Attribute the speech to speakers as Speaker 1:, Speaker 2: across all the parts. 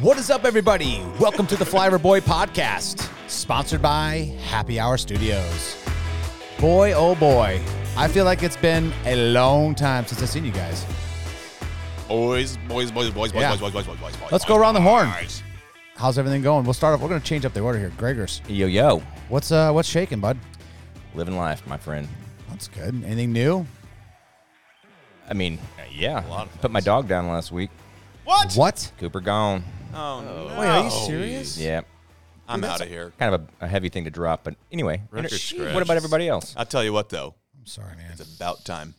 Speaker 1: What is up, everybody? Welcome to the Flyer Boy podcast, sponsored by Happy Hour Studios. Boy, oh boy, I feel like it's been a long time since I've seen you guys.
Speaker 2: Boys, boys, boys, boys, boys,
Speaker 1: Yeah.
Speaker 2: boys, boys, boys, boys, boys, boys.
Speaker 1: Let's go around the horn.
Speaker 2: boys.
Speaker 1: How's everything going? We'll start off. We're going to change up the order here. Gregor's,
Speaker 3: Yo yo,
Speaker 1: what's uh, what's shaking, bud?
Speaker 3: living life, my friend.
Speaker 1: That's good. Anything new?
Speaker 3: I mean, yeah.
Speaker 2: lot of
Speaker 3: Put my
Speaker 2: things.
Speaker 3: dog down last week.
Speaker 2: What?
Speaker 1: What?
Speaker 3: Cooper gone.
Speaker 2: Oh, no.
Speaker 1: Wait, are you serious?
Speaker 3: Yeah,
Speaker 2: I'm out of here.
Speaker 3: kind of a, a heavy thing to drop, but anyway.
Speaker 2: Record scratch.
Speaker 3: What about everybody else?
Speaker 2: I'll tell you what, though.
Speaker 1: I'm sorry, man.
Speaker 2: It's about time.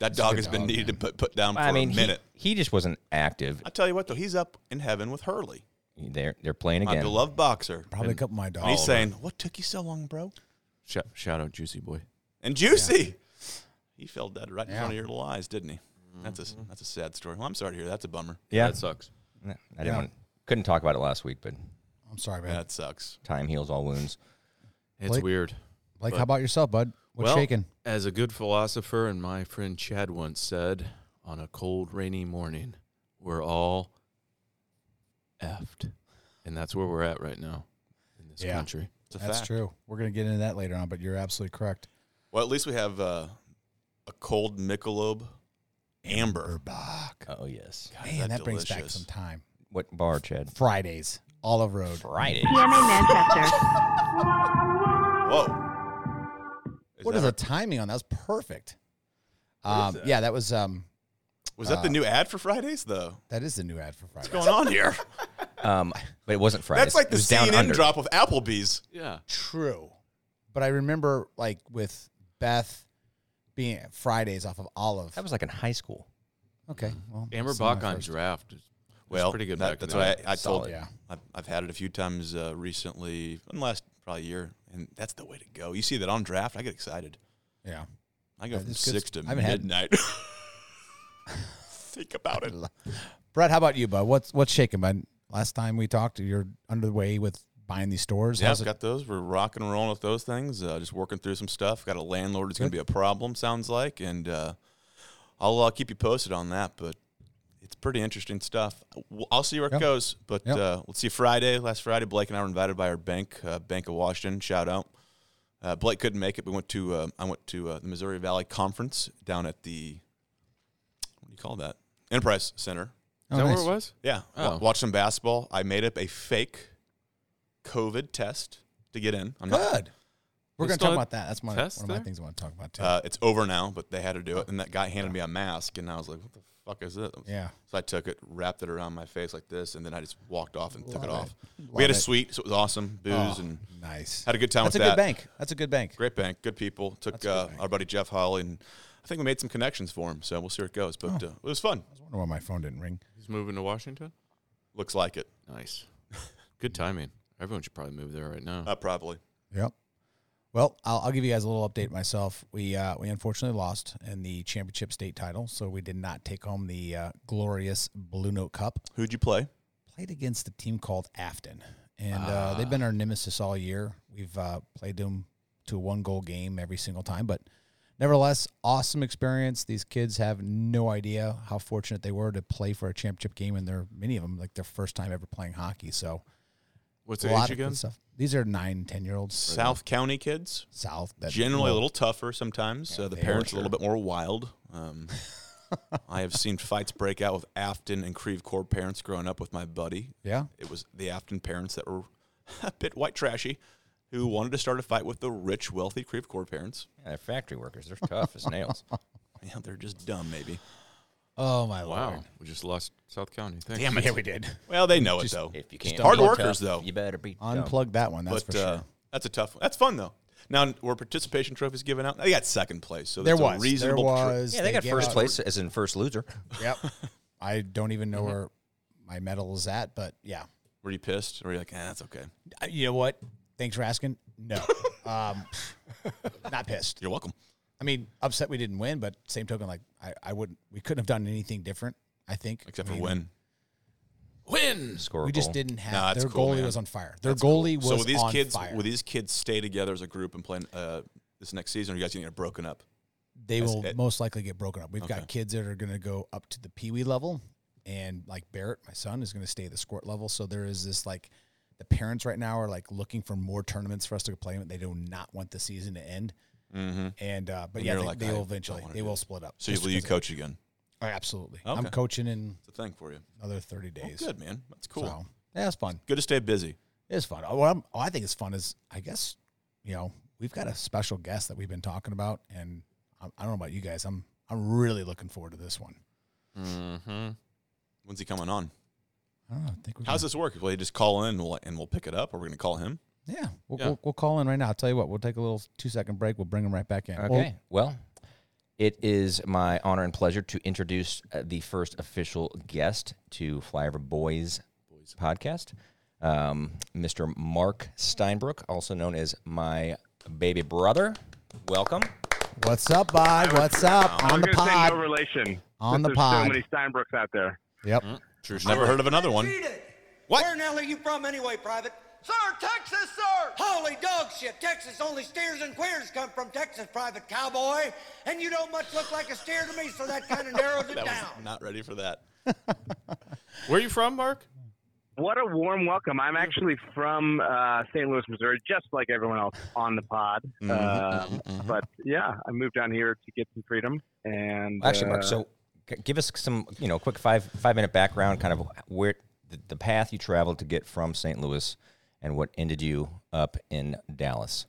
Speaker 2: That dog has been
Speaker 1: dog,
Speaker 2: needed to put, put down for
Speaker 3: I mean,
Speaker 2: a
Speaker 3: he-
Speaker 2: minute.
Speaker 3: He, just wasn't active.
Speaker 2: I'll tell you what, though. He's up in heaven with Hurley,
Speaker 3: They're they're playing
Speaker 2: my
Speaker 3: again.
Speaker 2: beloved boxer.
Speaker 1: Probably a couple of my dogs.
Speaker 2: And he's saying, What took you so long, bro?
Speaker 4: Shout, shout out Juicy Boy.
Speaker 2: And Juicy. He fell dead right in
Speaker 1: Yeah.
Speaker 2: front of your little eyes, didn't he?
Speaker 3: Mm-hmm.
Speaker 2: That's a that's a sad story. Well, I'm sorry to hear. That's a bummer.
Speaker 3: yeah,
Speaker 4: That sucks.
Speaker 3: I didn't
Speaker 1: Yeah.
Speaker 3: want. Couldn't talk about it last week, but
Speaker 1: I'm sorry, man.
Speaker 2: That sucks.
Speaker 3: time heals all wounds.
Speaker 4: It's
Speaker 1: Blake?
Speaker 4: weird.
Speaker 1: Like, how about yourself, bud? What's
Speaker 4: well,
Speaker 1: shaking?
Speaker 4: as a good philosopher and my friend Chad once said, on a cold, rainy morning, we're all effed. And that's where we're at right now in this
Speaker 1: Yeah.
Speaker 4: country.
Speaker 2: It's a
Speaker 1: That's
Speaker 2: fact.
Speaker 1: true. We're going to get into that later on, but you're absolutely correct.
Speaker 2: Well, at least we have uh, a cold Michelob Amber.
Speaker 1: Burbach.
Speaker 3: Oh yes.
Speaker 2: God, is
Speaker 1: Man, that brings back
Speaker 2: delicious.
Speaker 1: some time.
Speaker 3: What bar, Chad?
Speaker 1: Fridays, Olive Road.
Speaker 3: Friday.
Speaker 5: PMA Manchester.
Speaker 2: Whoa. Is
Speaker 1: What
Speaker 2: that
Speaker 1: is the
Speaker 2: right?
Speaker 1: timing on that? That was perfect. Um, yeah, that was um,
Speaker 2: Was that the new ad for Fridays, though?
Speaker 1: that is Uh, the new ad for Fridays.
Speaker 2: What's going on here?
Speaker 3: Um, but it wasn't Friday.
Speaker 2: That's like
Speaker 3: it
Speaker 2: the
Speaker 3: was down
Speaker 2: CNN
Speaker 3: under.
Speaker 2: drop of Applebee's.
Speaker 4: Yeah.
Speaker 1: True, but I remember like with Beth being at Fridays off of Olive.
Speaker 3: That was like in high school.
Speaker 1: okay. Well,
Speaker 4: Amber
Speaker 1: that's not my
Speaker 4: Bach on
Speaker 1: first-
Speaker 4: draft. is- was
Speaker 2: Well,
Speaker 4: pretty good
Speaker 2: that-
Speaker 4: back
Speaker 2: that's
Speaker 4: in the
Speaker 2: what
Speaker 4: day.
Speaker 2: I, I told.
Speaker 3: Solid.
Speaker 1: Yeah,
Speaker 2: I've, I've had it a few times uh, recently, in the last probably year, and that's the way to go. You see that on draft, I get excited.
Speaker 1: yeah.
Speaker 2: I go
Speaker 1: Yeah,
Speaker 2: from
Speaker 1: it's good
Speaker 2: six
Speaker 1: st-
Speaker 2: to
Speaker 1: I haven't had-
Speaker 2: midnight. Think about it.
Speaker 1: Brett, how about you, bud? What's what's shaking, bud? Last time we talked, you're underway with buying these stores.
Speaker 2: Yeah,
Speaker 1: How's
Speaker 2: I've
Speaker 1: it-
Speaker 2: got those. We're rocking and rolling with those things. Uh, just working through some stuff. Got a landlord that's going to be a problem, sounds like, and uh, I'll uh, keep you posted on that. But it's pretty interesting stuff. W- I'll see where it
Speaker 1: Yeah.
Speaker 2: goes. But
Speaker 1: Yeah.
Speaker 2: uh, let's see. Friday, last Friday, Blake and I were invited by our bank, uh, Bank of Washington. Shout out. Uh, Blake couldn't make it. We went to uh, I went to uh, the Missouri Valley Conference down at the what do you call that Enterprise Center.
Speaker 1: Oh,
Speaker 4: Is that
Speaker 1: nice.
Speaker 4: where it was?
Speaker 2: Yeah.
Speaker 4: Oh.
Speaker 2: Wa- watched some basketball. I made up a fake COVID test to get in. I'm not.
Speaker 1: Good. We're going
Speaker 4: They
Speaker 1: to
Speaker 4: still
Speaker 1: talk
Speaker 4: had
Speaker 1: about that. That's my one
Speaker 4: tests
Speaker 1: of my
Speaker 4: there?
Speaker 1: things I want to talk about too.
Speaker 2: Uh, it's over now, but they had to do it. And that guy handed me a mask, and I was like, "What the fuck is this?"
Speaker 1: yeah.
Speaker 2: So I took it, wrapped it around my face like this, and then I just walked off and took
Speaker 1: Love
Speaker 2: it
Speaker 1: it.
Speaker 2: off.
Speaker 1: Love
Speaker 2: we had a
Speaker 1: it.
Speaker 2: suite, so it was awesome. Booze
Speaker 1: Oh,
Speaker 2: and
Speaker 1: nice.
Speaker 2: had a good time
Speaker 1: That's a
Speaker 2: with
Speaker 1: good
Speaker 2: that.
Speaker 1: bank. That's a good bank.
Speaker 2: Great bank, good people. Took
Speaker 1: a good
Speaker 2: uh,
Speaker 1: bank.
Speaker 2: our buddy Jeff Holly, and I think we made some connections for him. So we'll see where it goes.
Speaker 1: Oh.
Speaker 2: But uh, it was fun.
Speaker 1: I was wondering why my phone didn't ring.
Speaker 4: He's moving to Washington?
Speaker 2: Looks like it.
Speaker 4: Nice. Oh, good timing. Everyone should probably move there right now.
Speaker 2: Uh, probably.
Speaker 1: Yep. Well, I'll, I'll give you guys a little update myself. We uh, we unfortunately lost in the championship state title, so we did not take home the uh, glorious Blue Note Cup.
Speaker 2: Who'd you play?
Speaker 1: Played against a team called Afton, and
Speaker 4: Ah.
Speaker 1: uh, they've been our nemesis all year. We've uh, played them to a one goal game every single time, but nevertheless, awesome experience. These kids have no idea how fortunate they were to play for a championship game, and they're many of them like their first time ever playing hockey. So
Speaker 4: What's
Speaker 1: a
Speaker 4: the
Speaker 1: lot
Speaker 4: age
Speaker 1: of
Speaker 4: again?
Speaker 1: good stuff. These are nine, ten year olds.
Speaker 2: South County kids.
Speaker 1: South. That
Speaker 2: generally a
Speaker 1: well,
Speaker 2: little tougher sometimes. uh, the
Speaker 1: they are
Speaker 2: parents are a little bit more wild. Um, I have seen fights break out with Afton and Creve Corps parents growing up with my buddy.
Speaker 1: Yeah.
Speaker 2: It was the Afton parents that were a bit white trashy who wanted to start a fight with the rich, wealthy Creve Corps parents.
Speaker 3: Yeah, they're factory workers. They're tough as nails.
Speaker 2: Yeah, they're just dumb, maybe.
Speaker 1: Oh my
Speaker 4: Wow. We just lost South County. Thanks.
Speaker 2: Damn it.
Speaker 1: Yeah, we did.
Speaker 2: Well, they know it, though.
Speaker 3: If you can't
Speaker 2: Hard
Speaker 3: be
Speaker 2: workers,
Speaker 3: tough,
Speaker 2: though.
Speaker 3: You better be tough.
Speaker 1: Unplug that one. That's
Speaker 2: but
Speaker 1: for sure.
Speaker 2: uh, that's a tough one. That's fun, though. Now, were participation trophies given out? They got second place, so
Speaker 1: there
Speaker 2: that's
Speaker 1: was.
Speaker 2: a reasonable
Speaker 1: there
Speaker 2: tro-
Speaker 1: was.
Speaker 3: Yeah, they got
Speaker 1: gave
Speaker 3: first
Speaker 1: out-
Speaker 3: place as in first loser.
Speaker 1: Yep. I don't even know where my medal is at, but yeah.
Speaker 2: Were you pissed? Or were you like, eh, that's okay?
Speaker 1: Uh, You know what? Thanks for asking. No, um, not pissed.
Speaker 2: You're welcome.
Speaker 1: I mean, upset we didn't win, but same token, like I, I wouldn't. We couldn't have done anything different. I think,
Speaker 2: Except
Speaker 1: I
Speaker 2: for
Speaker 1: mean,
Speaker 2: win.
Speaker 4: Win.
Speaker 3: Score. a
Speaker 1: We just
Speaker 3: goal.
Speaker 1: didn't have.
Speaker 2: Nah, that's
Speaker 1: their
Speaker 2: cool,
Speaker 1: goalie
Speaker 2: man.
Speaker 1: was on fire. Their goalie was
Speaker 2: So will these
Speaker 1: on
Speaker 2: kids
Speaker 1: fire.
Speaker 2: will these kids stay together as a group and play uh, this next season? Or are you guys getting broken up?
Speaker 1: they
Speaker 2: That's
Speaker 1: will
Speaker 2: it.
Speaker 1: most likely get broken up. We've
Speaker 2: Okay.
Speaker 1: got kids that are going to go up to the pee wee level, and like Barrett, my son, is going to stay at the squirt level. So there is this like the parents right now are like looking for more tournaments for us to play. in. They do not want the season to end.
Speaker 2: Mm-hmm.
Speaker 1: And uh, but
Speaker 2: And
Speaker 1: yeah,
Speaker 2: you're
Speaker 1: they,
Speaker 2: like,
Speaker 1: they
Speaker 2: I
Speaker 1: will
Speaker 2: don't
Speaker 1: eventually
Speaker 2: wanna
Speaker 1: they
Speaker 2: do
Speaker 1: will
Speaker 2: it.
Speaker 1: split up.
Speaker 2: So you,
Speaker 1: Just
Speaker 2: will you
Speaker 1: because-
Speaker 2: coach again?
Speaker 1: Oh, absolutely. I'm
Speaker 2: Okay.
Speaker 1: coaching in
Speaker 2: It's a thing for you.
Speaker 1: another 30
Speaker 2: Well,
Speaker 1: days.
Speaker 2: good man. That's cool.
Speaker 1: So yeah, it's fun.
Speaker 2: Good to stay busy.
Speaker 1: It's fun. Oh, What, I'm, what I think is fun is, I guess, you know, we've got a special guest that we've been talking about, and I, I don't know about you guys. I'm I'm really looking forward to this one.
Speaker 4: Mm-hmm.
Speaker 2: When's he coming on?
Speaker 1: Mm-hmm. Oh, I don't know. I think we're
Speaker 2: How's this work? Will he just call in and we'll, and we'll pick it up? Or we're going to call him?
Speaker 1: gonna- Yeah, we'll,
Speaker 4: Yeah.
Speaker 1: We'll, we'll call in right now. I'll tell you what, we'll take a little two second break. We'll bring him right back in. Well,
Speaker 3: Okay. Well, it is my honor and pleasure to introduce uh, the first official guest to Flyover Boys, podcast, um, Mr. Mark Steinbrook, also known as my baby brother. Welcome.
Speaker 1: what's up, Bod? What's up
Speaker 5: I
Speaker 1: on
Speaker 5: was
Speaker 1: the
Speaker 5: gonna say
Speaker 1: pod?
Speaker 5: no relation.
Speaker 1: On
Speaker 5: since
Speaker 1: the
Speaker 5: there's
Speaker 1: pod.
Speaker 5: so many Steinbrooks out there.
Speaker 1: Yep.
Speaker 2: True. Never heard of another one.
Speaker 6: Read it.
Speaker 2: What?
Speaker 6: Where in the hell are you from anyway, Private? Sir, Texas, sir! Holy dog shit, Texas, only steers and queers come from Texas, Private Cowboy. And you don't much look like a steer to me, so that kind of narrows it
Speaker 2: That was
Speaker 6: down.
Speaker 2: not ready for that.
Speaker 4: Where are you from, Mark?
Speaker 5: What a warm welcome. I'm actually from uh, St. Louis, Missouri, just like everyone else on the pod.
Speaker 1: Mm-hmm,
Speaker 5: Um, But yeah, I moved down here to get some freedom. And
Speaker 3: Actually, Mark,
Speaker 5: uh,
Speaker 3: so g- give us some, you know, quick five five minute background, kind of where the, the path you traveled to get from St. Louis, and what ended you up in Dallas.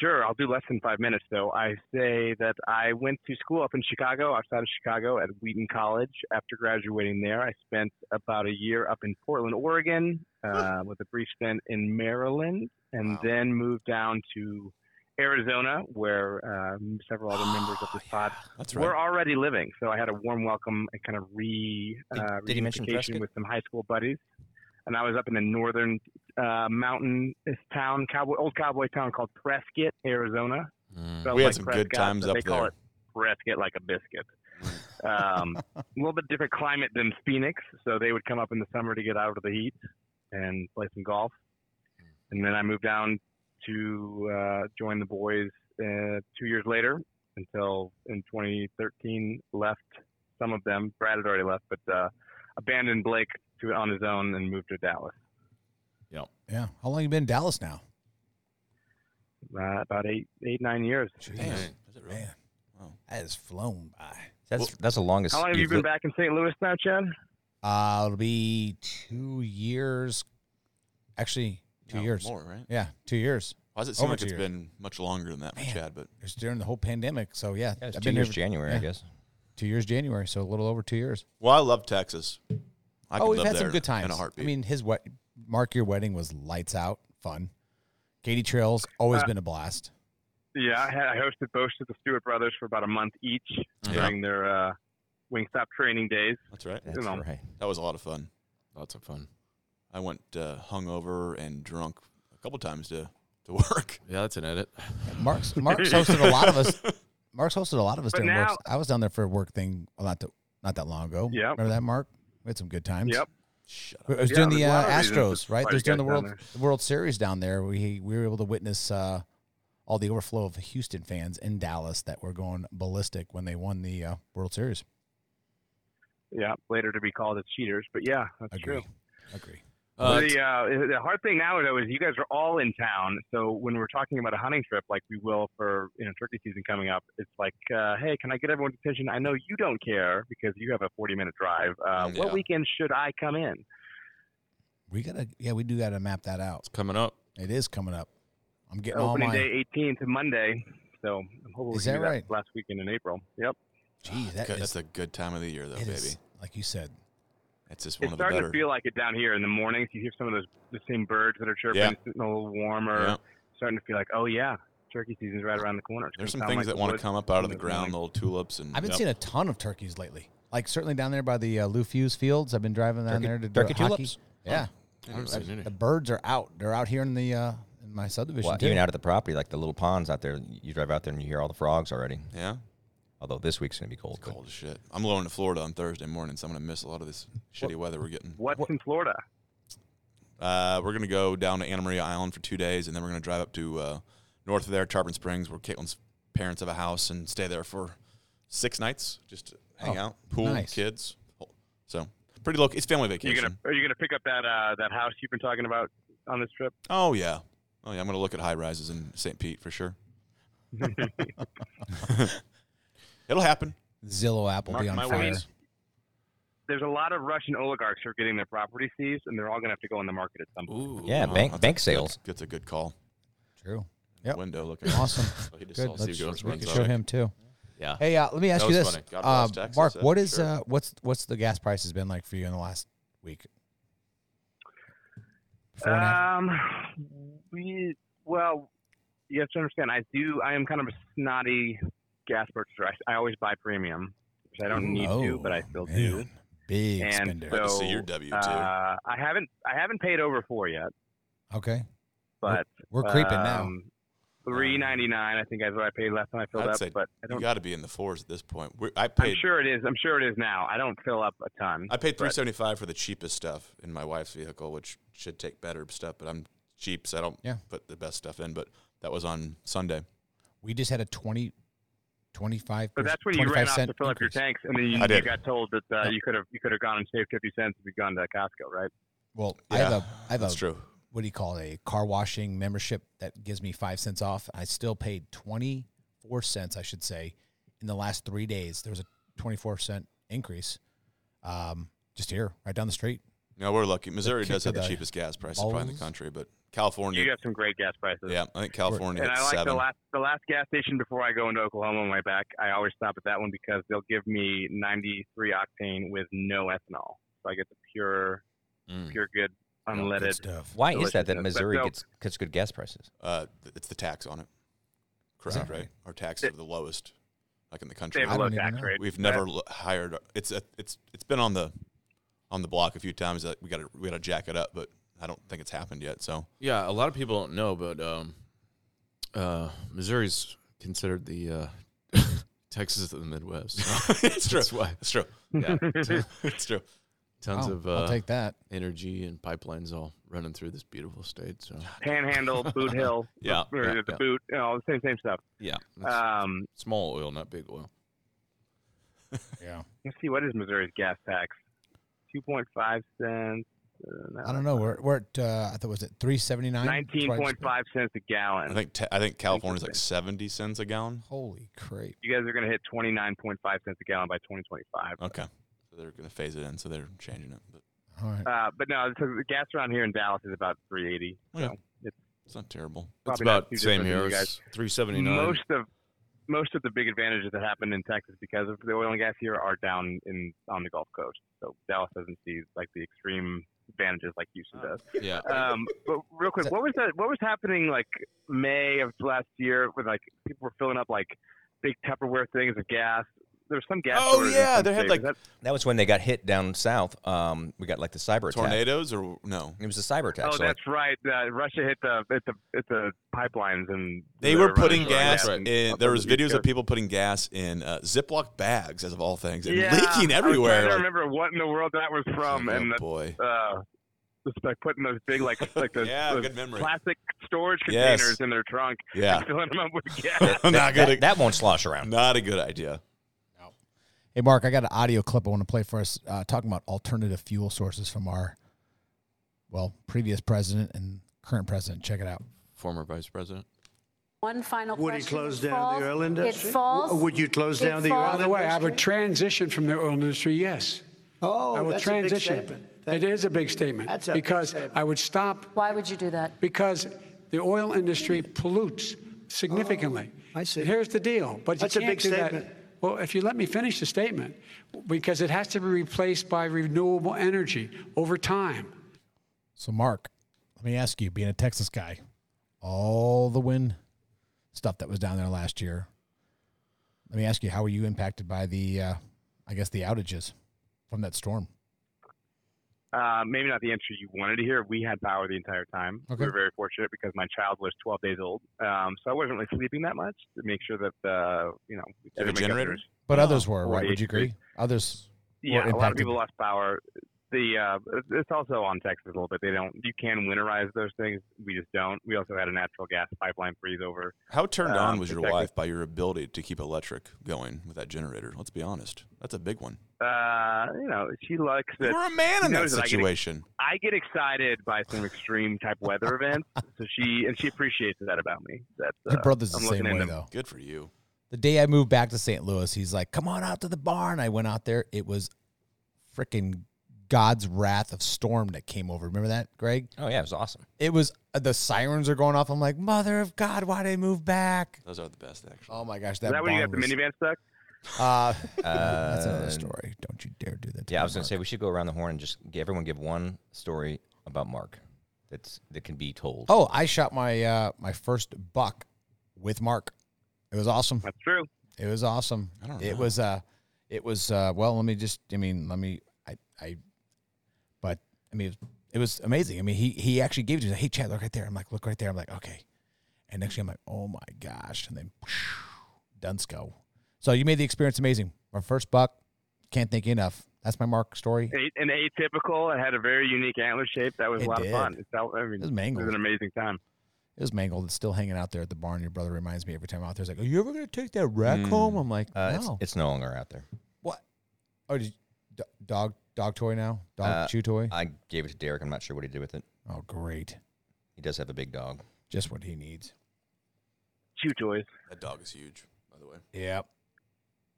Speaker 5: Sure, I'll do less than five minutes though. I say that I went to school up in Chicago, outside of Chicago, at Wheaton College. After graduating there, I spent about a year up in Portland, Oregon, uh, with a brief stint in Maryland, and then moved down to Arizona, where um, several other members of the pod
Speaker 2: That's
Speaker 5: were
Speaker 2: right.
Speaker 5: already living. So I had a warm welcome and kind of re uh,
Speaker 3: Did- did you mention
Speaker 5: reunification
Speaker 3: Prescott?
Speaker 5: with some high school buddies. And I was up in the northern uh, mountain this town, cowboy, old cowboy town called Prescott, Arizona. Felt
Speaker 4: Mm,
Speaker 2: We had
Speaker 5: like
Speaker 2: some good
Speaker 5: Prescott,
Speaker 2: times
Speaker 5: but
Speaker 2: up
Speaker 5: they call
Speaker 2: there.
Speaker 5: it Prescott like a biscuit. Um, a little bit different climate than Phoenix, so they would come up in the summer to get out of the heat and play some golf. And then I moved down to uh, join the boys uh, two years later until in 2013 left some of them. Brad had already left, but uh, abandoned Blake to on his own and moved to Dallas
Speaker 1: Yeah. How long you been in Dallas now?
Speaker 5: uh, about eight eight nine years.
Speaker 1: Jeez,
Speaker 2: Is it really?
Speaker 1: man,
Speaker 2: Wow.
Speaker 1: that has flown by.
Speaker 3: That's that's the longest.
Speaker 5: How long have you
Speaker 3: you've
Speaker 5: been
Speaker 3: li-
Speaker 5: back in St. Louis now, Chad?
Speaker 1: Uh, it'll be two years. Actually, two
Speaker 2: No,
Speaker 1: years.
Speaker 2: More, right?
Speaker 1: Yeah, two years.
Speaker 2: Why does it seem
Speaker 1: Over
Speaker 2: like
Speaker 1: two
Speaker 2: it's
Speaker 1: years.
Speaker 2: been much longer than that for
Speaker 1: Man.
Speaker 2: Chad? But
Speaker 1: It's during the whole pandemic. So yeah,
Speaker 3: Yeah, it's
Speaker 1: I've
Speaker 3: two
Speaker 1: been
Speaker 3: years
Speaker 1: here
Speaker 3: January,
Speaker 1: yeah.
Speaker 3: I guess.
Speaker 1: two years January, so a little over two years.
Speaker 2: well, I love Texas. I could
Speaker 1: oh, we've
Speaker 2: live
Speaker 1: had some
Speaker 2: there
Speaker 1: good times.
Speaker 2: in a heartbeat.
Speaker 1: I mean, his wet Mark, your wedding was lights out, fun. Katie Trails always
Speaker 5: Uh,
Speaker 1: been a blast.
Speaker 5: Yeah, I, had, I hosted both of the Stewart brothers for about a month each
Speaker 2: Yeah.
Speaker 5: during their uh, Wingstop training days.
Speaker 2: that's right.
Speaker 3: That's
Speaker 5: know.
Speaker 3: right.
Speaker 2: That was a lot of fun.
Speaker 4: Lots of fun.
Speaker 2: I went uh, hungover and drunk a couple times to to work.
Speaker 4: Yeah, that's an edit.
Speaker 1: Mark's Mark's hosted a lot of us. Mark's hosted a lot of us
Speaker 5: But
Speaker 1: during
Speaker 5: now-
Speaker 1: work. I was down there for a work thing well, not to, not that long ago.
Speaker 5: Yep.
Speaker 1: remember that, Mark? We had some good times.
Speaker 5: Yep.
Speaker 2: Shut up.
Speaker 1: It was
Speaker 5: Yeah,
Speaker 1: during the
Speaker 5: there's a lot
Speaker 1: uh,
Speaker 5: of reasons
Speaker 1: Astros,
Speaker 5: to
Speaker 1: right?
Speaker 5: fight
Speaker 1: There's during the
Speaker 5: guys down
Speaker 1: World the World Series down there. We we were able to witness uh, all the overflow of Houston fans in Dallas that were going ballistic when they won the uh, World Series.
Speaker 5: Yeah, later to be called as cheaters, but yeah, that's
Speaker 1: Agree.
Speaker 5: true.
Speaker 1: Agree.
Speaker 4: Uh,
Speaker 5: the, uh, the hard thing now though is you guys are all in town, so when we're talking about a hunting trip like we will for you know turkey season coming up, it's like, uh, hey, can I get everyone's attention? I know you don't care because you have a 40 minute drive. Uh,
Speaker 2: Yeah.
Speaker 5: What weekend should I come in?
Speaker 1: We gotta, yeah, we do gotta map that out.
Speaker 4: it's coming up.
Speaker 1: It is coming up. I'm getting
Speaker 5: Opening
Speaker 1: all mine.
Speaker 5: day 18th and Monday, so I'm hoping
Speaker 1: Oh, Is that
Speaker 5: we can do
Speaker 1: right?
Speaker 5: that last weekend in April. Yep.
Speaker 1: Geez, that
Speaker 2: Good-
Speaker 1: is-
Speaker 2: that's a good time of the year, though,
Speaker 1: it
Speaker 2: baby.
Speaker 1: is- like you said.
Speaker 2: It's just one
Speaker 5: It's
Speaker 2: of the
Speaker 5: starting
Speaker 2: better.
Speaker 5: to feel like it down here in the mornings. You hear some of those the same birds that are chirping.
Speaker 2: Yeah.
Speaker 5: It's getting a little warmer.
Speaker 2: Yeah.
Speaker 5: Starting to feel like, oh yeah, turkey season's right around the corner. It's
Speaker 2: There's some
Speaker 5: gonna sound
Speaker 2: things
Speaker 5: like
Speaker 2: that
Speaker 5: the
Speaker 2: want to
Speaker 5: woods
Speaker 2: come up out of
Speaker 5: in
Speaker 2: the
Speaker 5: the
Speaker 2: ground,
Speaker 5: morning.
Speaker 2: little tulips and.
Speaker 1: I've been
Speaker 2: Yep.
Speaker 1: seeing a ton of turkeys lately. Like certainly down there by the uh, Lou Fuse fields. I've been driving down
Speaker 3: Turkey-
Speaker 1: there to do
Speaker 3: turkey
Speaker 1: hockey.
Speaker 3: tulips?
Speaker 1: Yeah,
Speaker 4: I haven't seen any.
Speaker 1: the birds are out. They're out here in the uh, in my subdivision.
Speaker 3: Well,
Speaker 1: too.
Speaker 3: even out at the property, like the little ponds out there, you drive out there and you hear all the frogs already.
Speaker 2: Yeah,
Speaker 3: Although this week's gonna be cold. but-
Speaker 2: cold as shit. I'm going to Florida on Thursday morning, so I'm gonna miss a lot of this shitty weather we're getting.
Speaker 5: What's in Florida?
Speaker 2: Uh, we're gonna go down to Anna Maria Island for two days, and then we're gonna drive up to uh, north of there, Tarpon Springs, where Caitlin's parents have a house, and stay there for six nights, just to hang
Speaker 1: Oh,
Speaker 2: out, pool,
Speaker 1: nice.
Speaker 2: kids, whole, So pretty local. It's family
Speaker 5: You
Speaker 2: vacation.
Speaker 5: gonna are you gonna pick up that uh, that house you've been talking about on this trip?
Speaker 2: Oh yeah. Oh yeah. I'm gonna look at high rises in St. Pete for sure. It'll happen.
Speaker 1: Zillow app will
Speaker 2: Mark
Speaker 1: be on
Speaker 2: my
Speaker 1: fire.
Speaker 2: words.
Speaker 5: There's a lot of Russian oligarchs who are getting their property seized, and they're all gonna have to go on the market at some point.
Speaker 2: Ooh,
Speaker 3: Yeah, bank-
Speaker 2: that's
Speaker 3: bank
Speaker 2: a-
Speaker 3: sales.
Speaker 2: That's a good call.
Speaker 1: True. Yep.
Speaker 2: Window looking
Speaker 1: Awesome.
Speaker 2: Oh, he just
Speaker 1: Good.
Speaker 2: saw
Speaker 1: Let's,
Speaker 2: Steve Jones
Speaker 1: we
Speaker 2: run
Speaker 1: can
Speaker 2: by.
Speaker 1: show him too.
Speaker 4: Yeah.
Speaker 1: Hey, uh, let me ask
Speaker 4: That
Speaker 1: you
Speaker 4: was
Speaker 1: this,
Speaker 4: funny. God
Speaker 2: bless
Speaker 1: Uh,
Speaker 2: Texas,
Speaker 1: Mark.
Speaker 2: uh,
Speaker 1: What is
Speaker 2: sure.
Speaker 1: uh, what's what's the gas prices been like for you in the last week? Before and after?
Speaker 5: Um, we well, you have to understand. I do. I am kind of a snotty gas purchaser. I, I always buy premium, which I don't need to,
Speaker 1: Oh,
Speaker 5: but I still
Speaker 1: man.
Speaker 5: do.
Speaker 1: Big
Speaker 5: and
Speaker 1: spender.
Speaker 5: so-
Speaker 2: Good to see your W two.
Speaker 5: Uh, I haven't. I haven't paid over four yet,
Speaker 1: okay,
Speaker 5: but
Speaker 1: we're creeping now.
Speaker 5: um, Three ninety nine. I think is what I paid last time I filled
Speaker 2: Um, I'd
Speaker 5: up,
Speaker 2: say
Speaker 5: but I
Speaker 2: you
Speaker 5: don't.
Speaker 2: got to be in the fours at this point. We're, I
Speaker 5: I'm
Speaker 2: paid.
Speaker 5: sure it is. I'm sure it is now. I don't fill up a ton.
Speaker 2: I paid three seventy five for the cheapest stuff in my wife's vehicle, which should take better stuff. But I'm cheap, so I don't
Speaker 1: Yeah.
Speaker 2: put the best stuff in. But that was on Sunday.
Speaker 1: We just had a 20, 25
Speaker 5: But that's when you ran off to fill up your tanks, and then you,
Speaker 2: I
Speaker 5: you
Speaker 2: did.
Speaker 5: got told that uh,
Speaker 1: Yeah.
Speaker 5: you could have you could have gone and saved fifty cents if you'd gone to Costco, right?
Speaker 1: Well, I have
Speaker 2: Yeah,
Speaker 1: a I have
Speaker 2: That's
Speaker 1: a
Speaker 2: true.
Speaker 1: what do you call it, a car washing membership that gives me five cents off. I still paid twenty four cents, I should say, in the last three days. There was a twenty four cent increase, um, just here, right down the street.
Speaker 2: No, we're lucky. Missouri
Speaker 1: kick
Speaker 2: does have
Speaker 1: to
Speaker 2: the
Speaker 1: the
Speaker 2: cheapest gas prices probably in the
Speaker 1: balls.
Speaker 2: country, but California.
Speaker 5: You got some great gas prices.
Speaker 2: yeah, I think California
Speaker 5: And
Speaker 2: hit
Speaker 5: I like
Speaker 2: seven.
Speaker 5: the last the last gas station before I go into Oklahoma on my back. I always stop at that one because they'll give me 93 octane with no ethanol, so I get the pure,
Speaker 4: Mm.
Speaker 5: pure good
Speaker 1: Good
Speaker 5: unleaded.
Speaker 1: stuff.
Speaker 3: Why is that that
Speaker 5: Deliciousness.
Speaker 3: Missouri
Speaker 5: But
Speaker 3: gets gets good gas prices?
Speaker 2: uh, th- it's the tax on it. Correct, right? Our taxes are the lowest, like in the
Speaker 5: they
Speaker 2: country.
Speaker 5: have a
Speaker 1: I
Speaker 5: low
Speaker 1: don't even
Speaker 5: tax
Speaker 1: know.
Speaker 5: rate.
Speaker 2: We've never l- hired. It's a, it's it's been on the on the block a few times that we got to we got to jack it up, but I don't think it's happened yet. So
Speaker 4: Yeah, a lot of people don't know, but um, uh, Missouri's considered the uh, Texas of the Midwest.
Speaker 2: it's true.
Speaker 4: That's why.
Speaker 2: It's true.
Speaker 4: Yeah,
Speaker 2: It's true.
Speaker 4: tons
Speaker 1: Oh,
Speaker 4: of
Speaker 1: I'll
Speaker 4: uh,
Speaker 1: take that.
Speaker 4: energy and pipelines all running through this beautiful state. So
Speaker 5: Panhandle, Boot Hill,
Speaker 4: Yeah,
Speaker 5: or
Speaker 4: yeah,
Speaker 5: the
Speaker 4: yeah.
Speaker 5: boot, you know, all the same same stuff.
Speaker 4: yeah, that's
Speaker 5: Um,
Speaker 4: small oil, not big oil.
Speaker 1: Yeah.
Speaker 5: let's see, what is Missouri's gas tax? 2.5 cents. Uh, no,
Speaker 1: I don't know. We're we're at uh, I thought was it three seventy nine.
Speaker 5: 19.5 cents a gallon.
Speaker 2: I think ta- I think California's like seventy cents a gallon.
Speaker 1: Holy crap!
Speaker 5: you guys are going to hit 29.5 cents a gallon by 2025.
Speaker 2: Okay, so they're gonna phase it in, so they're changing it. But
Speaker 1: All right.
Speaker 5: Uh, but no, so the gas around here in Dallas is about 380.
Speaker 2: Yeah.
Speaker 5: So it's
Speaker 2: it's not terrible.
Speaker 4: It's
Speaker 5: probably
Speaker 4: about
Speaker 5: not too
Speaker 4: same
Speaker 5: different than
Speaker 4: here.
Speaker 5: you
Speaker 4: It's
Speaker 5: guys.
Speaker 4: three seventy
Speaker 2: uh,
Speaker 4: nine.
Speaker 5: Most of most of the big advantages that happen in Texas because of the oil and gas here are down in on the Gulf Coast. So Dallas doesn't see like the extreme advantages like Houston does.
Speaker 4: Yeah,
Speaker 5: Um, but real quick, what was that? What was happening like May of last year with like people were filling up like big Tupperware things of gas? There was some gas.
Speaker 2: Oh,
Speaker 5: shortage in
Speaker 2: yeah,
Speaker 5: some
Speaker 2: they had,
Speaker 5: states.
Speaker 2: like,
Speaker 5: Is
Speaker 3: That was when they got hit down south. Um, we got like the cyber attack.
Speaker 2: Tornadoes or no?
Speaker 3: It was a cyber attack.
Speaker 5: Oh,
Speaker 3: so like,
Speaker 5: that's right. Uh, Russia hit the hit the hit the pipelines and
Speaker 2: They
Speaker 5: the
Speaker 2: were putting
Speaker 5: Russian
Speaker 2: gas
Speaker 5: oil and gas
Speaker 2: in.
Speaker 5: up
Speaker 2: There
Speaker 5: on
Speaker 2: was
Speaker 5: the East
Speaker 2: videos of
Speaker 5: Coast.
Speaker 2: people putting gas in uh, Ziploc bags, as of all things, and
Speaker 5: Yeah,
Speaker 2: leaking
Speaker 5: I, was trying
Speaker 2: everywhere.
Speaker 5: to
Speaker 2: like-
Speaker 5: remember what in the world that was from,
Speaker 2: oh
Speaker 5: and that's
Speaker 2: boy,
Speaker 5: uh, just like putting those big like like those,
Speaker 2: Yeah,
Speaker 5: those
Speaker 2: good memory.
Speaker 5: plastic storage
Speaker 2: Yes.
Speaker 5: containers in their trunk,
Speaker 2: yeah,
Speaker 5: and filling them up with gas.
Speaker 2: not
Speaker 3: that,
Speaker 2: good.
Speaker 3: that won't slosh around.
Speaker 2: Not a good idea.
Speaker 1: Hey, Mark, I got an audio clip I want to play for us uh, talking about alternative fuel sources from our, well, previous president and current president. Check it out.
Speaker 4: former vice president.
Speaker 7: One final
Speaker 8: Would
Speaker 7: question.
Speaker 8: it close down
Speaker 7: falls,
Speaker 8: the oil industry?
Speaker 7: It falls.
Speaker 8: W- uh, Would you close
Speaker 7: It
Speaker 8: down the
Speaker 7: falls-
Speaker 8: oil
Speaker 9: By the way, I
Speaker 8: industry?
Speaker 9: would transition from the oil industry, yes.
Speaker 8: Oh,
Speaker 9: I would
Speaker 8: that's a big
Speaker 9: transition.
Speaker 8: statement. That-
Speaker 9: It is a big statement.
Speaker 8: That's a big
Speaker 9: Because
Speaker 8: statement.
Speaker 9: I would stop,
Speaker 7: Why would you do that?
Speaker 9: because the oil industry pollutes significantly.
Speaker 8: Oh, I see.
Speaker 9: Here's the deal, but you
Speaker 8: That's a
Speaker 9: can't
Speaker 8: big
Speaker 9: do that.
Speaker 8: statement.
Speaker 9: Well, if you let me finish the statement, because it has to be replaced by renewable energy over time.
Speaker 1: So, Mark, let me ask you, being a Texas guy, all the wind stuff that was down there last year, let me ask you, how were you impacted by the, uh, I guess, the outages from that storm?
Speaker 5: Uh, maybe not the answer you wanted to hear. We had power the entire time.
Speaker 1: Okay.
Speaker 5: We were very fortunate because my child was 12 days old, um, so I wasn't really sleeping that much to make sure that uh, you know.
Speaker 2: You
Speaker 5: we
Speaker 2: have a
Speaker 5: could make up
Speaker 2: generator?
Speaker 5: for it.
Speaker 1: But
Speaker 2: Oh,
Speaker 1: others were, right?
Speaker 5: 48
Speaker 1: Would you agree?
Speaker 5: degrees.
Speaker 1: Others,
Speaker 5: Yeah, a lot of
Speaker 1: impacted.
Speaker 5: people lost power. the uh, it- it's also on Texas a little bit. They don't you can winterize those things. We just don't. We also had a natural gas pipeline freeze over
Speaker 2: How turned on
Speaker 5: Um,
Speaker 2: was your
Speaker 5: exactly.
Speaker 2: wife by your ability to keep electric going with that generator? Let's be honest. That's a big one.
Speaker 5: uh, you know, she likes
Speaker 2: You
Speaker 5: that.
Speaker 2: were a man in
Speaker 5: she
Speaker 2: that
Speaker 5: knows that I get it.
Speaker 2: situation.
Speaker 5: I get excited by some extreme type weather events, so she and she appreciates that about me. That's
Speaker 1: My
Speaker 5: uh,
Speaker 1: brother's the
Speaker 5: I'm
Speaker 1: same
Speaker 5: looking
Speaker 1: way
Speaker 5: into
Speaker 1: though.
Speaker 2: Good for you.
Speaker 1: The day I moved back to St. Louis, he's like, "Come on out to the barn." I went out there. It was freaking God's wrath of storm that came over. Remember that, Greg?
Speaker 3: Oh yeah, it was awesome.
Speaker 1: It was uh, the sirens are going off. I'm like, "Mother of God, why did I move back?"
Speaker 2: Those are the best, actually.
Speaker 1: Oh my gosh,
Speaker 5: Is
Speaker 1: that,
Speaker 5: that when you got
Speaker 1: barn
Speaker 5: the
Speaker 1: was-
Speaker 5: minivan stuck?
Speaker 1: Uh, that's
Speaker 3: Uh,
Speaker 1: another story. Don't you dare do that. to
Speaker 3: Yeah, I
Speaker 1: me,
Speaker 3: was gonna
Speaker 1: Mark.
Speaker 3: say we should go around the horn and just g everyone give one story about Mark that's that can be told.
Speaker 1: Oh, I shot my uh, my first buck with Mark. It was awesome.
Speaker 5: That's true.
Speaker 1: It was awesome. It was uh it was uh well let me just I mean let me I I but I mean it was, it was amazing. I mean he he actually gave it to me. He's like, hey Chad, look right there. I'm like, look right there. I'm like, okay. And next thing I'm like, oh my gosh. And then Dunsko. So you made the experience amazing. My first buck, can't thank you enough. That's my Mark story.
Speaker 5: A- An atypical. It had a very unique antler shape. That was
Speaker 1: It
Speaker 5: a lot
Speaker 1: did.
Speaker 5: of fun. It's out- I mean,
Speaker 1: It was mangled.
Speaker 5: It was an amazing time.
Speaker 1: It was mangled. It's still hanging out there at the barn. Your brother reminds me every time I'm out there. He's like, are you ever gonna take that rack home? I'm like,
Speaker 3: uh, it's,
Speaker 1: no.
Speaker 3: it's no longer out there.
Speaker 1: what? Oh, did you, do- dog dog toy now? Dog
Speaker 3: Uh,
Speaker 1: chew toy?
Speaker 3: I gave it to Derek. I'm not sure what he did with it.
Speaker 1: oh, great.
Speaker 3: He does have a big dog.
Speaker 1: Just what he needs.
Speaker 5: Chew toys.
Speaker 2: That dog is huge, by the way.
Speaker 1: Yep.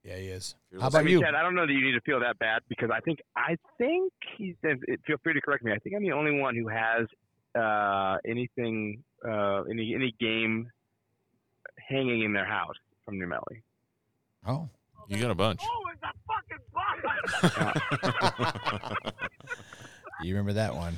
Speaker 1: Yeah, he is.
Speaker 2: Fearless.
Speaker 1: How
Speaker 5: I
Speaker 1: about
Speaker 5: mean,
Speaker 1: you?
Speaker 5: Chad, I don't know that you need to feel that bad because I think I think he's. and Feel free to correct me. I think I'm the only one who has uh, anything, uh, any any game hanging in their house from New Melly.
Speaker 1: Oh,
Speaker 4: You got a bunch.
Speaker 5: Oh,
Speaker 1: you remember that one?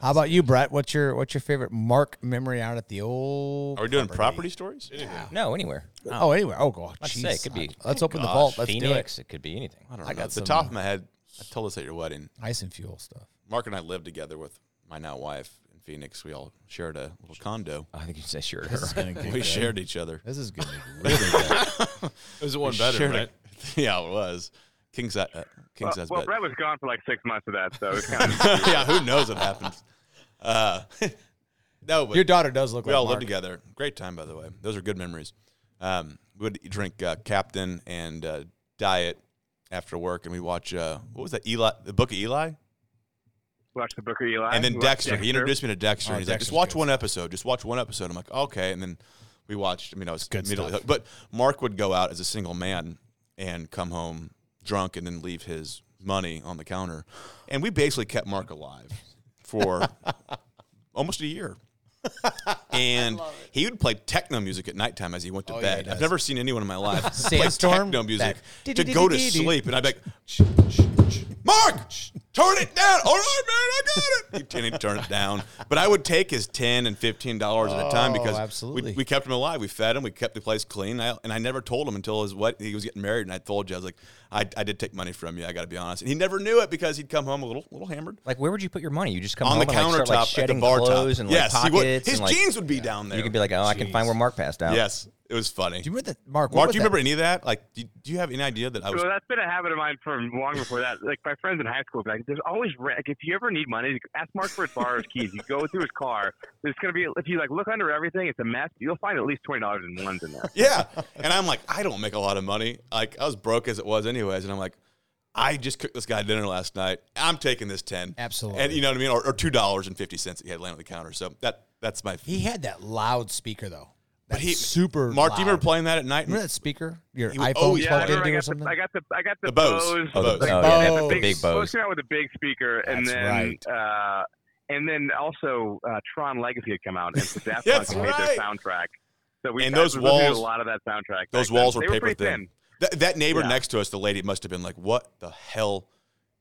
Speaker 1: How about you, Brett? What's your what's your favorite Mark memory out at the old?
Speaker 2: Are we doing property stories?
Speaker 3: No, anywhere.
Speaker 1: Oh, anyway. Oh, God.
Speaker 3: Let's
Speaker 1: jeez.
Speaker 3: say it could be-
Speaker 1: Let's open the vault. Let's do it.
Speaker 3: Phoenix. It. could be anything.
Speaker 2: I uh, don't know.
Speaker 1: I got
Speaker 2: At the
Speaker 1: some-
Speaker 2: top of my head, I told us at your wedding.
Speaker 1: Ice and fuel stuff.
Speaker 2: Mark and I lived together with my now wife in Phoenix. We all shared a little condo.
Speaker 3: I think you say sure.
Speaker 1: This is gonna get
Speaker 2: We
Speaker 1: good.
Speaker 2: shared each other.
Speaker 1: This is gonna be really good.
Speaker 4: It was one
Speaker 2: We
Speaker 4: better,
Speaker 2: shared a-
Speaker 4: right?
Speaker 2: yeah, it was. King size, uh, king
Speaker 5: Well,
Speaker 2: size
Speaker 5: well
Speaker 2: bed.
Speaker 5: Brett was gone for like six months of that, so it's kind of
Speaker 2: yeah, who knows what happens? Uh, no, but
Speaker 1: Your daughter does look
Speaker 2: we
Speaker 1: like
Speaker 2: all
Speaker 1: Mark.
Speaker 2: lived together. Great time, by the way. Those are good memories. Um, we would drink uh, Captain and uh, Diet after work, and we watch uh, what was that Eli, the book of Eli,
Speaker 5: watch the Booker Eli
Speaker 2: and then
Speaker 5: watch
Speaker 2: Dexter. He introduced me to Dexter.
Speaker 1: Oh,
Speaker 2: and he's like, just
Speaker 1: Dexter's
Speaker 2: watch
Speaker 1: good
Speaker 2: one episode. Just watch one episode. I'm like, okay, and then we watched. I mean, I was
Speaker 1: Good
Speaker 2: immediately
Speaker 1: stuff.
Speaker 2: hooked. but Mark would go out as a single man and come home drunk, and then leave his money on the counter, and we basically kept Mark alive for almost a year. and he would play techno music at nighttime as he went to
Speaker 1: Oh, yeah, he
Speaker 2: bed.
Speaker 1: does.
Speaker 2: I've never seen anyone in my life play
Speaker 1: Sandstorm?
Speaker 2: techno music
Speaker 1: That-
Speaker 2: to go to sleep. And I'd be like, Mark, turn it down. All right, man, I got it. And he'd turn it down. But I would take his 10 and $15 at a time
Speaker 1: Oh,
Speaker 2: because
Speaker 1: absolutely.
Speaker 2: We, we kept him alive. We fed him. We kept the place clean. I, and I never told him until his what he was getting married. And I told you, I was like, I, I did take money from you. I got to be honest. And he never knew it because he'd come home a little, little hammered
Speaker 3: Like, where would you put your money? You just come
Speaker 2: on
Speaker 3: home
Speaker 2: the
Speaker 3: and, like,
Speaker 2: countertop
Speaker 3: start, like,
Speaker 2: at the
Speaker 3: shedding
Speaker 2: bar
Speaker 3: clothes
Speaker 2: top.
Speaker 3: and
Speaker 2: yes,
Speaker 3: like
Speaker 2: he would.
Speaker 3: pockets.
Speaker 2: His
Speaker 3: and, like,
Speaker 2: jeans would be down there.
Speaker 3: You could be like, oh, I can find where Mark passed out.
Speaker 2: yes, it was funny.
Speaker 1: Do you remember that, Mark? what
Speaker 2: Mark,
Speaker 1: was
Speaker 2: do you
Speaker 1: that?
Speaker 2: remember any of that? Like, do you, do you have any idea that I was?
Speaker 5: Well, that's been a habit of mine from long before that. Like my friends in high school, like there's always ra- like if you ever need money, ask Mark for his borrower's keys. You go through his car. There's gonna be if you like look under everything, it's a mess. You'll find at least twenty dollars in ones in there.
Speaker 2: Yeah, and I'm like, I don't make a lot of money. Like, I was broke as it was, anyways. And I'm like, I just cooked this guy dinner last night. I'm taking this ten,
Speaker 1: Absolutely.
Speaker 2: and you know what I mean, or, or two dollars and fifty cents that he had laying on the counter. So that that's my.
Speaker 1: He had that loud speaker though. That
Speaker 2: he-
Speaker 1: super.
Speaker 2: Mark, do you remember
Speaker 1: loud.
Speaker 2: playing that at night?
Speaker 1: Remember that speaker? Your
Speaker 2: He
Speaker 1: iPhone
Speaker 2: would- oh, yeah,
Speaker 5: Yeah, I,
Speaker 1: plugged
Speaker 5: remember
Speaker 1: into or
Speaker 5: I got
Speaker 1: something.
Speaker 5: the I got the I got the,
Speaker 2: The Bose.
Speaker 3: Oh,
Speaker 2: The
Speaker 3: the,
Speaker 2: Bose.
Speaker 3: oh yeah,
Speaker 1: Bose.
Speaker 3: the big
Speaker 5: Bose
Speaker 3: bows.
Speaker 5: came out with a big speaker, and
Speaker 1: That's
Speaker 5: then
Speaker 1: right.
Speaker 5: uh, and then also uh, Tron Legacy had come out, and the Daft Punk
Speaker 2: That's
Speaker 5: had made
Speaker 2: right.
Speaker 5: their soundtrack. So we
Speaker 2: And
Speaker 5: I
Speaker 2: those
Speaker 5: was listening to
Speaker 2: walls-
Speaker 5: a lot of that soundtrack.
Speaker 2: Those
Speaker 5: back then.
Speaker 2: walls were
Speaker 5: They
Speaker 2: paper
Speaker 5: pretty
Speaker 2: thin. That, that neighbor
Speaker 5: Yeah.
Speaker 2: next to us, the lady, must have been like, "What the hell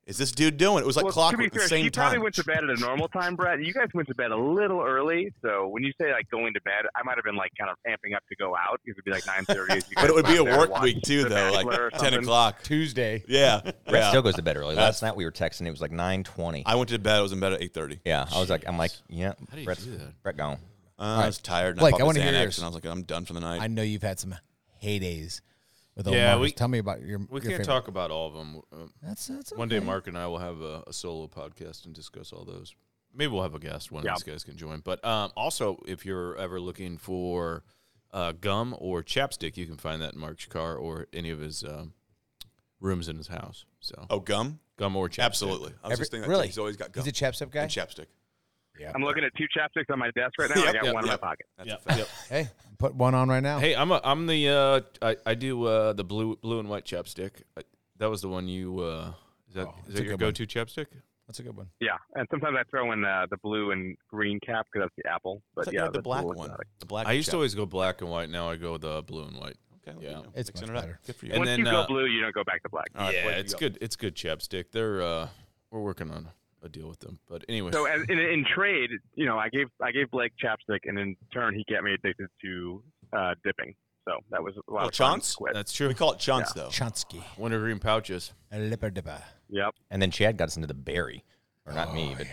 Speaker 2: is this dude doing?" It was like
Speaker 5: well, to
Speaker 2: clockwork
Speaker 5: be
Speaker 2: at the
Speaker 5: fair,
Speaker 2: same
Speaker 5: she
Speaker 2: time.
Speaker 5: probably went to bed at a normal time, Brett. You guys went to bed a little early, so when you say like going to bed, I might have been like kind of amping up to go out. It would be like nine thirty.
Speaker 2: but it would be a work week too, though, like ten o'clock.
Speaker 1: Tuesday.
Speaker 2: Yeah,
Speaker 3: Brett
Speaker 2: yeah.
Speaker 3: still goes to bed early. Last night we were texting. It was like 9:20.
Speaker 2: I went to bed. I was in bed at eight thirty.
Speaker 3: Yeah, I was like, I'm like, yeah,
Speaker 4: How do you
Speaker 3: Brett's,
Speaker 4: do that?
Speaker 3: Brett gone.
Speaker 2: I was tired. And
Speaker 1: Blake,
Speaker 2: I,
Speaker 1: I
Speaker 2: want
Speaker 1: wanna
Speaker 2: to
Speaker 1: hear yours.
Speaker 2: And I was like, I'm done for the night.
Speaker 1: I know you've had some heydays. with Old
Speaker 4: Yeah,
Speaker 1: Marcus.
Speaker 4: we-
Speaker 1: Tell me about your.
Speaker 4: We
Speaker 1: your
Speaker 4: can't
Speaker 1: favorite.
Speaker 4: talk about all of them. Um,
Speaker 1: That's, that's
Speaker 4: One day,
Speaker 1: okay.
Speaker 4: Mark and I will have a, a solo podcast and discuss all those. Maybe we'll have a guest. One
Speaker 5: Yeah.
Speaker 4: of these guys can join. But um, also, if you're ever looking for uh, gum or chapstick, you can find that in Mark's car or any of his um, rooms in his house. So
Speaker 2: Oh, gum?
Speaker 4: gum or chapstick.
Speaker 2: Absolutely. I was
Speaker 1: Every-
Speaker 2: just thinking that
Speaker 1: really?
Speaker 2: he's always got gum
Speaker 1: He's a chapstick guy.
Speaker 2: and chapstick.
Speaker 5: I'm looking at two chapsticks on my desk right now. and I got
Speaker 4: yep,
Speaker 5: one
Speaker 2: yep.
Speaker 5: in my pocket.
Speaker 2: That's a fact.
Speaker 1: hey, put one on right now.
Speaker 4: Hey, I'm a, I'm the uh, I, I do uh, the blue blue and white chapstick. I, that was the one you uh, is
Speaker 2: Oh,
Speaker 4: that is
Speaker 1: that's a
Speaker 4: that your
Speaker 1: good one.
Speaker 4: go-to chapstick?
Speaker 1: That's a good one.
Speaker 5: Yeah, and sometimes I throw in uh, the blue and green cap because that's the apple. But
Speaker 2: Thought you
Speaker 5: yeah,
Speaker 2: had the
Speaker 5: that's
Speaker 2: black
Speaker 5: looks
Speaker 2: one.
Speaker 5: at it.
Speaker 2: The black
Speaker 4: I used
Speaker 2: chap-
Speaker 4: to always go black and white. Now I go the blue and white.
Speaker 2: Okay,
Speaker 4: Yeah.
Speaker 2: yeah.
Speaker 1: It's
Speaker 2: Fixing
Speaker 1: much
Speaker 2: it up.
Speaker 1: better.
Speaker 2: Good for you.
Speaker 4: And
Speaker 5: Once
Speaker 4: then,
Speaker 5: you
Speaker 4: uh,
Speaker 5: go blue, you don't go back to black.
Speaker 2: All right,
Speaker 4: yeah,
Speaker 2: what do you
Speaker 4: it's
Speaker 2: got?
Speaker 4: good. It's good chapstick. They're uh, we're working on a deal with them. But anyway,
Speaker 5: So as, in, in trade, you know, I gave I gave Blake chapstick, and in turn, he got me addicted to uh, dipping. So that was a lot
Speaker 2: Oh,
Speaker 5: of fun.
Speaker 2: chance?
Speaker 5: Quit.
Speaker 4: that's true.
Speaker 2: We call it chance, though.
Speaker 1: Chansky,
Speaker 4: Wintergreen pouches.
Speaker 1: a lipper dipper.
Speaker 5: Yep.
Speaker 3: And then Chad got us into the berry, or not me, but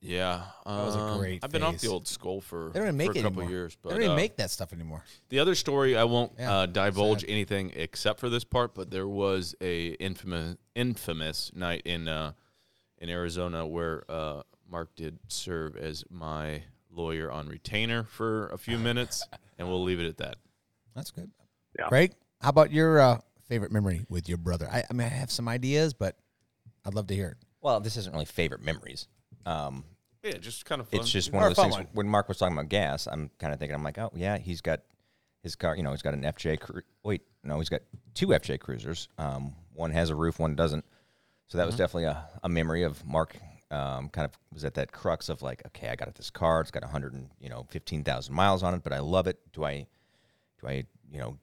Speaker 4: Yeah, that
Speaker 1: was a great
Speaker 4: I've been off the
Speaker 1: phase.
Speaker 4: old skull for,
Speaker 1: They don't even make
Speaker 4: for a
Speaker 1: it
Speaker 4: couple
Speaker 1: anymore.
Speaker 4: years, but
Speaker 1: they don't even
Speaker 4: uh,
Speaker 1: make that stuff anymore.
Speaker 4: the other story I won't
Speaker 1: Yeah,
Speaker 4: uh, divulge anything except for this part. But there was a infamous infamous night in uh, in Arizona where uh, Mark did serve as my lawyer on retainer for a few minutes, and we'll leave it at that.
Speaker 1: That's good.
Speaker 5: Yeah.
Speaker 1: Craig, how about your uh, favorite memory with your brother? I, I mean, I have some ideas, but I'd love to hear it.
Speaker 3: well, this isn't really favorite memories. Um,
Speaker 4: Yeah, just kind of fun.
Speaker 3: it's just one of
Speaker 1: Or a
Speaker 3: those
Speaker 1: fun
Speaker 3: things.
Speaker 1: one.
Speaker 3: When Mark was talking about gas, I'm kind of thinking, I'm like, oh yeah, he's got his car. You know, he's got an FJ. Cru- wait, no, he's got two FJ Cruisers. Um, one has a roof, one doesn't. So that was
Speaker 1: Mm-hmm.
Speaker 3: definitely a, a memory of Mark. Um, kind of was at that crux of like, okay, I got this car. It's got 100 and you know 15,000 miles on it, but I love it. Do I, do I, you know,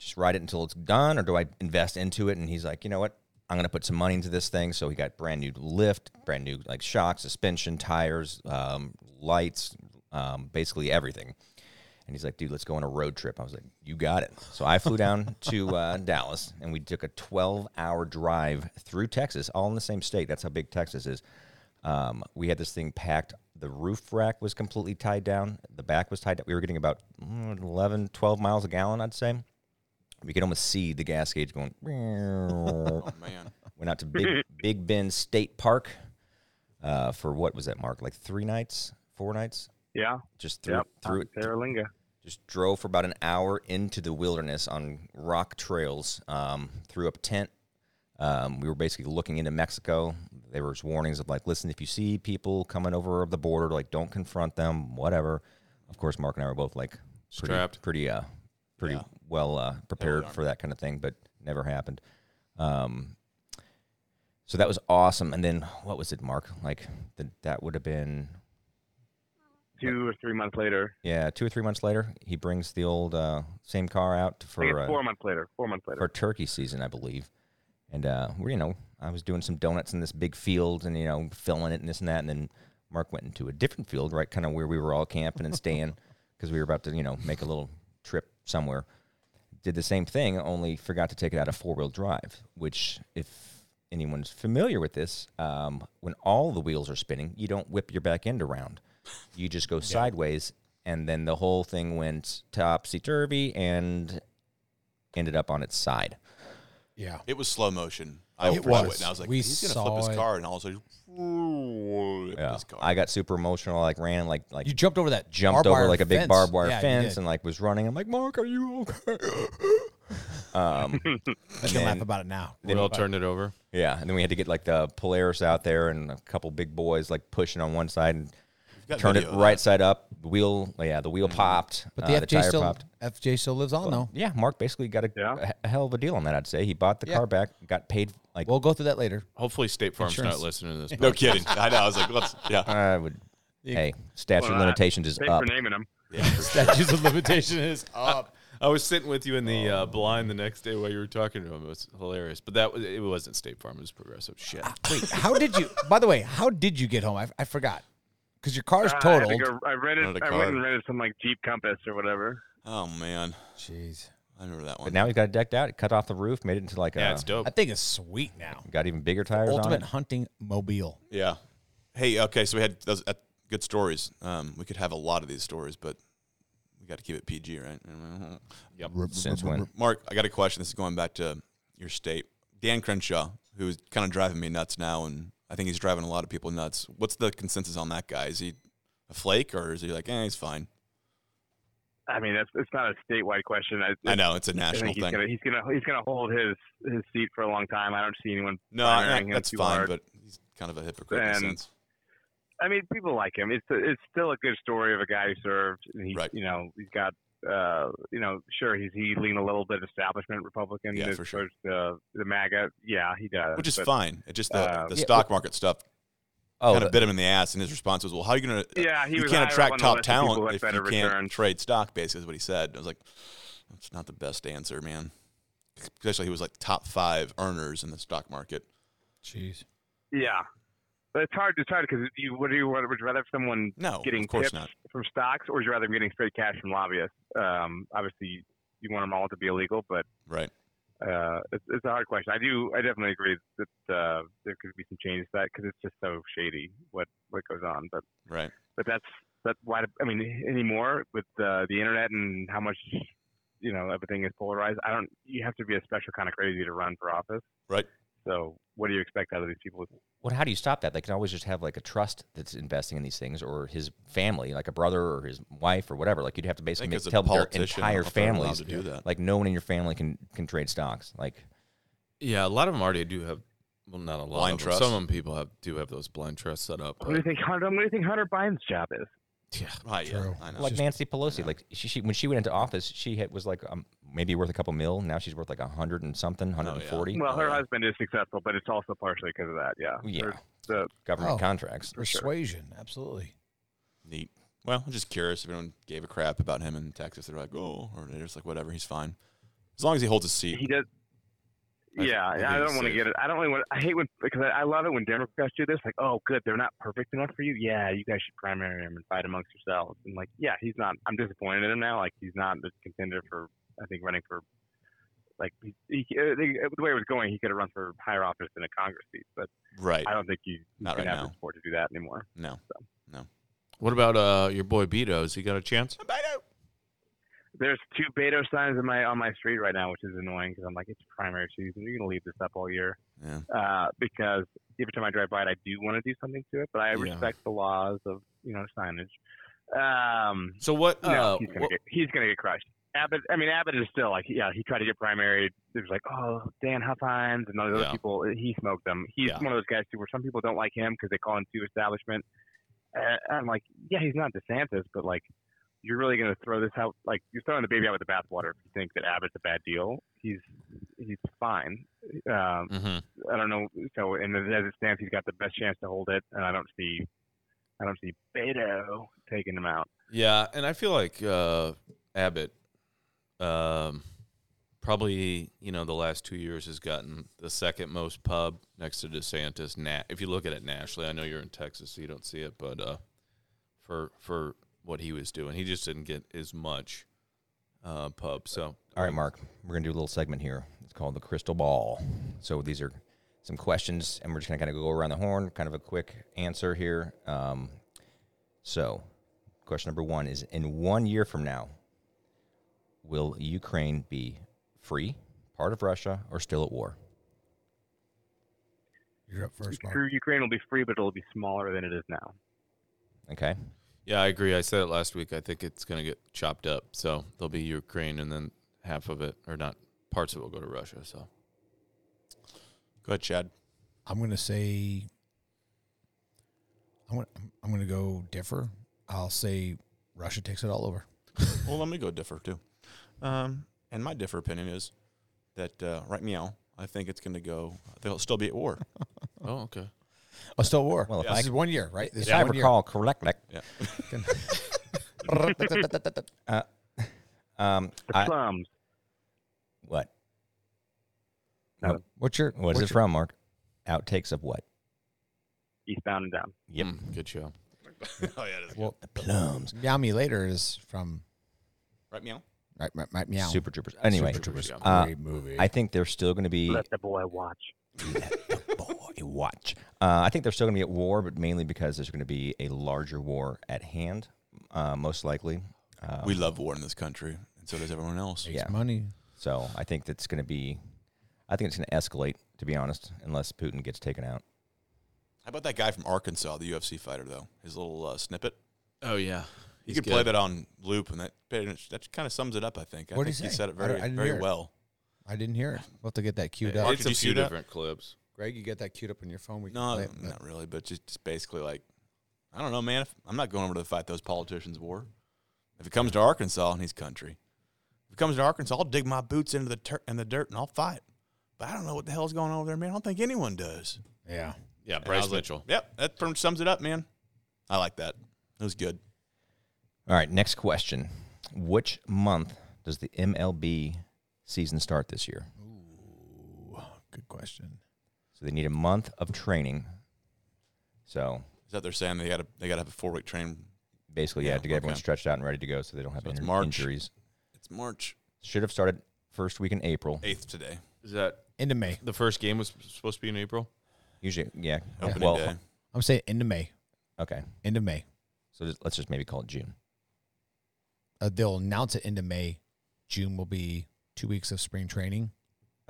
Speaker 3: just ride it until it's done, or do I invest into it? And he's like, you know what? I'm gonna put some money into this thing. So he got brand new lift, brand new like shock, suspension, tires, um, lights, um, basically everything. And he's like, dude, let's go on a road trip. I was like, you got it. So I flew down to uh, Dallas and we took a 12 hour drive through Texas, all in the same state. That's how big Texas is. Um, we had this thing packed. The roof rack was completely tied down. The back was tied down. We were getting about mm, 11, 12 miles a gallon, I'd say. We could almost see the gas gauge going.
Speaker 2: Man.
Speaker 3: Went out to Big, Big Bend State Park uh, for what was that, Mark? Like three nights, four nights?
Speaker 5: Yeah.
Speaker 3: Just through,
Speaker 5: Yep.
Speaker 3: through it
Speaker 5: Saralinga.
Speaker 3: just drove for about an hour into the wilderness on rock trails, um, threw up a tent. Um, we were basically looking into Mexico. There was warnings of like, listen, if you see people coming over the border, like don't confront them, whatever. Of course, Mark and I were both like pretty,
Speaker 4: Strapped.
Speaker 3: pretty, uh, pretty well uh, prepared for that kind of thing, but never happened. Um, so that was awesome. And then what was it, Mark? Like th- that would have been
Speaker 5: Two or three months later.
Speaker 3: yeah, two or three months later, he brings the old uh, same car out
Speaker 5: I think
Speaker 3: for
Speaker 5: it's
Speaker 3: uh,
Speaker 5: four months later. Four months
Speaker 3: for
Speaker 5: later.
Speaker 3: turkey season, I believe. And uh, we, you know, I was doing some donuts in this big field, and you know, filling it and this and that. And then Mark went into a different field, right, kind of where we were all camping and staying, because we were about to, you know, make a little trip somewhere. Did the same thing, only forgot to take it out of four wheel drive. Which, if anyone's familiar with this, um, when all the wheels are spinning, you don't whip your back end around. You just go sideways, and then the whole thing went topsy turvy, and ended up on its side.
Speaker 1: Yeah.
Speaker 2: It was slow motion. I
Speaker 1: It
Speaker 2: saw
Speaker 1: was.
Speaker 2: And I was like,
Speaker 1: We
Speaker 2: he's going to flip
Speaker 1: saw
Speaker 2: his
Speaker 1: it.
Speaker 2: car. And all of a sudden, he-
Speaker 3: Yeah.
Speaker 2: his car.
Speaker 3: I got super emotional. I like ran like like
Speaker 1: You jumped over that
Speaker 3: jumped
Speaker 1: barbed
Speaker 3: over
Speaker 1: wire
Speaker 3: like a big
Speaker 1: fence.
Speaker 3: barbed wire
Speaker 1: Yeah, you
Speaker 3: fence
Speaker 1: did.
Speaker 3: and like was running. I'm like, Mark, are you okay? um,
Speaker 1: You can laugh about it now.
Speaker 4: we all turned it over.
Speaker 3: yeah, and then we had to get like the Polaris out there and a couple big boys like pushing on one side and
Speaker 2: got
Speaker 3: turned it
Speaker 2: video of
Speaker 3: right side up. The wheel, yeah, the wheel popped.
Speaker 1: But the,
Speaker 3: uh, the
Speaker 1: FJ
Speaker 3: tire
Speaker 1: still
Speaker 3: popped.
Speaker 1: FJ still lives on though.
Speaker 3: Yeah, Mark basically got a,
Speaker 5: Yeah.
Speaker 3: a he- a hell of a deal on that. I'd say he bought the
Speaker 1: Yeah.
Speaker 3: car back, got paid like
Speaker 1: We'll go through that later.
Speaker 4: Hopefully, State Farm's
Speaker 1: Insurance.
Speaker 4: not listening to this.
Speaker 2: No kidding. I know. I was like, let's, yeah.
Speaker 3: I would. Hey, statute of
Speaker 5: Well, uh,
Speaker 3: limitations is
Speaker 5: Thanks
Speaker 3: up.
Speaker 5: for naming him.
Speaker 1: Statutes of limitation is up.
Speaker 4: I was sitting with you in the uh, blind the next day while you were talking to him. It was hilarious, but that was, it wasn't State Farm; it was Progressive. Shit.
Speaker 5: Ah.
Speaker 1: Wait, how did you? By the way, how did you get home? I, I forgot because your car's
Speaker 5: Uh, I,
Speaker 1: totaled.
Speaker 5: had to go- I rented.
Speaker 2: Rented a
Speaker 5: I went
Speaker 2: car.
Speaker 5: and rented some like Jeep Compass or whatever.
Speaker 2: Oh, man.
Speaker 1: Jeez,
Speaker 2: I remember that
Speaker 3: But
Speaker 2: one.
Speaker 3: now he's got it decked out. It cut off the roof, made it into like
Speaker 4: Yeah,
Speaker 3: a
Speaker 4: it's dope.
Speaker 1: that thing is sweet now.
Speaker 3: got even bigger tires on it.
Speaker 1: Ultimate hunting mobile.
Speaker 2: Yeah. Hey, okay. So we had those uh, good stories. Um, we could have a lot of these stories, but we got to keep it PG, right?
Speaker 4: Yep.
Speaker 3: Since when?
Speaker 2: Mark, I got a question. This is going back to your state. Dan Crenshaw, who's kind of driving me nuts now, and I think he's driving a lot of people nuts. What's the consensus on that guy? Is he a flake, or is he like, eh, he's fine?
Speaker 5: I mean, that's it's not a statewide question. I,
Speaker 2: I know it's a
Speaker 5: I
Speaker 2: national
Speaker 5: think he's
Speaker 2: thing.
Speaker 5: gonna he's gonna he's gonna hold his his seat for a long time. I don't see anyone.
Speaker 2: no,
Speaker 5: firing
Speaker 2: I-
Speaker 5: him
Speaker 2: that's
Speaker 5: too
Speaker 2: fine,
Speaker 5: hard.
Speaker 2: but he's kind of a hypocrite in a
Speaker 5: And-
Speaker 2: sense.
Speaker 5: I mean, people like him. It's it's still a good story of a guy who served. And he's,
Speaker 2: Right.
Speaker 5: You know, he's got. Uh, you know, sure, he's he lean a little bit establishment Republican.
Speaker 2: Yeah,
Speaker 5: as
Speaker 2: for sure.
Speaker 5: opposed to The the MAGA, yeah, he does.
Speaker 2: Which is
Speaker 5: but-
Speaker 2: fine. It just the,
Speaker 5: uh,
Speaker 2: the
Speaker 3: Yeah,
Speaker 2: stock market stuff
Speaker 3: Oh,
Speaker 2: kind of
Speaker 3: the-
Speaker 2: bit him in the ass, and his response was, "Well, how are you going to?
Speaker 5: Yeah, he
Speaker 2: you
Speaker 5: was higher
Speaker 2: can't
Speaker 5: up on
Speaker 2: attract
Speaker 5: the
Speaker 2: top
Speaker 5: list of people
Speaker 2: talent
Speaker 5: with
Speaker 2: if you can't
Speaker 5: better returns.
Speaker 2: trade stock." Basically, is what he said. I was like, "That's not the best answer, man." Especially he was like top five earners in the stock market.
Speaker 1: Jeez.
Speaker 5: Yeah, but it's hard. It's hard because you would you would you rather have someone
Speaker 2: No,
Speaker 5: getting
Speaker 2: of course
Speaker 5: tips
Speaker 2: not.
Speaker 5: from stocks, or would you rather them getting straight cash from lobbyists? Um, obviously, you want them all to be illegal, but
Speaker 2: Right?
Speaker 5: uh, it's, it's a hard question. I do. I definitely agree that uh, there could be some changes to that because it's just so shady what what goes on. But
Speaker 2: Right?
Speaker 5: but that's that's why I mean anymore with uh, the internet and how much you know everything is polarized. I don't. You have to be a special kind of crazy to run for office.
Speaker 2: Right?
Speaker 5: So what do you expect out of these people?
Speaker 3: Well, how do you stop that? They can always just have like a trust that's investing in these things, or his family, like a brother or his wife or whatever. Like you'd have to
Speaker 2: I
Speaker 3: basically
Speaker 2: think
Speaker 3: make,
Speaker 2: as a
Speaker 3: tell their
Speaker 2: politician, I don't
Speaker 3: entire
Speaker 2: know if they're allowed
Speaker 3: families
Speaker 2: to do that.
Speaker 3: Like no one in your family can can trade stocks. Like
Speaker 4: Yeah, a lot of them already do have. Well, not a lot.
Speaker 2: Blind
Speaker 4: of them.
Speaker 2: trusts.
Speaker 4: Some of them people have do have those blind trusts set up.
Speaker 5: What do you
Speaker 4: but-
Speaker 5: think? Hunter, what do you think Hunter Biden's job is?
Speaker 2: Yeah. Right, yeah.
Speaker 1: True.
Speaker 2: I know.
Speaker 3: like Nancy Pelosi, like she, she when she went into office, she had, was like um, maybe worth a couple mil. Now she's worth like a hundred and something, hundred and forty.
Speaker 5: Well, her
Speaker 2: Oh, yeah.
Speaker 5: husband is successful, but it's also partially because of that. Yeah.
Speaker 3: Yeah.
Speaker 5: There's The,
Speaker 3: Government
Speaker 1: Oh.
Speaker 3: contracts.
Speaker 1: Persuasion, absolutely.
Speaker 2: Neat. Well, I'm just curious if anyone gave a crap about him in Texas. They're like, "Oh," or they're just like, "Whatever, he's fine." As long as he holds his seat.
Speaker 5: he does.
Speaker 2: I-
Speaker 5: Yeah,
Speaker 2: I
Speaker 5: I,
Speaker 2: think
Speaker 5: don't
Speaker 2: he's
Speaker 5: want to
Speaker 2: safe.
Speaker 5: get it. I don't really want. I hate when because I, I love it when Democrats do this. Like, oh, good, they're not perfect enough for you. Yeah, you guys should primary him and fight amongst yourselves. And like, yeah, he's not. I'm disappointed in him now. Like, he's not the contender for. I think running for. Like he, he, uh, the the way it was going, he could have run for higher office than a Congress seat, but
Speaker 2: right?
Speaker 5: I don't think he- he's
Speaker 2: Not
Speaker 5: gonna
Speaker 2: right
Speaker 5: have
Speaker 2: now.
Speaker 5: the support to do that anymore.
Speaker 2: No.
Speaker 4: What about uh, your boy Beto? Has he got a chance?
Speaker 5: There's two Beto signs in my on my street right now, which is annoying because I'm like, it's primary season. You're gonna leave this up all year.
Speaker 2: Yeah.
Speaker 5: Uh, because every time I drive by it, I do want to do something to it, but I
Speaker 4: Yeah.
Speaker 5: respect the laws of you know signage. Um,
Speaker 4: So what?
Speaker 5: no,
Speaker 4: uh,
Speaker 5: he's gonna
Speaker 4: what-
Speaker 5: get he's gonna get crushed. Abbott, I mean Abbott is still like, yeah, he tried to get primary. There's like, oh, Dan Huffines and all those
Speaker 4: Yeah.
Speaker 5: other people. He smoked them. He's
Speaker 4: Yeah.
Speaker 5: one of those guys too, where some people don't like him because they call him too establishment. Uh, I'm like, yeah, he's not DeSantis, but like, you're really gonna throw this out? Like, you're throwing the baby out with the bathwater if you think that Abbott's a bad deal. He's he's fine. Um,
Speaker 4: Mhm.
Speaker 5: I don't know. So, and as it stands, he's got the best chance to hold it, and I don't see, I don't see Beto taking him out.
Speaker 4: Yeah, and I feel like uh, Abbott, um, probably you know the last two years has gotten the second most pub next to DeSantis. Nat, if you look at it nationally, I know you're in Texas, so you don't see it, but uh, for for what he was doing, he just didn't get as much uh, pub. So
Speaker 3: All right, Mark, we're gonna do a little segment here. It's called the crystal ball. So these are some questions, and we're just gonna kind of go around the horn, kind of a quick answer here. Um, so, question number one is: In one year from now, will Ukraine be free, part of Russia, or still at war?
Speaker 1: You're up first, Mark.
Speaker 5: True, Ukraine will be free, but it'll be smaller than it is now.
Speaker 3: Okay.
Speaker 4: yeah, I agree. I said it last week. I think it's going to get chopped up. So there'll be Ukraine, and then half of it, or not parts of it, will go to Russia. So
Speaker 2: Go ahead, Chad.
Speaker 1: I'm gonna say I'm gonna, I'm gonna go differ. I'll say Russia takes it all over.
Speaker 2: Well, let me go differ too. Um, and my differ opinion is that uh, right meow, I think it's going to go. They'll still be at war.
Speaker 4: oh okay.
Speaker 1: Oh, still war.
Speaker 3: Well, if
Speaker 1: this
Speaker 3: I-
Speaker 1: is one year, right? This
Speaker 3: If
Speaker 1: is
Speaker 3: I
Speaker 1: one year.
Speaker 3: recall correctly,
Speaker 2: Yeah.
Speaker 3: uh, um,
Speaker 5: The
Speaker 3: I,
Speaker 5: plums.
Speaker 3: what?
Speaker 1: What's your
Speaker 3: What is it
Speaker 1: what's
Speaker 3: from, Mark? Outtakes of what?
Speaker 5: eastbound and down.
Speaker 3: Yep.
Speaker 4: Mm, good show.
Speaker 1: Well,
Speaker 3: Plums.
Speaker 1: Meow Me Later is from
Speaker 2: right meow.
Speaker 1: right, right, right meow.
Speaker 3: Super Troopers. Anyway,
Speaker 1: Super Troopers,
Speaker 3: uh,
Speaker 1: great movie.
Speaker 3: I think they're still going to be.
Speaker 5: Let the boy watch.
Speaker 3: Boy, watch. Uh, I think they're still going to be at war, but mainly because there's going to be a larger war at hand, uh, most likely.
Speaker 2: we love war in this country, and so does everyone else.
Speaker 3: Yeah.
Speaker 1: Money.
Speaker 3: So I think that's going to be, I think it's going to escalate. To be honest, unless Putin gets taken out.
Speaker 2: How about that guy from Arkansas, the UFC fighter, though? His little uh, snippet.
Speaker 4: Oh yeah,
Speaker 2: You could play that on loop, and that pretty much- that kind of sums it up. I think. I
Speaker 1: What'd
Speaker 2: think
Speaker 1: he
Speaker 2: he
Speaker 1: say?
Speaker 2: said it
Speaker 1: I don't-
Speaker 2: very
Speaker 1: I didn't hear
Speaker 2: very
Speaker 1: it.
Speaker 2: well.
Speaker 1: I didn't hear it. We'll have to get that queued up.
Speaker 2: Mark-
Speaker 4: It's
Speaker 2: Did
Speaker 4: a
Speaker 2: you see
Speaker 4: few
Speaker 2: that?
Speaker 4: different clips.
Speaker 1: Greg, you get that queued up on your phone. We can
Speaker 2: No,
Speaker 1: play it, but-
Speaker 2: not really, but just, just basically like, I don't know, man. If, I'm not going over to fight those politicians' war. If it comes to Arkansas and his country, if it comes to Arkansas, I'll dig my boots into the tur in the dirt and I'll fight. But I don't know what the hell's going on over there, man. I don't think anyone does.
Speaker 1: Yeah.
Speaker 4: Yeah,
Speaker 2: And I
Speaker 4: Bryce
Speaker 2: was like,
Speaker 4: Mitchell.
Speaker 2: yep, that pretty much sums it up, man. I like that. It was good.
Speaker 3: All right, next question. Which month does the MLB season start this year?
Speaker 1: Good question.
Speaker 3: So they need a month of training. So
Speaker 2: Is that they're saying they got to they got to have a four week train?
Speaker 3: basically, yeah,
Speaker 2: Yeah,
Speaker 3: to get everyone
Speaker 2: okay.
Speaker 3: stretched out and ready to go, so they don't have
Speaker 2: So it's
Speaker 3: inj-
Speaker 2: March.
Speaker 3: injuries.
Speaker 2: It's March
Speaker 3: Should have started first week in April.
Speaker 2: eighth today.
Speaker 4: Is that
Speaker 1: Into May.
Speaker 4: the first game was supposed to be in April?
Speaker 3: Usually, yeah.
Speaker 2: Opening
Speaker 3: well,
Speaker 2: day.
Speaker 1: I'm saying into May.
Speaker 3: okay.
Speaker 1: Into May.
Speaker 3: So just, let's just maybe call it June.
Speaker 1: Uh, they'll announce it into May. June will be two weeks of spring training.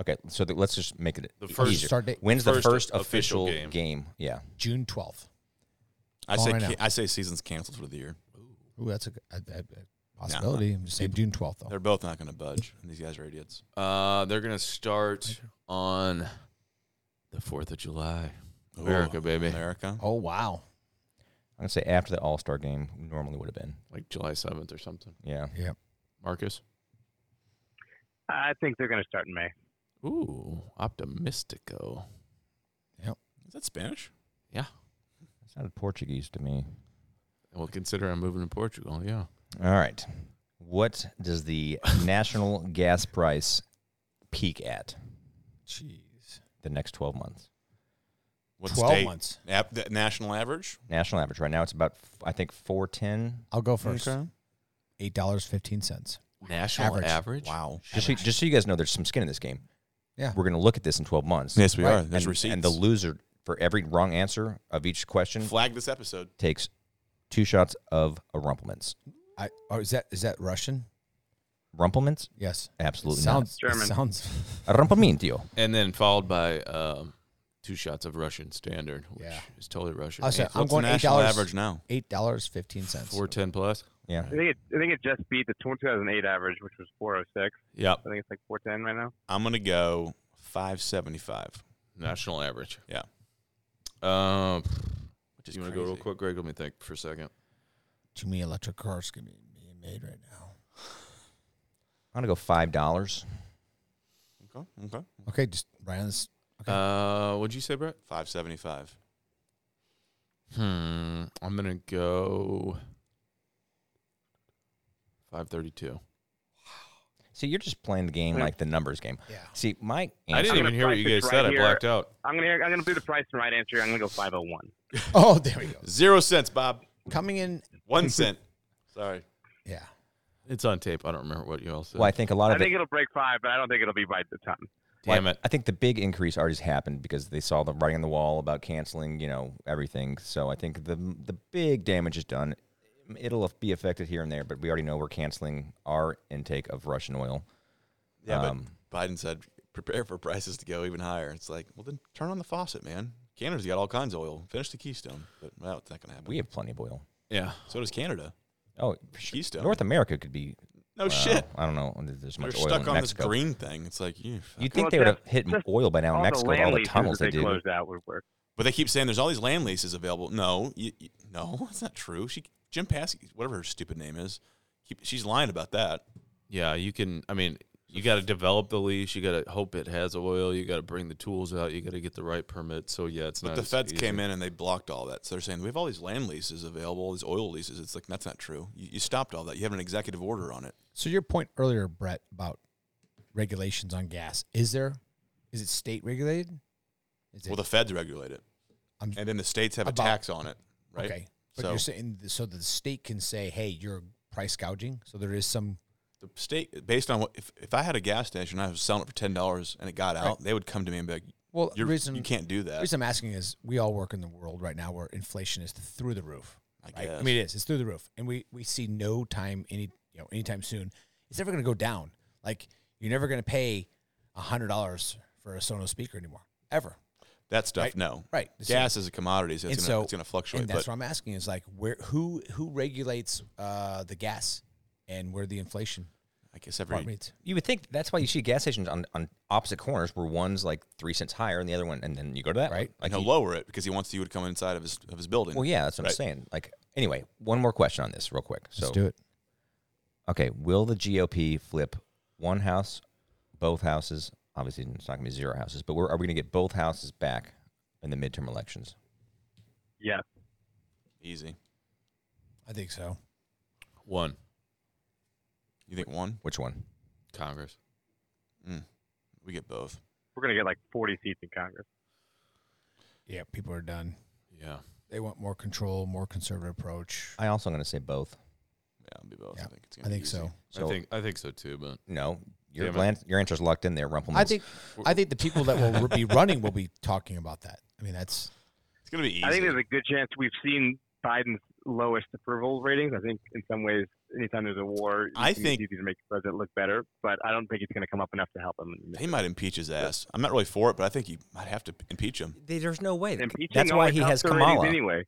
Speaker 3: Okay, so th- let's just make it
Speaker 4: The
Speaker 3: e-
Speaker 4: first-
Speaker 3: easier.
Speaker 1: Start date
Speaker 3: When's the
Speaker 4: first
Speaker 3: first official,
Speaker 4: official
Speaker 3: game?
Speaker 4: game.
Speaker 3: Yeah,
Speaker 1: June 12th.
Speaker 2: I
Speaker 1: Call
Speaker 2: say
Speaker 1: right
Speaker 2: ca-
Speaker 1: now.
Speaker 2: I say season's canceled for the year.
Speaker 1: Ooh, that's a, g- a- a- a possibility. I'm just saying June 12th, though.
Speaker 2: They're both not going to budge. And these guys are idiots.
Speaker 4: Uh, they're gonna start on the Fourth of July. America,
Speaker 2: Ooh,
Speaker 4: baby,
Speaker 2: America.
Speaker 1: Oh, wow.
Speaker 3: I'm gonna say after the All Star game normally would have been.
Speaker 4: like July seventh or something.
Speaker 3: Yeah,
Speaker 1: Yep.
Speaker 4: Marcus.
Speaker 5: I think they're going to start in May.
Speaker 4: Ooh, optimistico.
Speaker 2: Is that Spanish?
Speaker 4: Yeah.
Speaker 3: it sounded Portuguese to me.
Speaker 4: Well, consider I'm moving to Portugal. Yeah.
Speaker 3: All right, what does the national gas price peak at
Speaker 1: Jeez.
Speaker 3: the next 12 months?
Speaker 2: What
Speaker 1: 12 months.
Speaker 2: Ap- the national average?
Speaker 3: National average right now it's about f- I think 410.
Speaker 1: I'll go first. $8.15.
Speaker 4: National
Speaker 1: Average.
Speaker 4: average.
Speaker 2: Wow.
Speaker 3: Just so, just so you guys know, there's some skin in this game.
Speaker 1: Yeah.
Speaker 3: we're gonna look at this in 12 months.
Speaker 2: Yes, we are.
Speaker 3: And,
Speaker 2: There's receipts.
Speaker 3: and the loser for every wrong answer of each question
Speaker 2: Flag this episode.
Speaker 3: takes two shots of a rumplements.
Speaker 1: I, oh, is that is that Russian?
Speaker 3: Rumplements?
Speaker 1: Yes.
Speaker 3: Absolutely
Speaker 1: sounds
Speaker 5: not. German.
Speaker 1: Sounds.
Speaker 3: not. Rumplementio.
Speaker 4: And then followed by um, two shots of Russian standard, which
Speaker 1: Yeah.
Speaker 4: is totally Russian.
Speaker 1: I said, I'm
Speaker 2: What's
Speaker 1: going
Speaker 2: the national
Speaker 1: $8.
Speaker 2: average now?
Speaker 1: $8.15.
Speaker 4: Four ten plus.
Speaker 3: Yeah.
Speaker 5: I think it, I think it just beat the 2008 average, which was 406.
Speaker 4: Yep.
Speaker 5: I think it's like 410 right now.
Speaker 2: I'm going to go 575.
Speaker 4: National average.
Speaker 2: Yeah.
Speaker 4: Um,
Speaker 2: Which is
Speaker 4: you want to go real
Speaker 2: crazy.
Speaker 4: quick, Greg? Let me think for a second.
Speaker 1: Too many electric cars can be being made right now.
Speaker 3: I'm gonna go five dollars.
Speaker 2: Okay. Okay.
Speaker 1: Okay, just right on this. Okay.
Speaker 4: Uh, what'd you say, Brett?
Speaker 2: 575.
Speaker 4: Hmm. I'm gonna go five thirty two.
Speaker 3: See, you're just playing the game like the numbers game.
Speaker 1: Yeah.
Speaker 3: See, my
Speaker 4: I didn't
Speaker 5: I'm
Speaker 4: even
Speaker 5: gonna
Speaker 4: hear what you
Speaker 5: price
Speaker 4: guys
Speaker 5: it
Speaker 4: said.
Speaker 5: right
Speaker 4: I blacked
Speaker 5: here.
Speaker 4: out.
Speaker 5: I'm gonna I'm gonna do the price and right answer. I'm gonna go 501.
Speaker 1: Oh, there we go.
Speaker 2: Zero cents, Bob.
Speaker 1: Coming in.
Speaker 2: One cent. Sorry.
Speaker 1: Yeah.
Speaker 4: It's on tape. I don't remember what you all said.
Speaker 3: well, I think a lot
Speaker 5: I
Speaker 3: of
Speaker 5: think
Speaker 3: it.
Speaker 5: it'll break five, but I don't think it'll be by the time.
Speaker 4: Damn
Speaker 3: well,
Speaker 4: it.
Speaker 3: I think the big increase already happened because they saw the writing on the wall about canceling, you know, everything. So I think the the big damage is done. It'll be affected here and there, but we already know we're canceling our intake of Russian oil.
Speaker 2: Yeah,
Speaker 3: Um,
Speaker 2: but Biden said prepare for prices to go even higher. It's like, well, then turn on the faucet, man. Canada's got all kinds of oil. Finish the Keystone. But well, it's not going to happen.
Speaker 3: We have plenty of oil.
Speaker 4: Yeah.
Speaker 2: so does Canada.
Speaker 3: Oh, for sure.
Speaker 2: Keystone.
Speaker 3: North America could be.
Speaker 2: No
Speaker 3: well,
Speaker 2: shit.
Speaker 3: I don't know. There's
Speaker 2: They're
Speaker 3: much oil
Speaker 2: stuck
Speaker 3: in
Speaker 2: on
Speaker 3: Mexico.
Speaker 2: this green thing. It's like, you
Speaker 3: You'd think
Speaker 5: Well,
Speaker 3: they would have
Speaker 5: just-
Speaker 3: hit
Speaker 5: just
Speaker 3: oil by now in
Speaker 5: all
Speaker 3: Mexico
Speaker 5: the
Speaker 3: with
Speaker 5: land
Speaker 3: all the
Speaker 5: leases
Speaker 3: tunnels
Speaker 5: that
Speaker 3: they
Speaker 5: they
Speaker 3: do.
Speaker 5: closed out would work.
Speaker 2: But they keep saying there's all these land leases available. No, you, you, no, that's not true. She Jim Paskey, whatever her stupid name is, keep, she's lying about that.
Speaker 4: Yeah, you can. I mean, you got to develop the lease. You got to hope it has oil. You got to bring the tools out. You got to get the right permit. So yeah, it's
Speaker 2: But
Speaker 4: not.
Speaker 2: the
Speaker 4: as
Speaker 2: feds
Speaker 4: easy.
Speaker 2: came in and they blocked all that. So they're saying we have all these land leases available, all these oil leases. It's like that's not true. You, you stopped all that. You have an executive order on it.
Speaker 1: So your point earlier, Brett, about regulations on gas is there? Is it state regulated? Is
Speaker 2: Well, the feds regulate it,
Speaker 1: I'm-
Speaker 2: and then the states have
Speaker 1: About-
Speaker 2: a tax on it, right?
Speaker 1: okay? But
Speaker 2: so-
Speaker 1: you're saying th- so the state can say, "Hey, you're price gouging." So there is some.
Speaker 2: The state, based on what, if, if I had a gas station, and I was selling it for ten dollars, and it got out, they would come to me and be like,
Speaker 1: Well,
Speaker 2: You're,
Speaker 1: the reason
Speaker 2: you can't do
Speaker 1: The
Speaker 2: that.
Speaker 1: reason I'm asking is we all work in the world right now where inflation is through the roof.
Speaker 2: I
Speaker 1: right? I
Speaker 2: guess.
Speaker 1: mean, it is. It's through the roof, and we we see no time any you know anytime soon. It's never going to go down. Like you're never going to pay hundred dollars for a Sonos speaker anymore, ever.
Speaker 2: That stuff,
Speaker 1: Right.
Speaker 2: no.
Speaker 1: Right.
Speaker 2: Gas is a commodity, so
Speaker 1: and
Speaker 2: it's
Speaker 1: so
Speaker 2: going to fluctuate.
Speaker 1: And that's
Speaker 2: but
Speaker 1: what I'm asking is like where who who regulates uh, the gas and where the inflation
Speaker 2: I guess
Speaker 1: part
Speaker 2: every
Speaker 1: rates.
Speaker 3: You would think that's why you see gas stations on, on opposite corners where one's like three cents higher and the other one, and then you go to that one.
Speaker 1: Right.
Speaker 3: Like
Speaker 2: and he'll
Speaker 3: you-
Speaker 2: lower it because he wants you to come inside of his of his building.
Speaker 3: Well, yeah, that's what I'm
Speaker 2: Right.
Speaker 3: saying. Like, anyway, one more question on this, real quick. So,
Speaker 1: it.
Speaker 3: okay, will the GOP flip one house, both houses? Obviously, it's not going to be zero houses, but we're, are we going to get both houses back in the midterm elections?
Speaker 5: Yes.
Speaker 2: Easy.
Speaker 1: I think so.
Speaker 4: One
Speaker 2: You think one?
Speaker 3: Which one?
Speaker 4: Congress.
Speaker 2: We get both.
Speaker 5: We're going to get like 40 seats in Congress.
Speaker 1: Yeah, people are done.
Speaker 4: Yeah.
Speaker 1: They want more control, more conservative approach.
Speaker 3: I also am going to say both.
Speaker 2: Yeah, it'll be both.
Speaker 1: Yeah,
Speaker 2: I think it's
Speaker 1: I
Speaker 2: gonna
Speaker 1: think
Speaker 2: be
Speaker 1: so.
Speaker 2: easy.
Speaker 3: So,
Speaker 4: I think I think so too, but
Speaker 3: no, your
Speaker 4: Damn it.
Speaker 3: bland, your answer's locked in there, Rumpelman.
Speaker 1: I think I think the people that will be running will be talking about that. I mean, that's
Speaker 2: It's going to be easy.
Speaker 5: I think there's a good chance we've seen Biden's lowest approval ratings. I think in some ways, anytime there's a war,
Speaker 2: I
Speaker 5: it's
Speaker 2: think-
Speaker 5: easy to make the president look better, but I don't think it's going to come up enough to help him.
Speaker 2: he might impeach his ass. I'm not really for it, but I think he might have to impeach him.
Speaker 3: there's no way.
Speaker 5: Impeaching
Speaker 3: That's why
Speaker 5: always
Speaker 3: he has
Speaker 5: helps the ratings
Speaker 3: Kamala.
Speaker 5: Anyway,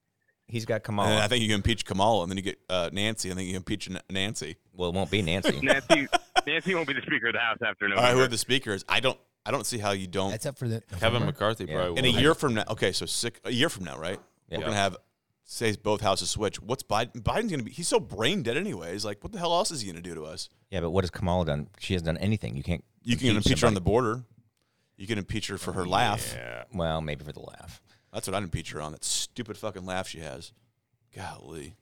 Speaker 3: He's got
Speaker 2: And then
Speaker 3: Kamala.
Speaker 2: I think you can impeach Kamala, and then you get uh, Nancy, and then you impeach N- Nancy.
Speaker 3: well, it won't be Nancy.
Speaker 5: Nancy, Nancy won't be the Speaker of the House after
Speaker 2: All
Speaker 5: November.
Speaker 2: right, whoever the speaker is, I don't, I don't see how you don't.
Speaker 1: that's up for the
Speaker 4: Kevin McCarthy
Speaker 3: Yeah.
Speaker 4: probably
Speaker 2: in a
Speaker 4: won't.
Speaker 2: year from now, okay, so six, a year from now, right? We're
Speaker 3: Yeah.
Speaker 2: gonna have say both houses switch. What's Biden? Biden's gonna be. He's so brain dead, anyways. Like, what the hell else is he gonna do to us?
Speaker 3: yeah, but what has Kamala done? She hasn't done anything. You can't.
Speaker 2: You can impeach Oh, her on the border. You can impeach her for her laugh.
Speaker 3: somebody. Well, maybe for the laugh.
Speaker 2: That's what I'd impeach her on. That stupid fucking laugh she has. Golly.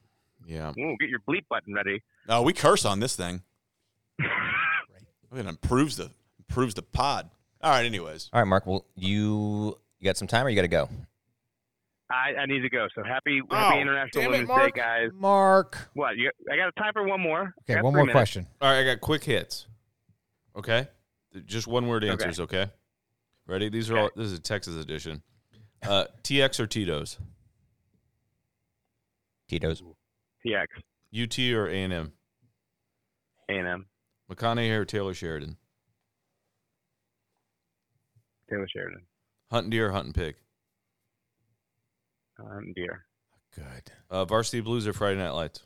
Speaker 4: Yeah.
Speaker 5: Ooh, get your bleep button ready.
Speaker 2: Oh, we curse on this thing. I mean, it improves the improves the pod. All right. Anyways,
Speaker 3: All right, Mark. Well, you you got some time, or you got to go?
Speaker 5: I, I need to go. So happy, happy International Women's Day, guys.
Speaker 1: Mark.
Speaker 5: What? You, I got time for one more. I
Speaker 1: Okay,
Speaker 5: got
Speaker 1: one
Speaker 5: three
Speaker 1: more
Speaker 5: minutes.
Speaker 1: question.
Speaker 4: All right, I got quick hits. Okay? Just one word answers, okay? Ready? These are all this is a Texas edition. Uh TX or Tito's?
Speaker 3: Tito's.
Speaker 5: TX,
Speaker 4: UT or A and M?
Speaker 5: A&M,
Speaker 4: McConaughey or Taylor Sheridan?
Speaker 5: Taylor Sheridan,
Speaker 4: Hunting deer or hunting pig?
Speaker 5: um, dear.
Speaker 1: Good.
Speaker 4: Uh, varsity blues or Friday night lights?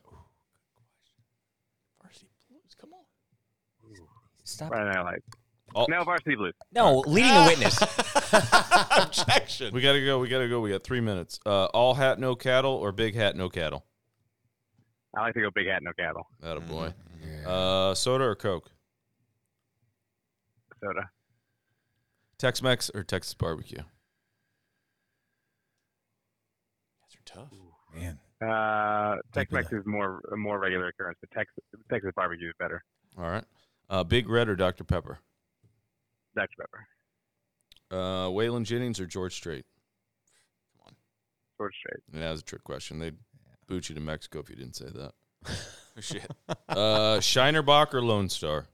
Speaker 3: Stop.
Speaker 5: Friday Night Lights.
Speaker 4: Oh.
Speaker 5: No, Varsity Blues.
Speaker 3: No, leading a witness.
Speaker 2: objection.
Speaker 4: We gotta go, we gotta go, we got three minutes. Uh, all hat no cattle or big hat no cattle?
Speaker 5: I like to go big hat, no cattle.
Speaker 4: That a
Speaker 1: Mm-hmm.
Speaker 4: boy. Uh, soda or Coke?
Speaker 5: Soda.
Speaker 4: Tex Mex or Texas barbecue?
Speaker 1: Oh, Man.
Speaker 5: Uh,
Speaker 1: Take with
Speaker 5: Tex Mex is more a more regular occurrence, but Texas Texas barbecue is better.
Speaker 4: All right. Uh, Big Red or Dr. Pepper?
Speaker 5: Dr Pepper,
Speaker 4: Uh, Waylon Jennings or George Strait?
Speaker 5: George Strait.
Speaker 4: Yeah, that was a trick question. They'd boot you to Mexico if you didn't say that.
Speaker 2: Oh, Shit.
Speaker 4: Uh, Shinerbach or Lone Star?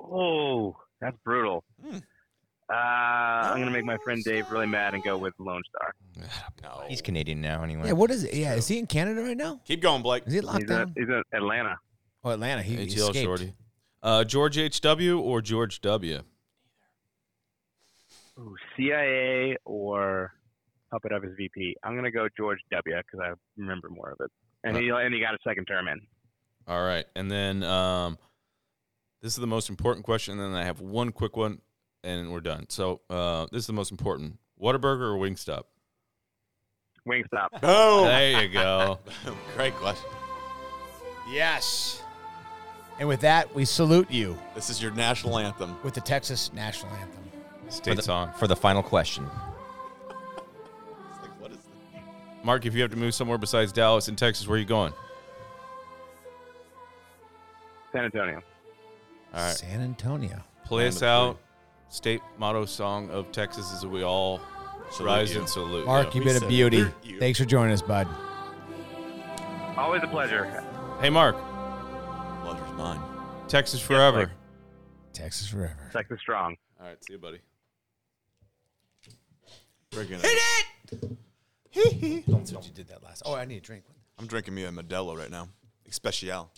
Speaker 5: Oh, that's brutal. Uh, I'm gonna make my friend Dave really mad and go with Lone Star.
Speaker 2: No.
Speaker 3: He's Canadian now, anyway.
Speaker 1: Yeah, what is it? Yeah, is he in Canada right now?
Speaker 2: Keep going, Blake.
Speaker 1: Is he locked
Speaker 5: He's at,
Speaker 1: down?
Speaker 5: he's at Atlanta.
Speaker 1: Oh, Atlanta. He, he
Speaker 4: ATL
Speaker 1: escaped.
Speaker 4: Shorty. Uh, George H.W. or George W.?
Speaker 5: Ooh, CIA or puppet of his VP. I'm gonna go George W. because I remember more of it. And he and he got a second term in.
Speaker 4: All right. And then um, this is the most important question. And then I have one quick one and we're done. So uh, this is the most important Whataburger or Wingstop?
Speaker 5: Wingstop.
Speaker 6: Oh.
Speaker 2: Boom.
Speaker 4: There you go.
Speaker 2: Great question.
Speaker 1: Yes. And with that, we salute you
Speaker 2: This is your national anthem.
Speaker 1: with the Texas national anthem.
Speaker 4: State song.
Speaker 3: For the final question.
Speaker 2: It's like, what is this?
Speaker 4: Mark, if you have to move somewhere besides Dallas and Texas, where are you going?
Speaker 5: San Antonio.
Speaker 4: All right.
Speaker 1: San Antonio.
Speaker 4: Play us
Speaker 2: Number
Speaker 4: out. State motto song of Texas is we all rise
Speaker 2: you.
Speaker 4: and salute.
Speaker 1: Mark,
Speaker 4: you.
Speaker 1: you've been a
Speaker 2: salute
Speaker 1: beauty.
Speaker 2: you.
Speaker 1: Thanks for joining us, bud.
Speaker 5: Always a pleasure.
Speaker 4: Hey, Mark,
Speaker 2: Pleasure's mine.
Speaker 4: Texas forever.
Speaker 1: Texas forever.
Speaker 5: Texas strong.
Speaker 4: all right, see you, buddy.
Speaker 2: Drinking.
Speaker 1: That's what you did that last. Oh, I need a drink.
Speaker 2: I'm drinking me a Modelo right now. Especial.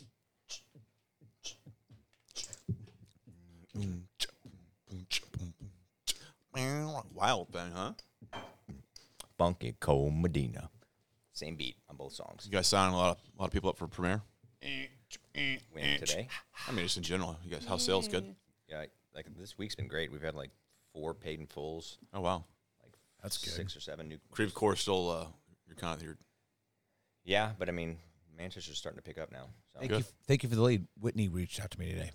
Speaker 2: Wild thing, huh?
Speaker 3: Funky Cole Medina. Same beat on both songs.
Speaker 2: You guys signing a lot of a lot of people up for premiere.
Speaker 3: Win today.
Speaker 2: I mean, just in general, you guys. How sales good?
Speaker 3: Yeah, like- like this week's been great. We've had like four paid in fulls,
Speaker 2: Oh wow,
Speaker 3: like
Speaker 1: That's good.
Speaker 3: six or seven new.
Speaker 2: Creve Core still. Uh, you're kind of your
Speaker 3: Yeah, but I mean, Manchester's starting to pick up now. So.
Speaker 1: Thank you, thank you for the lead. Whitney reached out to me today.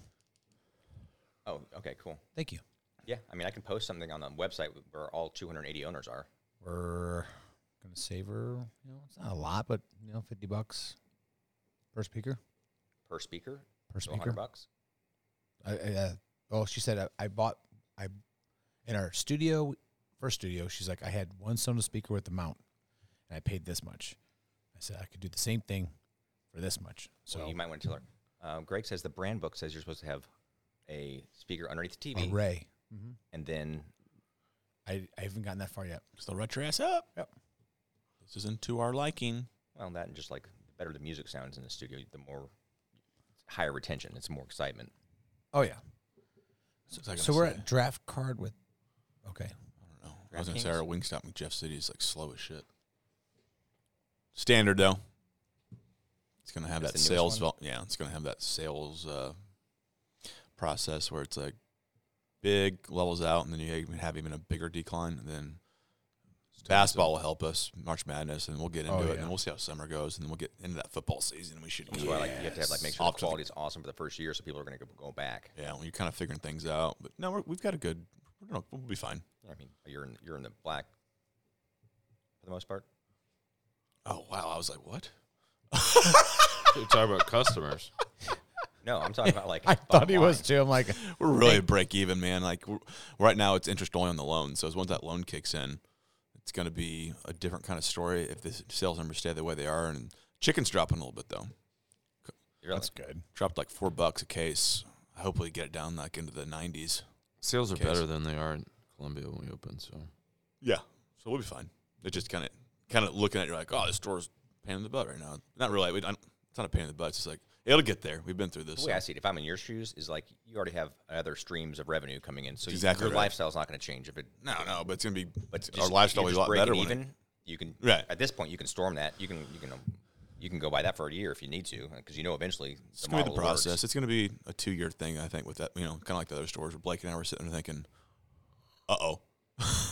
Speaker 3: Oh, okay, cool.
Speaker 1: Thank you.
Speaker 3: Yeah, I mean, I can post something on the website where all 280 owners are.
Speaker 1: We're gonna save her. You know, it's not a lot, but you know, fifty bucks per speaker.
Speaker 3: per speaker.
Speaker 1: Per
Speaker 3: so
Speaker 1: speaker.
Speaker 3: 100 bucks.
Speaker 1: I, I, uh, oh, she said I, I bought I in our studio first studio. She's like I had one Sonos speaker with the mount, and I paid this much. I said I could do the same thing for this much.
Speaker 3: So
Speaker 1: So
Speaker 3: you might want to tell her. Um, Greg says the brand book says you're supposed to have a speaker underneath the TV,
Speaker 1: array.
Speaker 3: and then
Speaker 1: I, I haven't gotten that far yet.
Speaker 2: still red dress up.
Speaker 1: Yep.
Speaker 2: This isn't to our liking.
Speaker 3: well, that and just like the better the music sounds in the studio, the more higher retention. It's more excitement.
Speaker 1: Oh yeah.
Speaker 2: So, so
Speaker 1: So we're at draft card with. Okay.
Speaker 2: I don't know. I was gonna say
Speaker 3: DraftKings.
Speaker 2: our Wingstop in Jeff City is like slow as shit. Standard though. It's gonna have
Speaker 3: That's
Speaker 2: that
Speaker 3: the
Speaker 2: sales.
Speaker 3: newest
Speaker 2: Vol- yeah, it's gonna have that sales uh, process where it's like big levels out, and then you even have even a bigger decline. And then basketball will help us. March Madness, and we'll get into
Speaker 1: Oh,
Speaker 2: it,
Speaker 1: yeah.
Speaker 2: and we'll see how summer goes, and then we'll get into that football season. And we should.
Speaker 3: That's why like you have to have like make sure
Speaker 2: Off
Speaker 3: the
Speaker 2: to
Speaker 3: quality is awesome for the first year, so people are going to go, go back.
Speaker 2: yeah, well, you're kind of figuring things out, but no, we're, we've got a good. we're gonna- We'll be fine.
Speaker 3: I mean, you're in you're in the black for the most part.
Speaker 2: Oh wow! I was like, what?
Speaker 4: Talk about customers.
Speaker 3: No, I'm talking about like
Speaker 1: I
Speaker 3: bottom
Speaker 1: thought he was
Speaker 3: line.
Speaker 1: too. I'm like,
Speaker 2: We're really at break even, man. Like we're, right now, it's interest only on the loan. So as once that loan kicks in, it's going to be a different kind of story if the s- sales numbers stay the way they are. And chicken's dropping a little bit though.
Speaker 3: You're like-
Speaker 1: that's good.
Speaker 2: Dropped like four bucks a case. Hopefully, get it down like into the nineties.
Speaker 4: Sales are
Speaker 2: Case.
Speaker 4: better than they are in Columbia when we open. So
Speaker 2: Yeah, so we'll be fine. It just kind of kind of looking at you like, oh, this store's a pain in the butt right now. Not really. We don't, it's not a pain in the butt. It's just like it'll get there. We've been through this.
Speaker 3: The way I see it, if I'm in your shoes, is like you already have other streams of revenue coming in, so you-
Speaker 2: Exactly
Speaker 3: your
Speaker 2: right.
Speaker 3: lifestyle's not going to change if it
Speaker 2: no, no, but it's gonna be.
Speaker 3: but
Speaker 2: our
Speaker 3: just-
Speaker 2: lifestyle will be a
Speaker 3: you're just
Speaker 2: lot
Speaker 3: breaking
Speaker 2: better when it-
Speaker 3: even. you can
Speaker 2: Right.
Speaker 3: at this point you can storm that. You can you can um, you can go by that for a year if you need to because you know eventually
Speaker 2: It's gonna be the
Speaker 3: model works.
Speaker 2: process. It's gonna be a two year thing, I think, with that you know, kinda like the other stores where Blake and I were sitting there thinking, Uh oh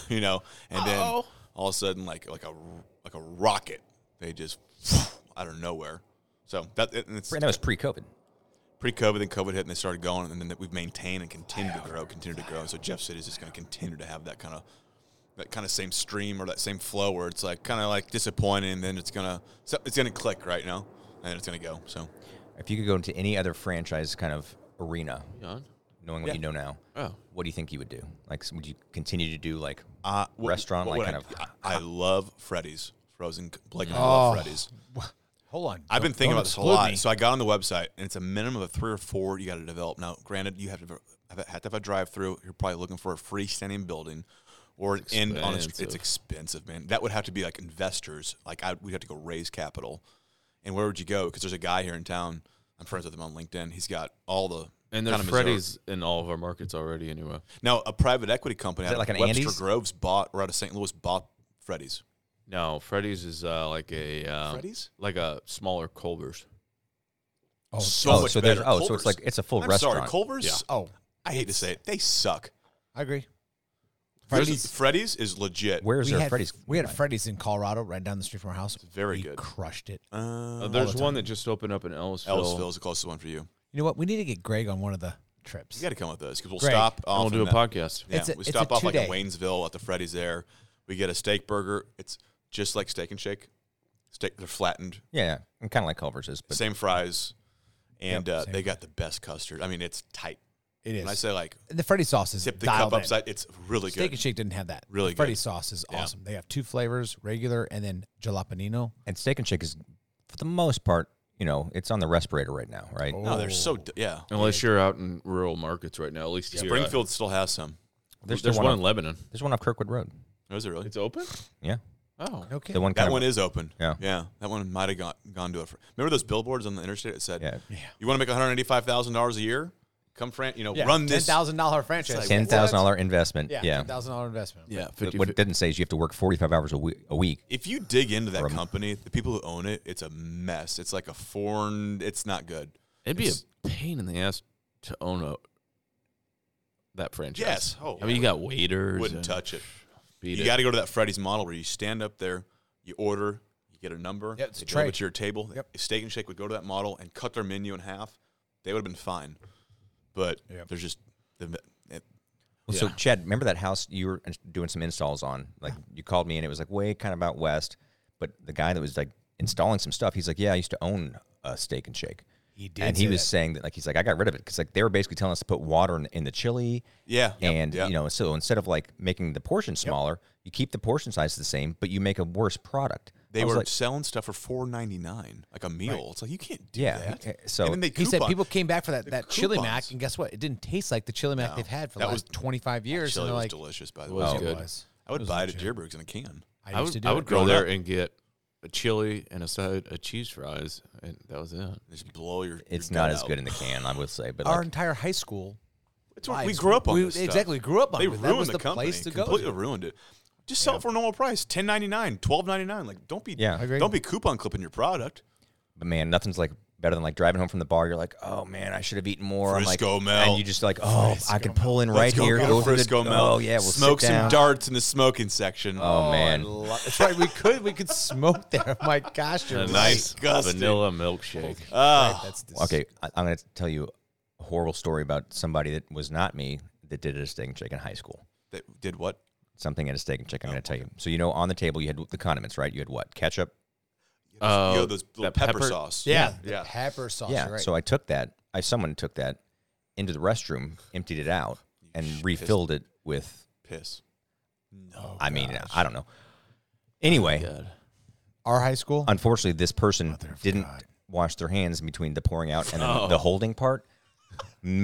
Speaker 2: you know, and then all of a sudden like like a like a rocket, they just out of nowhere. So that and it's
Speaker 3: And that was pre-COVID.
Speaker 2: pre COVID, then COVID hit and they started going and then we've maintained and continued to grow, continued to grow. And so Jeff City is just gonna continue to have that kind of that kind of same stream or that same flow where it's like kind of like disappointing and then it's gonna so it's gonna click right now and it's gonna go. So
Speaker 3: If you could go into any other franchise kind of arena,
Speaker 4: John,
Speaker 3: knowing what you know now,
Speaker 4: Oh.
Speaker 3: what do you think you would do? Like, s- would you continue to do like
Speaker 2: Uh, what-
Speaker 3: restaurant,
Speaker 2: what
Speaker 3: like
Speaker 2: would
Speaker 3: kind
Speaker 2: I, I,
Speaker 3: of
Speaker 2: I love Freddy's frozen. c- Blake, and I love Freddy's.
Speaker 1: Hold on.
Speaker 2: I've
Speaker 1: Oh,
Speaker 2: been
Speaker 1: Don't-
Speaker 2: thinking
Speaker 1: don't
Speaker 2: about this a
Speaker 1: exclude
Speaker 2: lot.
Speaker 1: me.
Speaker 2: So I got on the website, and it's a minimum of three or four you got to develop. Now, granted, you have to have, have to have a drive-through. You're probably looking for a freestanding building, or an end on a, str- it's
Speaker 4: expensive.
Speaker 2: expensive, man. That would have to be like investors. Like I, we'd have to go raise capital. And where would you go? Because there's a guy here in town. I'm friends with him on LinkedIn. He's got all the
Speaker 4: and there's
Speaker 2: kinda Missouri-
Speaker 4: Freddy's in all of our markets already. Anyway,
Speaker 2: Now, a private equity company
Speaker 3: Is
Speaker 2: out
Speaker 3: that like
Speaker 2: of
Speaker 3: an
Speaker 2: Webster
Speaker 3: Andes?
Speaker 2: Groves bought or out of St. Louis bought Freddy's.
Speaker 4: no, Freddy's is uh, like a uh,
Speaker 2: Freddy's?
Speaker 4: like a smaller Culver's.
Speaker 1: Oh,
Speaker 2: so
Speaker 3: oh,
Speaker 2: much
Speaker 3: so there's-
Speaker 2: better.
Speaker 3: oh, so it's
Speaker 2: Culver's.
Speaker 3: like- it's a full
Speaker 2: I'm Sorry,
Speaker 3: restaurant.
Speaker 2: Culver's.
Speaker 4: Yeah.
Speaker 2: Oh, I hate to say it, they suck.
Speaker 1: I agree.
Speaker 2: There's-
Speaker 1: Freddy's-
Speaker 2: Freddy's is legit.
Speaker 3: where's
Speaker 1: we
Speaker 3: there a
Speaker 1: had,
Speaker 3: Freddy's?
Speaker 1: We had a Freddy's in Colorado, right down the street from our house.
Speaker 2: very
Speaker 1: We
Speaker 2: good.
Speaker 1: Crushed it.
Speaker 4: Uh,
Speaker 2: uh,
Speaker 4: there's one that just opened up in Ellisville.
Speaker 2: Ellisville is the closest one for you.
Speaker 1: You know what? We need to get Greg on one of the trips.
Speaker 2: You got to come with us because we'll
Speaker 1: Greg.
Speaker 2: stop. Off
Speaker 4: And we'll do a
Speaker 2: in that-
Speaker 4: podcast.
Speaker 2: Yeah,
Speaker 1: It's a-
Speaker 2: we
Speaker 1: it's a
Speaker 2: stop off like in
Speaker 1: two-day.
Speaker 2: Waynesville at the Freddy's there. We get a steak burger. It's just like Steak and Shake. Steak, they're flattened.
Speaker 3: Yeah, kind of like Culver's is, but
Speaker 2: same fries, and
Speaker 1: Yep,
Speaker 2: uh,
Speaker 1: same.
Speaker 2: they got the best custard. I mean, it's tight.
Speaker 1: it is.
Speaker 2: When I say like
Speaker 1: and the Freddy sauce is
Speaker 2: tip the
Speaker 1: dialed
Speaker 2: cup
Speaker 1: in.
Speaker 2: upside, it's really
Speaker 1: Steak
Speaker 2: good.
Speaker 1: and Shake didn't have that.
Speaker 2: Really
Speaker 1: the Freddy
Speaker 2: good.
Speaker 1: sauce is
Speaker 2: Yeah.
Speaker 1: awesome. They have two flavors, regular and then jalapeno.
Speaker 3: and Steak and Shake is for the most part, you know, it's on the respirator right now, right?
Speaker 4: Oh,
Speaker 2: No, they're so d- yeah.
Speaker 4: Unless you're out in rural markets right now, at least here, I-
Speaker 2: Springfield still has some. Oh,
Speaker 4: There's,
Speaker 3: still
Speaker 4: one,
Speaker 3: one
Speaker 4: in Lebanon.
Speaker 3: There's one off Kirkwood Road.
Speaker 2: Is it really?
Speaker 4: It's open.
Speaker 3: Yeah,
Speaker 4: Oh,
Speaker 1: Okay.
Speaker 3: the one. kind
Speaker 2: That
Speaker 3: of-
Speaker 2: one is open.
Speaker 3: Yeah.
Speaker 2: yeah. That one might have gone, gone to a. Fr- Remember those billboards on the interstate that said,
Speaker 3: Yeah.
Speaker 2: "You want to make one hundred eighty-five thousand dollars a year? Come, Fran. You know, run this.
Speaker 1: ten thousand dollar franchise.
Speaker 3: Ten thousand dollar investment.
Speaker 1: Yeah,
Speaker 3: Yeah.
Speaker 1: ten thousand dollar investment.
Speaker 2: Yeah,
Speaker 3: But
Speaker 2: 50
Speaker 3: what it doesn't say is you have to work forty five hours a week. A week.
Speaker 2: if you dig into that company, the people who own it, it's a mess. It's like a foreign. It's not good.
Speaker 4: It'd be
Speaker 2: It's-
Speaker 4: a pain in the ass to own a that franchise.
Speaker 2: Yes. Oh,
Speaker 4: I mean, you got waiters.
Speaker 2: Wouldn't
Speaker 4: and
Speaker 2: touch it.
Speaker 4: beat
Speaker 2: you
Speaker 4: it.
Speaker 2: got to go to that Freddy's model where you stand up there, you order, you get a number,
Speaker 1: Yeah, it's
Speaker 2: they
Speaker 1: a
Speaker 2: deliver
Speaker 1: tray.
Speaker 2: it to your table.
Speaker 1: Yep.
Speaker 2: If Steak and Shake would go to that model and cut their menu in half, they would have been fine. But there's just the, it,
Speaker 3: Well, So Chad, remember that house you were doing some installs on? Like you called me and it was like way kind of out west, but the guy that was like installing some stuff, he's like, "Yeah, I used to own a Steak and Shake."
Speaker 1: He did
Speaker 3: and he
Speaker 1: say
Speaker 3: was
Speaker 1: that.
Speaker 3: saying that like he's like, "I got rid of it because like they were basically telling us to put water in, in the chili."
Speaker 2: Yeah. Yep.
Speaker 3: and
Speaker 2: Yep.
Speaker 3: you know, so instead of like making the portion smaller, you keep the portion size the same, but you make a worse product.
Speaker 2: they
Speaker 3: I was
Speaker 2: were
Speaker 3: like,
Speaker 2: selling stuff for four ninety nine, like a meal. It's like you can't do
Speaker 3: Yeah,
Speaker 2: that.
Speaker 3: okay, so-
Speaker 2: and then they
Speaker 1: He said
Speaker 2: coupon-
Speaker 1: people came back for that,
Speaker 2: the
Speaker 1: that chili mac,
Speaker 2: coupons.
Speaker 1: and guess what? It didn't taste like the chili mac
Speaker 2: No.
Speaker 1: they've had for the
Speaker 2: That
Speaker 1: last
Speaker 2: was-
Speaker 1: twenty five years.
Speaker 2: Chili
Speaker 1: and they're
Speaker 2: was
Speaker 1: like,
Speaker 2: delicious, by the way.
Speaker 4: was
Speaker 1: oh,
Speaker 4: good.
Speaker 1: It was.
Speaker 2: I would
Speaker 1: was
Speaker 2: buy it at
Speaker 1: legit.
Speaker 2: Jerberg's in a can.
Speaker 1: I
Speaker 4: I
Speaker 1: used
Speaker 4: would,
Speaker 1: to do
Speaker 4: I
Speaker 1: it.
Speaker 4: would go there
Speaker 2: up.
Speaker 4: and get a chili and a side of cheese fries, and that was it.
Speaker 2: Just blow your.
Speaker 3: it's not as good in the can, I would say, but
Speaker 1: Our
Speaker 3: like,
Speaker 1: entire high school.
Speaker 2: It's what we
Speaker 1: lives
Speaker 2: grew up on.
Speaker 1: we-
Speaker 2: this stuff.
Speaker 1: exactly, we grew up on
Speaker 2: They
Speaker 1: it.
Speaker 2: ruined
Speaker 1: That was
Speaker 2: the,
Speaker 1: the
Speaker 2: company.
Speaker 1: place to go
Speaker 2: completely
Speaker 1: to.
Speaker 2: ruined it. Just sell it for a normal price, ten ninety nine, twelve ninety nine. Like don't be
Speaker 3: Yeah. I
Speaker 1: agree.
Speaker 2: don't be coupon clipping your product.
Speaker 3: but man, nothing's like better than like driving home from the bar. You're like, oh man, I should have eaten more. I'm
Speaker 2: Frisco
Speaker 3: like,
Speaker 2: Mel.
Speaker 3: and you just like, oh, I could pull in right
Speaker 2: Let's go
Speaker 3: here.
Speaker 2: get
Speaker 3: Go
Speaker 2: a
Speaker 3: through the-
Speaker 2: Frisco Mel.
Speaker 3: Oh yeah, we'll
Speaker 2: smoke
Speaker 3: sit
Speaker 2: some
Speaker 3: down.
Speaker 2: darts in the smoking section.
Speaker 3: Oh, man,
Speaker 1: That's right. We could we could smoke there. My gosh, you're
Speaker 4: A
Speaker 1: right.
Speaker 2: Uh, nice gusty.
Speaker 4: vanilla milkshake.
Speaker 2: Ah,
Speaker 1: That's dis-
Speaker 3: okay. I, I'm gonna tell you a horrible story about somebody that was not me that did it at a steak and shake in high school.
Speaker 2: that did what?
Speaker 3: Something at a steak and shake. I'm gonna tell you. So you know, on the table you had the condiments, right? You had what? Ketchup,
Speaker 1: Oh,
Speaker 4: Uh,
Speaker 2: you know those little
Speaker 4: that
Speaker 2: pepper,
Speaker 4: pepper-
Speaker 2: sauce.
Speaker 1: Yeah, the
Speaker 2: yeah.
Speaker 1: pepper sauce.
Speaker 3: Yeah.
Speaker 1: you're Right.
Speaker 3: So I took that. I someone took that into the restroom, emptied it out, and refilled it with.
Speaker 2: Piss. Oh,
Speaker 3: I mean, I don't know. Anyway,
Speaker 1: our high school.
Speaker 3: unfortunately, this person didn't wash their hands in between the pouring out and then the holding part.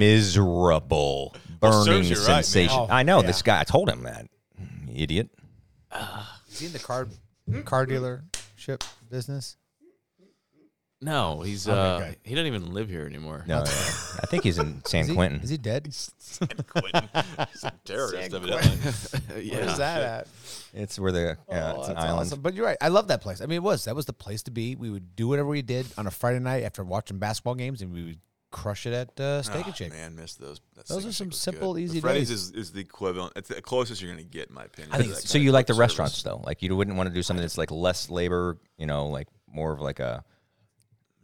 Speaker 3: Miserable, burning
Speaker 2: serves you right, man.
Speaker 3: sensation.
Speaker 1: Oh,
Speaker 3: I know
Speaker 1: yeah.
Speaker 3: this guy. I told him that Mm, idiot.
Speaker 1: Is he in the car car dealership business?
Speaker 4: No, he's uh, he doesn't even live here anymore.
Speaker 3: No, I think he's in San
Speaker 1: Is he,
Speaker 3: Quentin.
Speaker 1: is he dead?
Speaker 2: Terrorist, evidently.
Speaker 4: yeah.
Speaker 1: Where's that at? Oh,
Speaker 3: it's where the yeah, it's an
Speaker 1: That's
Speaker 3: island.
Speaker 1: awesome. But you're right. I love that place. I mean, it was that was the place to be. We would do whatever we did on a Friday night after watching basketball games, and we would crush it at uh, Steak
Speaker 2: Ah,
Speaker 1: and Shake.
Speaker 2: Man, miss those. That
Speaker 1: Those
Speaker 2: steak
Speaker 1: are
Speaker 2: and
Speaker 1: some
Speaker 2: shake was
Speaker 1: simple,
Speaker 2: good. The
Speaker 1: easy
Speaker 2: Freddy's
Speaker 1: days.
Speaker 2: is, is the equivalent. It's the closest you're gonna get, in my opinion.
Speaker 1: I think
Speaker 2: to that
Speaker 1: it's-
Speaker 3: so
Speaker 2: kind
Speaker 3: you
Speaker 2: of
Speaker 3: like the
Speaker 2: quick service.
Speaker 3: restaurants though like you wouldn't want to do something that's like less labor you know like more of like a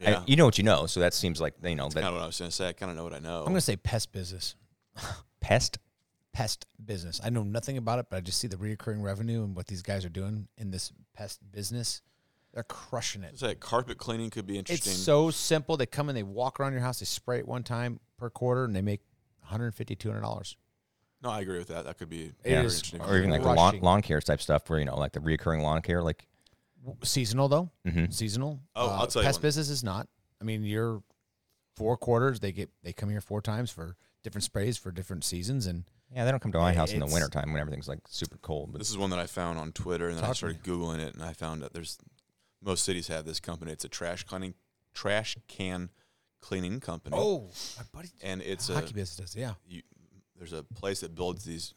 Speaker 3: I-
Speaker 2: Yeah.
Speaker 3: you know what you know so that seems like you know that
Speaker 2: I don't know what I was gonna say. I kind of know what I know.
Speaker 1: I'm gonna say pest business.
Speaker 3: pest
Speaker 1: Pest business. I know nothing about it, but I just see the reoccurring revenue and what these guys are doing in this pest business. They're crushing it.
Speaker 2: It's like carpet cleaning could be
Speaker 1: It's
Speaker 2: interesting.
Speaker 1: so simple. They come in, they walk around your house, they spray it one time per quarter, and they make 150 dollars.
Speaker 2: no, I agree with that. That could be
Speaker 1: It
Speaker 2: very
Speaker 1: is-
Speaker 2: interesting.
Speaker 3: or even like the lawn,
Speaker 1: Rushing.
Speaker 3: lawn care type stuff where you know like the reoccurring lawn care like
Speaker 1: Seasonal though, seasonal. Uh,
Speaker 2: Oh, I'll tell you
Speaker 1: pest
Speaker 2: one.
Speaker 1: business is not. I mean, you're four quarters. They get they come here four times for different sprays for different seasons, and
Speaker 3: yeah they don't come to my house in the
Speaker 1: It's-
Speaker 3: wintertime when everything's like super cold but
Speaker 2: This is one that I found on Twitter, and then I
Speaker 1: Talk to
Speaker 2: started googling it, and I found that there's most cities have this company. It's a trash cleaning, trash can cleaning company.
Speaker 1: oh, my buddy,
Speaker 2: and it's a
Speaker 1: hockey business does yeah.
Speaker 2: you, there's a place that builds these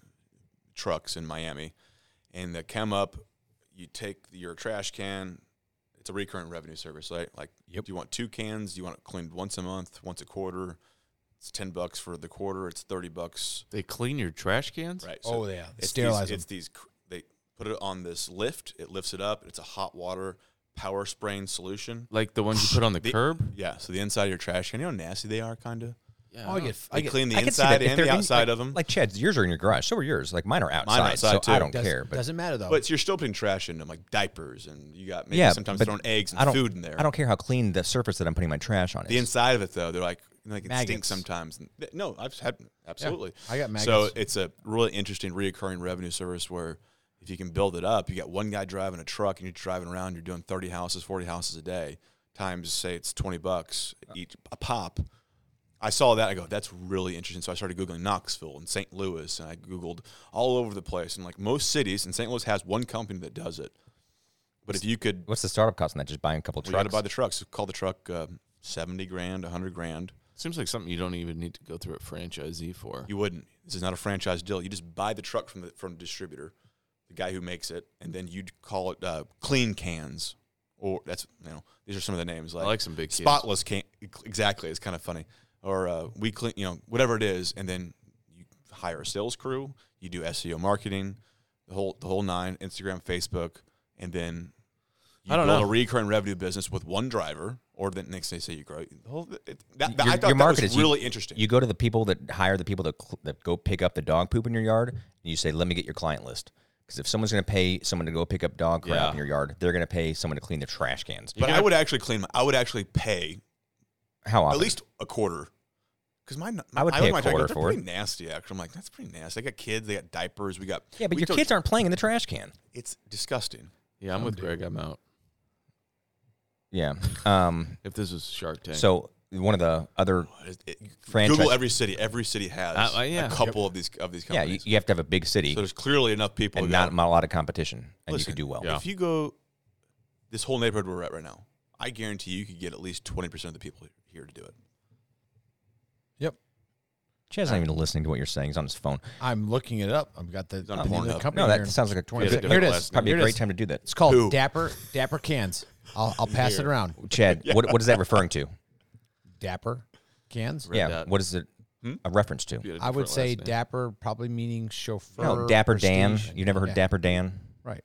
Speaker 2: trucks in Miami, and they come up. You take your trash can. It's a recurrent revenue service, right? Like, do you want two cans? Do you want it cleaned once a month, once a quarter? It's ten bucks for the quarter. It's thirty bucks
Speaker 4: They clean your trash cans.
Speaker 2: Right.
Speaker 1: Oh, yeah.
Speaker 2: It's
Speaker 1: Sterilize
Speaker 2: these, It's these. cr- They put it on this lift. It lifts it up. It's a hot water power spraying solution.
Speaker 4: Like the ones you put on the,
Speaker 2: The-
Speaker 4: curb.
Speaker 2: Yeah. So the inside of your trash can. You know how nasty they are, kind of.
Speaker 4: Yeah.
Speaker 1: Oh, I get I
Speaker 2: They
Speaker 1: get
Speaker 2: clean the
Speaker 3: I can see
Speaker 2: inside
Speaker 3: that if
Speaker 2: and
Speaker 3: they're
Speaker 2: the
Speaker 3: in-
Speaker 2: outside
Speaker 3: like,
Speaker 2: of them.
Speaker 3: like Chad's yours are in your garage so are yours like mine are outside,
Speaker 2: outside,
Speaker 3: so I
Speaker 2: too.
Speaker 3: don't
Speaker 1: does,
Speaker 3: care but
Speaker 1: doesn't matter though.
Speaker 2: but you're still putting trash in them, like diapers, and you got maybe
Speaker 3: yeah
Speaker 2: sometimes
Speaker 3: but
Speaker 2: throwing eggs
Speaker 3: I
Speaker 2: and
Speaker 3: don't-
Speaker 2: food in there.
Speaker 3: I don't care how clean the surface that I'm putting my trash on is
Speaker 2: The inside of it, though, they're like, you know, like it
Speaker 1: Maggots.
Speaker 2: stinks sometimes. And th- No, I've had absolutely.
Speaker 1: I got
Speaker 2: So
Speaker 1: maggots.
Speaker 2: it's a really interesting reoccurring revenue service where if you can build it up, you got one guy driving a truck and you're driving around, you're doing 30 houses, 40 houses a day, times say it's 20 bucks each a pop. I saw that. I go, that's really interesting. So I started Googling Knoxville and St. Louis, and I Googled all over the place. And like most cities, and St. Louis has one company that does it. But if you could
Speaker 3: what's the startup cost on that just buying a couple
Speaker 2: we
Speaker 3: trucks
Speaker 2: got to buy the trucks. Call the truck um, seventy uh, grand, hundred grand.
Speaker 4: Seems like something you don't even need to go through a franchisee for.
Speaker 2: You wouldn't. This is not a franchise deal. You just buy the truck from the from the distributor, the guy who makes it, and then you'd call it uh, clean cans. Or that's you know these are some of the names like,
Speaker 4: like some big cans.
Speaker 2: spotless can exactly it's kind of funny or uh, we clean you know whatever it is and then you hire a sales crew you do SEO marketing the whole the whole nine Instagram Facebook and then you
Speaker 4: I don't
Speaker 2: build
Speaker 4: know.
Speaker 2: a recurring revenue business with one driver or then next they say you grow the whole it, that, that,
Speaker 3: your,
Speaker 2: I thought that
Speaker 3: your market
Speaker 2: was
Speaker 3: is you-
Speaker 2: really interesting
Speaker 3: You go to the people that hire the people that, cl- that go pick up the dog poop in your yard, and you say, "Let me get your client list." Because if someone's going to pay someone to go pick up dog crap
Speaker 4: Yeah.
Speaker 3: in your yard, they're going to pay someone to clean the trash cans.
Speaker 2: but I would actually clean my, I would actually pay
Speaker 3: How often?
Speaker 2: at least a quarter. Because my, my
Speaker 3: I would
Speaker 2: I
Speaker 3: pay
Speaker 2: own
Speaker 3: a
Speaker 2: my jacket,
Speaker 3: quarter
Speaker 2: they're
Speaker 3: for it.
Speaker 2: pretty nasty. Actually, I'm like that's pretty nasty. I got kids. They got diapers. We got
Speaker 3: Yeah, but
Speaker 2: we
Speaker 3: your
Speaker 2: took-
Speaker 3: kids aren't playing in the trash can.
Speaker 2: It's disgusting.
Speaker 4: Yeah, I'm with Greg. I'm out.
Speaker 3: Yeah. Um.
Speaker 4: If this was Shark Tank,
Speaker 3: So one of the other
Speaker 2: It- it-
Speaker 3: Franchise-
Speaker 2: Google every city. Every city has
Speaker 4: Uh, uh, yeah.
Speaker 2: a couple of these of these
Speaker 3: yeah, you,
Speaker 2: companies.
Speaker 3: you have to have a big city
Speaker 2: so there's clearly enough people.
Speaker 3: and
Speaker 2: who
Speaker 3: not,
Speaker 2: go,
Speaker 3: not a lot of competition, and you
Speaker 2: Listen,
Speaker 3: could do well.
Speaker 4: Yeah.
Speaker 2: If you go this whole neighborhood we're at right now, I guarantee you could get at least twenty percent of the people here to do it.
Speaker 1: Yep.
Speaker 3: Chad's not even listening to what you're saying. He's on his phone.
Speaker 1: I'm looking it up. I've got the, the name of the
Speaker 2: Pornhub.
Speaker 1: company.
Speaker 3: No,
Speaker 1: here
Speaker 3: that
Speaker 1: in
Speaker 3: sounds like a
Speaker 1: 20
Speaker 4: Yeah,
Speaker 1: seconds.
Speaker 4: different
Speaker 1: Here it is.
Speaker 4: last
Speaker 3: probably
Speaker 1: Here
Speaker 3: a
Speaker 1: it
Speaker 3: great
Speaker 1: is.
Speaker 3: time to do that.
Speaker 1: It's called
Speaker 2: Who?
Speaker 1: Dapper Dapper Cans. I'll, I'll pass it around.
Speaker 3: Chad, what what is that referring to?
Speaker 1: Dapper Cans.
Speaker 4: Red
Speaker 3: yeah,
Speaker 4: dot.
Speaker 3: what is it a reference to?
Speaker 4: You had a
Speaker 1: I would
Speaker 4: different
Speaker 1: say
Speaker 4: last name.
Speaker 1: Dapper, probably meaning chauffeur.
Speaker 3: No, Dapper Dan.
Speaker 1: prestige.
Speaker 3: You've never heard
Speaker 1: Yeah,
Speaker 3: Dapper Dan?
Speaker 1: Right.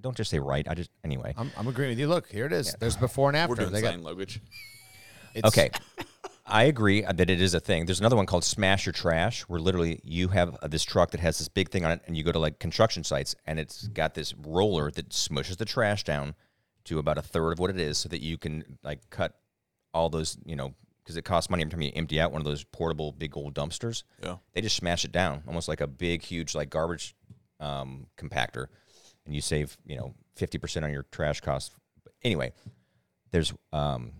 Speaker 3: Don't just say right. I just anyway.
Speaker 1: I'm, I'm agreeing with you. Look, here it is. There's before and after.
Speaker 2: We're doing
Speaker 1: they got,
Speaker 2: sign language.
Speaker 1: it's-
Speaker 3: Okay. I agree uh, that it is a thing. There's another one called Smash Your Trash, where literally you have uh, this truck that has this big thing on it, and you go to like construction sites, and it's got this roller that smushes the trash down to about a third of what it is, so that you can like cut all those, you know, because it costs money every time you empty out one of those portable big old dumpsters.
Speaker 2: Yeah.
Speaker 3: They just smash it down, almost like a big, huge like garbage um, compactor, and you save you know fifty percent on your trash costs. But anyway, there's um,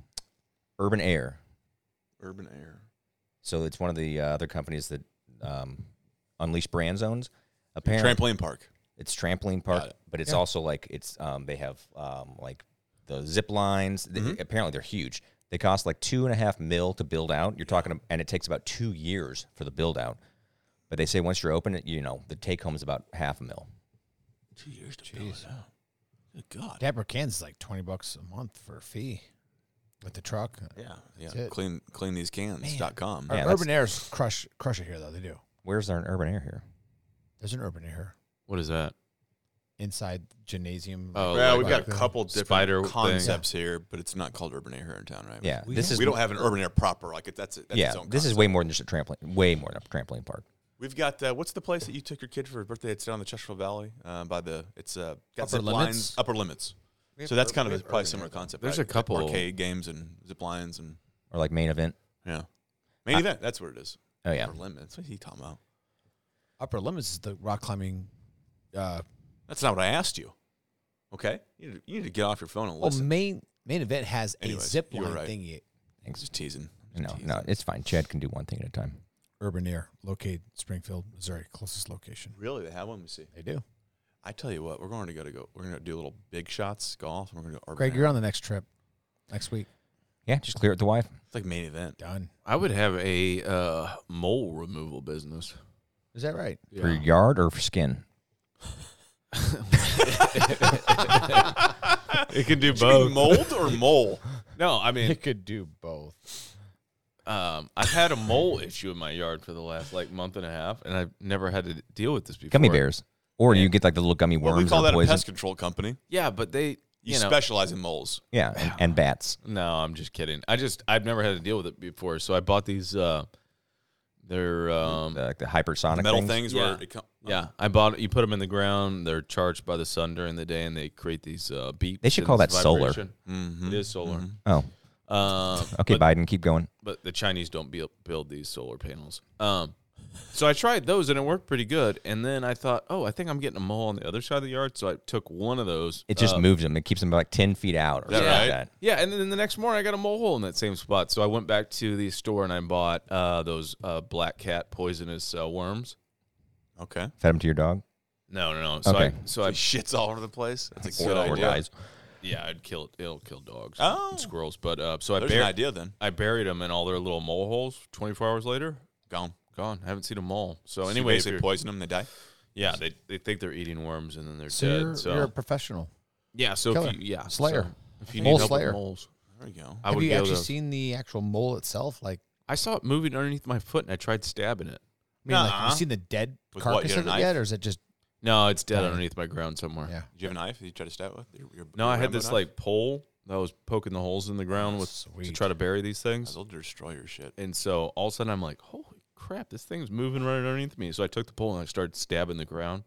Speaker 3: Urban Air.
Speaker 2: Urban air.
Speaker 3: So it's one of the uh, other companies that um, Unleash Brand Zones. Apparently,
Speaker 2: Trampoline park.
Speaker 3: it's trampoline park, but it's also like it's um, they have um, like the zip lines. Th-
Speaker 2: Mm-hmm.
Speaker 3: Apparently, they're huge. They cost like two and a half mil to build out. You're talking, and it takes about two years for the build out. But they say once you're open, it, you know the take home is about half a mil.
Speaker 2: Two years to build it out. Good God.
Speaker 1: Dapper Cans is like 20 bucks a month for a fee with the truck.
Speaker 2: Yeah, yeah.
Speaker 1: it.
Speaker 2: Clean clean these cans.com.
Speaker 1: Our
Speaker 3: Mm, Yeah, that's-
Speaker 1: urban Air's crush, crush it here, though. They do.
Speaker 3: Where's there an Urban Air here?
Speaker 1: There's an Urban Air
Speaker 4: what is that?
Speaker 1: inside gymnasium.
Speaker 4: Oh,
Speaker 2: Yeah,
Speaker 4: like-
Speaker 2: we've got a couple different
Speaker 4: spider thing.
Speaker 2: concepts here, but it's not called urban air here in town, right?
Speaker 3: Yeah,
Speaker 1: We
Speaker 3: this
Speaker 1: have-
Speaker 3: is
Speaker 2: we don't have an urban air proper. Like it, that's it. That's
Speaker 3: yeah.
Speaker 2: its own
Speaker 3: This is
Speaker 2: concept.
Speaker 3: way more than just a trampoline. Way more than a trampoline park.
Speaker 2: We've got uh, what's the place that you took your kid for her birthday? It's down in the Chesterfield Valley, uh, by the it's uh, got
Speaker 1: Upper
Speaker 2: zip
Speaker 1: Limits?
Speaker 2: lines, upper limits. So that's kind of a, probably
Speaker 1: Urban
Speaker 2: similar concept.
Speaker 4: There's
Speaker 2: right?
Speaker 4: a couple-
Speaker 2: like arcade games and zip lines and
Speaker 3: or like main event.
Speaker 2: yeah, main event. That's what it is.
Speaker 3: Oh yeah,
Speaker 2: Upper limits. What are you talking about?
Speaker 1: Upper Limits is the rock climbing. Uh,
Speaker 2: That's not what I asked you. Okay, you need, you need to get off your phone and
Speaker 1: well,
Speaker 2: listen.
Speaker 1: main main event has a
Speaker 2: Anyways,
Speaker 1: zip
Speaker 2: you were
Speaker 1: line
Speaker 2: right.
Speaker 1: thingy.
Speaker 2: just teasing.
Speaker 3: no, no, it's fine. Chad can do one thing at a time.
Speaker 1: Urban Air, located Springfield, Missouri, closest location.
Speaker 2: Really, they have one. Let me see.
Speaker 1: They do.
Speaker 2: I tell you what, we're going to go to go. We're going to do a little big shots golf. And we're going to do urban
Speaker 1: Greg,
Speaker 2: air.
Speaker 1: you're on the next trip next week.
Speaker 3: Yeah, just clear it with the wife.
Speaker 2: It's like main event.
Speaker 1: Done.
Speaker 4: I would have a uh, mole removal business.
Speaker 1: Is that right?
Speaker 3: For your yard or for skin?
Speaker 4: It could do
Speaker 2: Should be mold or mole?
Speaker 4: No, I mean,
Speaker 1: could do both.
Speaker 4: um, I've had a mole issue in my yard for the last like month and a half, and I've never had to deal with this before.
Speaker 3: Gummy bears. Or you get like the little gummy worms
Speaker 2: Well, we call
Speaker 3: or
Speaker 2: that a
Speaker 3: poison.
Speaker 2: pest control company.
Speaker 4: Yeah, but they,
Speaker 2: You,
Speaker 4: you, know,
Speaker 2: specialize in moles.
Speaker 3: yeah, and, and bats.
Speaker 4: No, I'm just kidding. I just I've never had to deal with it before, so I bought these. Uh, they're um,
Speaker 3: The- like the hypersonic
Speaker 2: Metal
Speaker 3: things.
Speaker 2: things
Speaker 4: Yeah.
Speaker 2: where it comes.
Speaker 4: yeah, I bought. You put them in the ground. They're charged by the sun during the day, and they create these uh, beats.
Speaker 3: They should
Speaker 4: and
Speaker 3: call
Speaker 4: this
Speaker 3: that solar. Mm-hmm,
Speaker 4: vibration. It is solar.
Speaker 3: Oh,
Speaker 4: Um,
Speaker 3: okay,
Speaker 4: but,
Speaker 3: Biden, keep going.
Speaker 4: but the Chinese don't build, build these solar panels. Um, so I tried those, and it worked pretty good. And then I thought, oh, I think I'm getting a mole on the other side of the yard. So I took one of those.
Speaker 3: It just
Speaker 4: uh,
Speaker 3: moves them. It keeps them like 10 feet out or
Speaker 2: that
Speaker 3: something like
Speaker 2: right?
Speaker 3: that.
Speaker 4: Yeah, and then the next morning I got a mole hole in that same spot. So I went back to the store and I bought uh, those uh, black cat poisonous uh, worms.
Speaker 2: Okay.
Speaker 3: Fed them to your dog.
Speaker 4: No, no, no. So
Speaker 3: Okay.
Speaker 4: I so I
Speaker 2: Shit's all over the place. That's a
Speaker 3: Or,
Speaker 2: good
Speaker 3: or
Speaker 2: idea.
Speaker 3: dies.
Speaker 4: Yeah, I'd kill it'll kill dogs,
Speaker 2: Oh.
Speaker 4: and squirrels. But uh, so I
Speaker 2: There's an
Speaker 4: buried
Speaker 2: idea then.
Speaker 4: I buried them in all their little mole holes. Twenty four hours later,
Speaker 2: Gone.
Speaker 4: gone. I haven't seen a mole. So
Speaker 2: So
Speaker 4: anyway,
Speaker 2: anyway,
Speaker 4: if
Speaker 2: they
Speaker 4: you're-
Speaker 2: poison them, they die.
Speaker 4: yeah, they, they think they're eating worms and then they're
Speaker 1: So
Speaker 4: dead.
Speaker 1: you're,
Speaker 4: so
Speaker 1: you're a professional.
Speaker 4: yeah, so
Speaker 1: killer.
Speaker 4: if you, yeah,
Speaker 1: Slayer.
Speaker 4: so if you
Speaker 1: Mole
Speaker 4: need help with
Speaker 1: slayer.
Speaker 4: moles,
Speaker 2: There we go.
Speaker 4: I
Speaker 1: Have
Speaker 4: would
Speaker 1: you
Speaker 4: go
Speaker 1: actually
Speaker 4: to-
Speaker 1: seen the actual mole itself? Like,
Speaker 4: I saw it moving underneath my foot and I tried stabbing it.
Speaker 1: I mean, like, have
Speaker 2: Nuh-uh.
Speaker 1: you seen the dead
Speaker 2: With what,
Speaker 1: carcass
Speaker 2: you had
Speaker 1: of
Speaker 2: a
Speaker 1: it
Speaker 2: knife?
Speaker 1: yet, or is it just
Speaker 4: No, it's dead
Speaker 1: Yeah.
Speaker 4: underneath my ground somewhere.
Speaker 1: yeah?
Speaker 2: Did you have a knife that you tried to stab with? Your- your-
Speaker 4: No,
Speaker 2: your
Speaker 4: I had
Speaker 2: Rambo
Speaker 4: this
Speaker 2: knife?
Speaker 4: like pole that was poking the holes in the ground with to
Speaker 1: Sweet.
Speaker 4: try to bury these things.
Speaker 2: They'll destroy your shit.
Speaker 4: And so all of a sudden I'm like, holy crap, this thing's moving right underneath me. So I took the pole and I started stabbing the ground.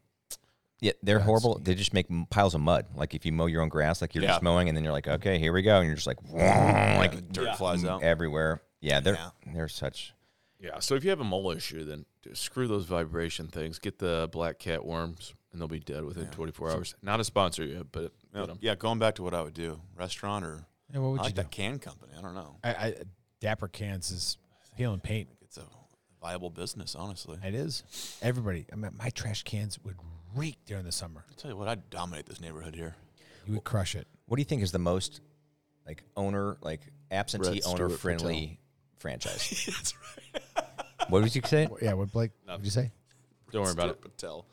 Speaker 3: Yeah, they're horrible. They just make m- piles of mud. Like if you mow your own grass, like you're
Speaker 2: Yeah.
Speaker 3: just mowing, and then you're like, okay, here we go, and you're just like, like
Speaker 2: the dirt flies out.
Speaker 3: everywhere. Yeah, they're
Speaker 2: Yeah.
Speaker 3: they're such.
Speaker 4: Yeah. So if you have a mole issue, then d- screw those vibration things. Get the black cat worms and they'll be dead within 24 hours. Not a sponsor yet, but
Speaker 2: No,
Speaker 4: get 'em.
Speaker 2: yeah, going back to what I would do, restaurant or
Speaker 1: Yeah, what would
Speaker 2: I
Speaker 1: you
Speaker 2: like
Speaker 1: do?
Speaker 2: that can company. I don't know.
Speaker 1: I, I, Dapper Cans is peeling paint.
Speaker 2: It's a viable business, honestly. I
Speaker 1: It is. Everybody, I mean, my trash cans would reek during the summer.
Speaker 2: tell you what, I'd dominate this neighborhood here.
Speaker 1: You would crush it.
Speaker 3: What do you think is the most like owner like absentee
Speaker 4: Brett
Speaker 3: owner
Speaker 4: Stewart
Speaker 3: friendly franchise? What would you say?
Speaker 1: Yeah, what Blake? What did you say?
Speaker 4: don't worry about
Speaker 2: Patel.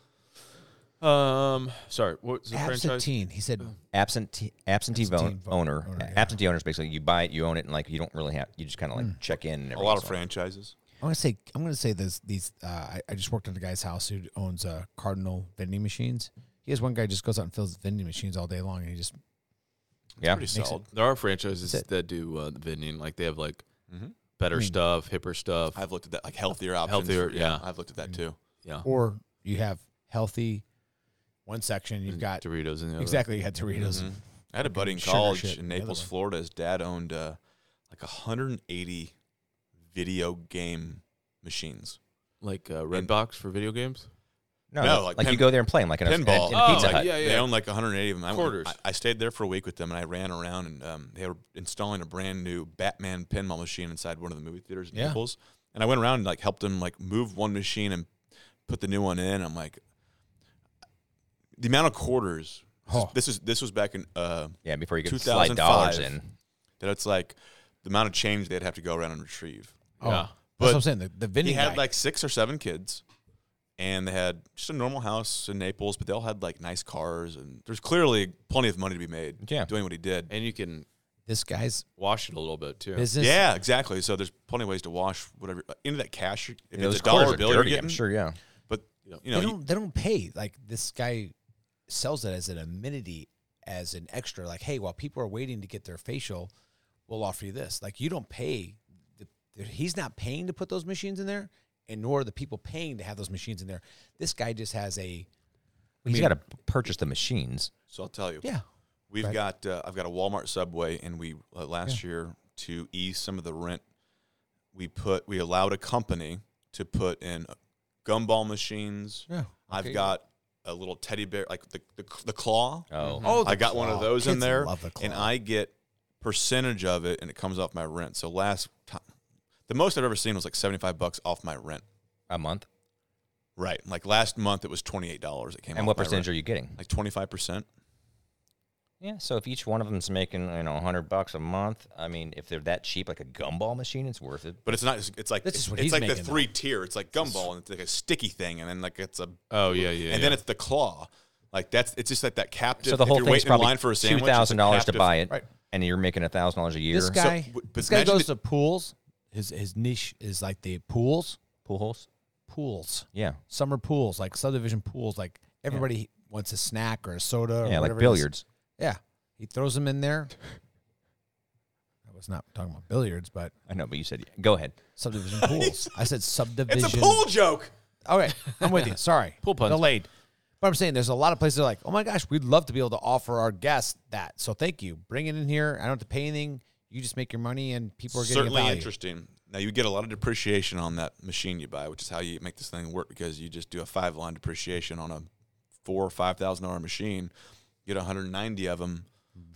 Speaker 4: it. Um, sorry. What's the franchise?
Speaker 1: Absentine. He said,
Speaker 3: Absentee absentee, vo-
Speaker 1: Absentee vo-
Speaker 3: owner.
Speaker 1: owner, yeah.
Speaker 3: Absentee owner is basically you buy it, you own it, and like you don't really have. You just kind of like
Speaker 1: Mm.
Speaker 3: check in. And
Speaker 2: A lot of franchises.
Speaker 1: I'm gonna say I'm gonna say this. These uh, I, I just worked at a guy's house who owns uh, Cardinal vending machines. He has one guy who just goes out and fills vending machines all day long, and he just
Speaker 3: Yeah.
Speaker 2: Pretty
Speaker 1: Makes
Speaker 2: solid.
Speaker 4: There are franchises
Speaker 1: That's it.
Speaker 4: that do uh, the vending. Like they have like better stuff, hipper stuff.
Speaker 2: I've looked at that, like healthier options.
Speaker 4: Healthier, yeah.
Speaker 2: I've looked at that too.
Speaker 4: yeah.
Speaker 1: or you have healthy one section.
Speaker 2: Mm-hmm.
Speaker 1: You've
Speaker 4: And
Speaker 1: got
Speaker 4: Doritos in the other.
Speaker 1: exactly you had Doritos.
Speaker 2: I had a buddy in
Speaker 1: sugar
Speaker 2: college
Speaker 1: shit
Speaker 2: in
Speaker 1: the other
Speaker 2: Naples,
Speaker 1: way.
Speaker 2: Florida. His dad owned uh, like 180 video game machines.
Speaker 4: Like uh, Red Box for video games.
Speaker 3: No,
Speaker 2: No,
Speaker 3: like,
Speaker 2: like
Speaker 3: you
Speaker 2: pin-
Speaker 3: go there and play 'em, like in a,
Speaker 2: Pinball.
Speaker 3: in a
Speaker 4: Oh,
Speaker 3: Pizza
Speaker 4: like,
Speaker 3: Hut.
Speaker 4: yeah,
Speaker 2: They owned like 180 of them. I went-
Speaker 4: Quarters.
Speaker 2: I, I stayed there for a week with them, and I ran around, and um, they were installing a brand new Batman pinball machine inside one of the movie theaters in
Speaker 1: Yeah.
Speaker 2: Naples. And I went around and like helped them like move one machine and put the new one in. I'm like, the amount of quarters.
Speaker 1: Oh.
Speaker 2: This is this was back in uh,
Speaker 3: Yeah, before you could slide dollars
Speaker 2: 2005.
Speaker 3: in.
Speaker 2: that it's like the amount of change they'd have to go around and retrieve.
Speaker 1: Oh,
Speaker 4: Yeah.
Speaker 1: that's what
Speaker 2: But
Speaker 1: I'm saying. The, the vending
Speaker 2: he had
Speaker 1: guy.
Speaker 2: like six or seven kids, and they had just a normal house in Naples, but they all had like nice cars, and there's clearly plenty of money to be made.
Speaker 3: Yeah.
Speaker 2: doing what he did.
Speaker 4: And you can
Speaker 1: this guy's
Speaker 4: wash it a little bit too.
Speaker 1: business.
Speaker 2: yeah, exactly. So there's plenty of ways to wash whatever uh, into that cash. If
Speaker 3: Those
Speaker 2: it's a dollar
Speaker 3: quarters are
Speaker 2: bill,
Speaker 3: dirty,
Speaker 2: you're getting,
Speaker 3: I'm sure. Yeah.
Speaker 2: But you know,
Speaker 1: They
Speaker 2: you-
Speaker 1: don't. They don't pay. Like this guy sells it as an amenity, as an extra. Like, hey, while people are waiting to get their facial, we'll offer you this. Like, you don't pay. The, the, he's not paying to put those machines in there, and nor are the people paying to have those machines in there. This guy just has a.
Speaker 3: He's got to purchase the machines.
Speaker 2: so I'll tell you.
Speaker 1: Yeah.
Speaker 2: We've got uh, I've got a Walmart Subway, and we uh, last year to ease some of the rent, we put we allowed a company to put in uh, gumball machines.
Speaker 1: Yeah.
Speaker 2: I've
Speaker 1: Okay.
Speaker 2: got a little teddy bear like the the, the claw.
Speaker 3: Oh.
Speaker 1: Oh,
Speaker 2: I got one of those in
Speaker 1: Kids
Speaker 2: there,
Speaker 1: love the
Speaker 2: and
Speaker 1: claw.
Speaker 2: I get percentage of it, and it comes off my rent. So last time, the most I've ever seen was like seventy five bucks off my rent.
Speaker 3: A month.
Speaker 2: Right, like last month it was twenty eight dollars. It came.
Speaker 3: And
Speaker 2: off
Speaker 3: what
Speaker 2: my
Speaker 3: percentage
Speaker 2: rent.
Speaker 3: are you getting?
Speaker 2: Like twenty five percent.
Speaker 3: Yeah, so if each one of them's making you know hundred bucks a month, I mean, if they're that cheap, like a gumball machine, it's worth it.
Speaker 2: But it's not. It's like
Speaker 1: This
Speaker 2: it's,
Speaker 1: is what
Speaker 2: it's
Speaker 1: he's
Speaker 2: like the
Speaker 1: making, though.
Speaker 2: three tier. It's like gumball, and it's like a sticky thing, and then like it's a,
Speaker 4: oh yeah, yeah.
Speaker 2: and then it's the claw. Like that's it's just like that captive.
Speaker 3: So the
Speaker 2: if
Speaker 3: whole
Speaker 2: you're
Speaker 3: thing's
Speaker 2: waiting in
Speaker 3: probably
Speaker 2: line for a
Speaker 3: two
Speaker 2: sandwich, it's a
Speaker 3: thousand dollars to
Speaker 2: captive-
Speaker 3: buy it,
Speaker 1: Right.
Speaker 3: and you're making a thousand dollars a year.
Speaker 1: This guy.
Speaker 2: w- but
Speaker 1: this guy
Speaker 2: imagine
Speaker 1: goes
Speaker 2: the-
Speaker 1: to pools. His his niche is like the pools,
Speaker 3: pool holes.
Speaker 1: pools.
Speaker 3: Yeah,
Speaker 1: summer pools, like subdivision pools. Like everybody wants a snack or a soda. Or
Speaker 3: yeah, like
Speaker 1: whatever it is.
Speaker 3: billiards.
Speaker 1: Yeah, he throws them in there. I was not talking about billiards, but
Speaker 3: I know, but you said go ahead.
Speaker 1: subdivision pools. I said subdivision.
Speaker 2: It's a pool joke.
Speaker 1: Okay, I'm with you. Sorry,
Speaker 4: Pool puns.
Speaker 1: delayed. But I'm saying there's a lot of places that are like, oh my gosh, we'd love to be able to offer our guests that. So thank you. Bring it in here. I don't have to pay anything. You just make your money, and people are getting a
Speaker 2: Certainly
Speaker 1: value.
Speaker 2: interesting. Now you get a lot of depreciation on that machine you buy, which is how you make this thing work because you just do a five line depreciation on a four or five thousand dollar machine. Get 190 of them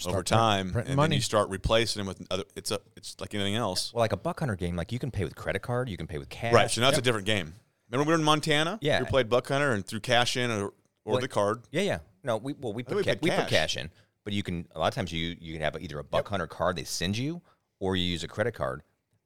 Speaker 2: over
Speaker 1: print-
Speaker 2: time,
Speaker 1: printing
Speaker 2: and then
Speaker 1: money.
Speaker 2: you start replacing them with other. It's a it's like anything else.
Speaker 3: Well, like a buck hunter game, like you can pay with credit card, you can pay with cash.
Speaker 2: Right. So now it's a different game. Remember we were in Montana?
Speaker 3: Yeah.
Speaker 2: We played Buck Hunter and threw cash in or, or
Speaker 3: Like-
Speaker 2: the card.
Speaker 3: Yeah, yeah. No, we well we put,
Speaker 2: we
Speaker 3: ca-
Speaker 2: paid
Speaker 3: we put
Speaker 2: cash.
Speaker 3: cash in, But you can a lot of times you you can have either a buck hunter card they send you, or you use a credit card.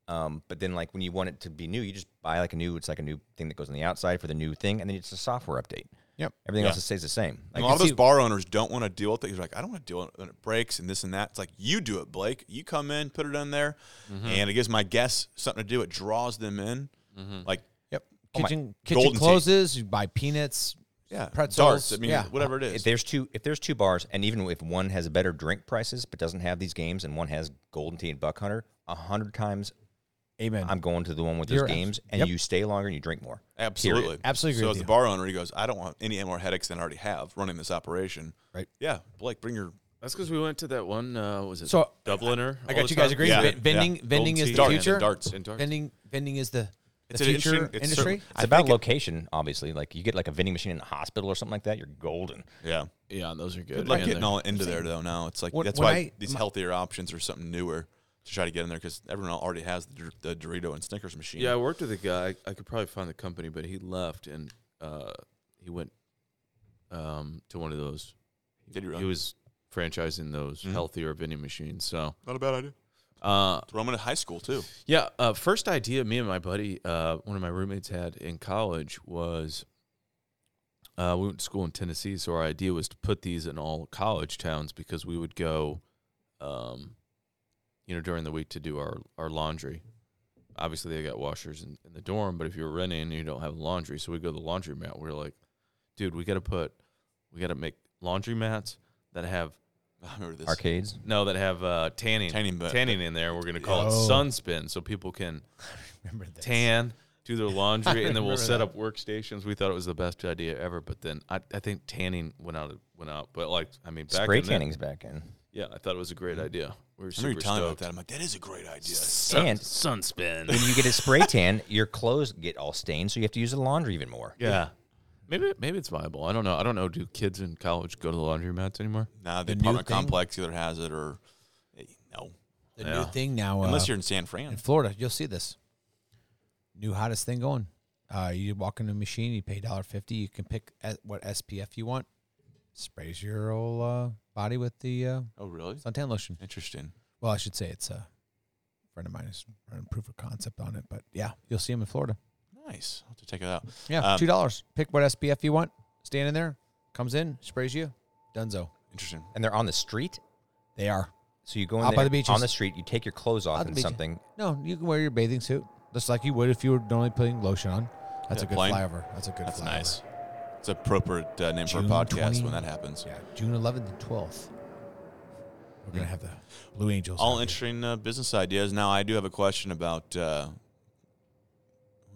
Speaker 3: Um, but then like when you want it to be new, you just buy like a new. It's like a new thing that goes on the outside for the new thing, and then it's a software update.
Speaker 1: Yep.
Speaker 3: Everything
Speaker 2: Yeah.
Speaker 3: else stays the same.
Speaker 2: And
Speaker 3: Like,
Speaker 2: a lot of those bar owners don't want to deal with it. He's like, I don't want to deal with it when it breaks and this and that. It's like you do it, Blake. You come in, put it in there,
Speaker 1: Mm-hmm.
Speaker 2: and it gives my guests something to do. It draws them in.
Speaker 1: Mm-hmm.
Speaker 2: Like
Speaker 1: Yep.
Speaker 3: Oh my-
Speaker 1: Kitchen kitchen
Speaker 2: Golden Tate.
Speaker 1: closes. You buy peanuts.
Speaker 2: yeah,
Speaker 1: Pretzels,
Speaker 2: darts. I mean,
Speaker 1: yeah.
Speaker 2: whatever it
Speaker 3: if
Speaker 2: is.
Speaker 3: there's two if there's two bars and even if one has better drink prices but doesn't have these games and one has golden tea and buck hunter a hundred times
Speaker 1: Amen.
Speaker 3: i'm going to the one with those
Speaker 1: You're abs-
Speaker 3: games and
Speaker 1: yep.
Speaker 3: you stay longer and you drink more Period.
Speaker 2: Absolutely,
Speaker 1: Absolutely agree
Speaker 2: So
Speaker 1: with
Speaker 2: as the
Speaker 1: you.
Speaker 2: bar owner, he goes, I don't want any more headaches than I already have running this operation.
Speaker 1: Right.
Speaker 2: Yeah, Blake, bring your
Speaker 4: That's because we went to that one. Uh, was it
Speaker 1: So,
Speaker 4: Dubliner?
Speaker 1: I
Speaker 4: all
Speaker 1: got
Speaker 4: the
Speaker 1: you guys
Speaker 4: time?
Speaker 1: agree.
Speaker 2: Yeah.
Speaker 1: Vin- Vending
Speaker 2: Yeah.
Speaker 1: vending is
Speaker 4: Golden
Speaker 1: the
Speaker 4: tea and
Speaker 1: future.
Speaker 4: darts and darts.
Speaker 1: Vending vending is the, the
Speaker 2: It's an interesting-
Speaker 1: future
Speaker 2: it's
Speaker 1: industry.
Speaker 2: certainly-
Speaker 3: it's about location obviously like you get like a vending machine in a hospital or something like that you're golden
Speaker 2: yeah.
Speaker 4: Yeah, those are good.
Speaker 2: Good luck
Speaker 4: man.
Speaker 2: getting
Speaker 4: They're-
Speaker 2: all into there though. Now it's like
Speaker 1: When-
Speaker 2: that's
Speaker 1: when
Speaker 2: why
Speaker 1: I-
Speaker 2: these
Speaker 1: my-
Speaker 2: healthier options are something newer to try to get in there because everyone already has the, Dor- the Dorito and Snickers machine.
Speaker 4: Yeah, I worked with a guy. I could probably find the company, but he left and uh, he went um, to one of those.
Speaker 2: Did he really?
Speaker 4: He was franchising those
Speaker 2: Mm-hmm.
Speaker 4: healthier vending machines. So,
Speaker 2: not a bad idea.
Speaker 4: uh,
Speaker 2: Throw them in high school too.
Speaker 4: yeah, uh, first idea me and my buddy, uh, one of my roommates had in college was uh, we went to school in Tennessee, so our idea was to put these in all college towns because we would go, um, you know, during the week to do our our laundry. Obviously, they got washers in, in the dorm, but if you're renting, you don't have laundry, so we go to the laundromat. We're like, dude, we got to put, we got to make laundromats that have
Speaker 2: I remember this.
Speaker 3: arcades
Speaker 4: no, that have uh, tanning
Speaker 2: Tanning, but-
Speaker 4: tanning in there. We're going to call it
Speaker 1: Oh.
Speaker 4: Sunspin, so people can
Speaker 1: Remember this.
Speaker 4: tan, do their laundry, and then we'll
Speaker 1: remember
Speaker 4: set
Speaker 1: that.
Speaker 4: up workstations. We thought it was the best idea ever, but then I, I think tanning went out went out. But like, I mean, back
Speaker 3: spray
Speaker 4: in then-
Speaker 3: tanning's back in
Speaker 4: yeah, I thought it was a great idea. We were
Speaker 2: Mm-hmm. I remember
Speaker 4: super
Speaker 2: you telling me about
Speaker 4: stoked.
Speaker 2: that. I'm like, that is a great idea.
Speaker 3: and
Speaker 4: Sunspin.
Speaker 3: when you get a spray tan your clothes get all stained so you have to use the laundry even more
Speaker 4: yeah. Maybe maybe it's viable. I don't know. I don't know. Do kids in college go to the laundromats anymore?
Speaker 2: Now the,
Speaker 1: new
Speaker 2: apartment
Speaker 1: thing-
Speaker 2: complex either has it or eh, no,
Speaker 1: The new
Speaker 4: Yeah.
Speaker 1: thing now. uh,
Speaker 2: unless you're in San Fran.
Speaker 1: in Florida, you'll see this. New hottest thing going. Uh, you walk in the machine, you pay dollar fifty. You can pick at what SPF you want. Sprays your old uh, body with the uh,
Speaker 2: oh, really?
Speaker 1: suntan lotion.
Speaker 2: Interesting.
Speaker 1: Well, I should say it's uh, a friend of mine is running proof of concept on it, but yeah, you'll see them in Florida.
Speaker 2: Nice. I'll have to check it out.
Speaker 1: Yeah,
Speaker 2: Um,
Speaker 1: two dollars. Pick what SPF you want. Stand in there, comes in, sprays you. Dunzo.
Speaker 2: Interesting.
Speaker 3: and they're on the street
Speaker 1: They are.
Speaker 3: so you go in
Speaker 1: Out by
Speaker 3: there,
Speaker 1: the beaches.
Speaker 3: on the street you take your clothes
Speaker 1: Out
Speaker 3: off
Speaker 1: the
Speaker 3: and
Speaker 1: beach.
Speaker 3: something
Speaker 1: No, you can wear your bathing suit just like you would if you were normally putting lotion on. That's
Speaker 2: Yeah,
Speaker 1: a good
Speaker 2: plain.
Speaker 1: flyover. That's a good.
Speaker 2: That's
Speaker 1: flyover.
Speaker 2: nice. It's appropriate uh, name
Speaker 1: June
Speaker 2: for a podcast
Speaker 1: 20.
Speaker 2: when that happens.
Speaker 1: Yeah, June 11th and 12th. We're gonna have the Blue Angels. out
Speaker 2: All
Speaker 1: here.
Speaker 2: interesting uh, business ideas. Now, I do have a question about. Uh,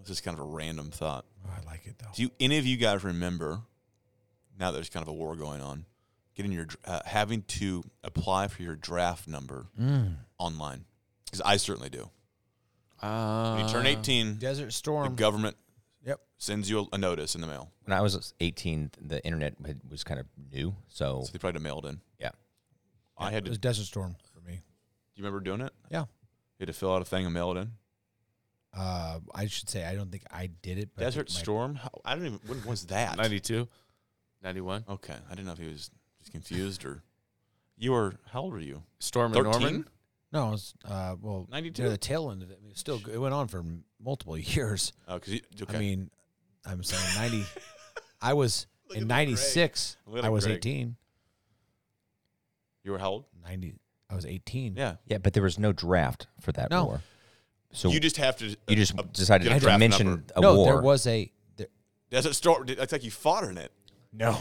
Speaker 2: this is kind of a random thought.
Speaker 1: Oh, I like it though.
Speaker 2: Do you, any of you guys remember? Now that there's kind of a war going on, getting your dr- uh, having to apply for your draft number online because I certainly do.
Speaker 4: Uh,
Speaker 2: When you turn 18,
Speaker 1: Desert
Speaker 2: the
Speaker 1: Storm.
Speaker 2: government
Speaker 1: Yep.
Speaker 2: sends you a, a notice in the mail.
Speaker 3: when i was 18 the internet had- was kind of new so
Speaker 2: So they probably mailed in.
Speaker 3: yeah
Speaker 2: I had
Speaker 1: It
Speaker 2: to. Do
Speaker 1: was Desert Storm for me.
Speaker 2: you remember doing it?
Speaker 1: Yeah.
Speaker 2: You had to fill out a thing and mail it in.
Speaker 1: Uh, I should say I don't think I did it. But I
Speaker 2: Desert
Speaker 1: think my-
Speaker 2: Storm. How, I don't even. When was that?
Speaker 4: 92, 91.
Speaker 2: Okay, I didn't know if he was just confused or you were. How old were you?
Speaker 4: Storm and
Speaker 2: 13?
Speaker 4: Norman.
Speaker 1: No, it was uh, well,
Speaker 2: 92?
Speaker 1: near the tail end of it. I mean, it was still go- it went on for m- multiple years.
Speaker 2: Oh, because okay.
Speaker 1: I mean, I'm saying 90. I was in 96.
Speaker 2: Look at
Speaker 1: I
Speaker 2: him,
Speaker 1: was
Speaker 2: Greg.
Speaker 1: 18.
Speaker 2: you were how old?
Speaker 1: 90. I was 18.
Speaker 2: Yeah.
Speaker 3: Yeah, but there was no draft for that
Speaker 1: No.
Speaker 3: war. So
Speaker 2: you just have to.
Speaker 3: you just
Speaker 2: uh,
Speaker 3: decided
Speaker 2: get a
Speaker 3: to
Speaker 2: draft
Speaker 3: mention
Speaker 2: number.
Speaker 3: a
Speaker 1: no,
Speaker 3: war.
Speaker 1: there was a. There,
Speaker 2: Desert Storm. It's like you fought in it.
Speaker 1: no.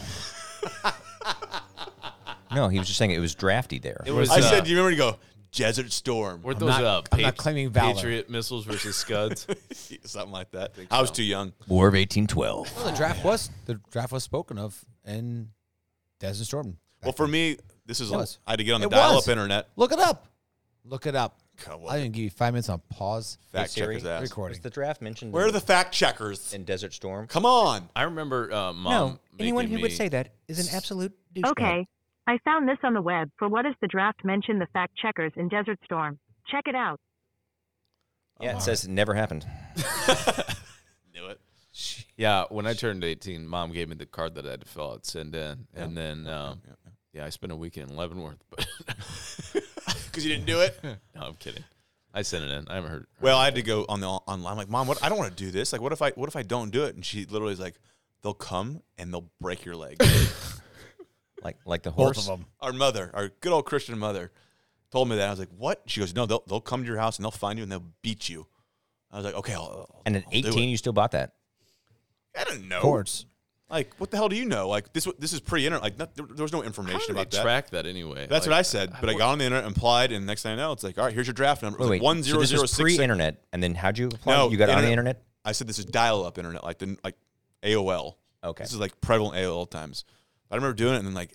Speaker 3: No, he was just saying it was drafty there.
Speaker 4: It was.
Speaker 2: I
Speaker 4: uh,
Speaker 2: said, do you remember? You go Desert Storm.
Speaker 4: Weren't
Speaker 2: Or
Speaker 4: those
Speaker 1: not-
Speaker 4: uh,
Speaker 1: I'm not
Speaker 4: Patri-
Speaker 1: claiming valor.
Speaker 4: Patriot missiles versus Scuds?
Speaker 2: something like that. I, was too young.
Speaker 3: War of 1812.
Speaker 1: Well, the draft was the draft was spoken of in Desert Storm.
Speaker 2: Well, for me, this is.
Speaker 1: It was.
Speaker 2: I had to get on the
Speaker 1: It
Speaker 2: dial-up
Speaker 1: was.
Speaker 2: internet.
Speaker 1: Look it up. Look it up.
Speaker 2: Come
Speaker 1: I'm gonna give you five minutes on pause.
Speaker 2: Fact
Speaker 3: Siri,
Speaker 2: checkers ass.
Speaker 1: recording.
Speaker 3: Was the draft mentioned
Speaker 2: Where are
Speaker 3: in,
Speaker 2: the fact checkers?
Speaker 3: in Desert Storm?
Speaker 2: Come on.
Speaker 4: I remember uh, mom.
Speaker 3: no, anyone
Speaker 4: making
Speaker 3: who would
Speaker 4: me-
Speaker 3: say that is an absolute douchebag.
Speaker 8: Okay. I found this on the web for What is the Draft mentioned the fact checkers in Desert Storm. Check it out.
Speaker 3: Yeah, it says it never happened.
Speaker 2: Knew it.
Speaker 4: Yeah, when I turned 18, mom gave me the card that I had to fill out, send in, and then um, Yeah, I spent a weekend in Leavenworth, but
Speaker 2: because you didn't do it.
Speaker 4: no, I'm kidding. I sent it in. I haven't heard.
Speaker 2: Well, I had to go on the on- online. I'm like, mom, what? I don't want to do this. Like, what if I what if I don't do it? And she literally is like, they'll come and they'll break your leg.
Speaker 3: Like like the
Speaker 1: Both
Speaker 3: horse.
Speaker 1: of them.
Speaker 2: our mother, our good old Christian mother, told me that. I was like, what? She goes, no, they'll they'll come to your house and they'll find you and they'll beat you. I was like, okay, I'll,
Speaker 3: And at
Speaker 2: I'll do it." Oh,
Speaker 3: 18, you still bought that.
Speaker 2: I don't know.
Speaker 1: Of course.
Speaker 2: Like, what the hell do you know? Like, this wa- this is pre-internet. Like, not, there, there was no
Speaker 4: How
Speaker 2: information
Speaker 4: do they
Speaker 2: about that.
Speaker 4: track that anyway?
Speaker 2: That's
Speaker 4: Like,
Speaker 2: what I said. But I got on the internet and applied, and next thing I know, it's like, all right, here's your draft number. It was
Speaker 3: Wait, wait.
Speaker 2: like one
Speaker 3: so
Speaker 2: zero
Speaker 3: this
Speaker 2: zero
Speaker 3: is
Speaker 2: six.
Speaker 3: pre-internet, and then how'd you apply?
Speaker 2: No,
Speaker 3: you got on the
Speaker 2: internet-
Speaker 3: internet.
Speaker 2: I said this is dial-up internet, like the like AOL.
Speaker 3: Okay.
Speaker 2: This is like prevalent AOL times. I remember doing it and then like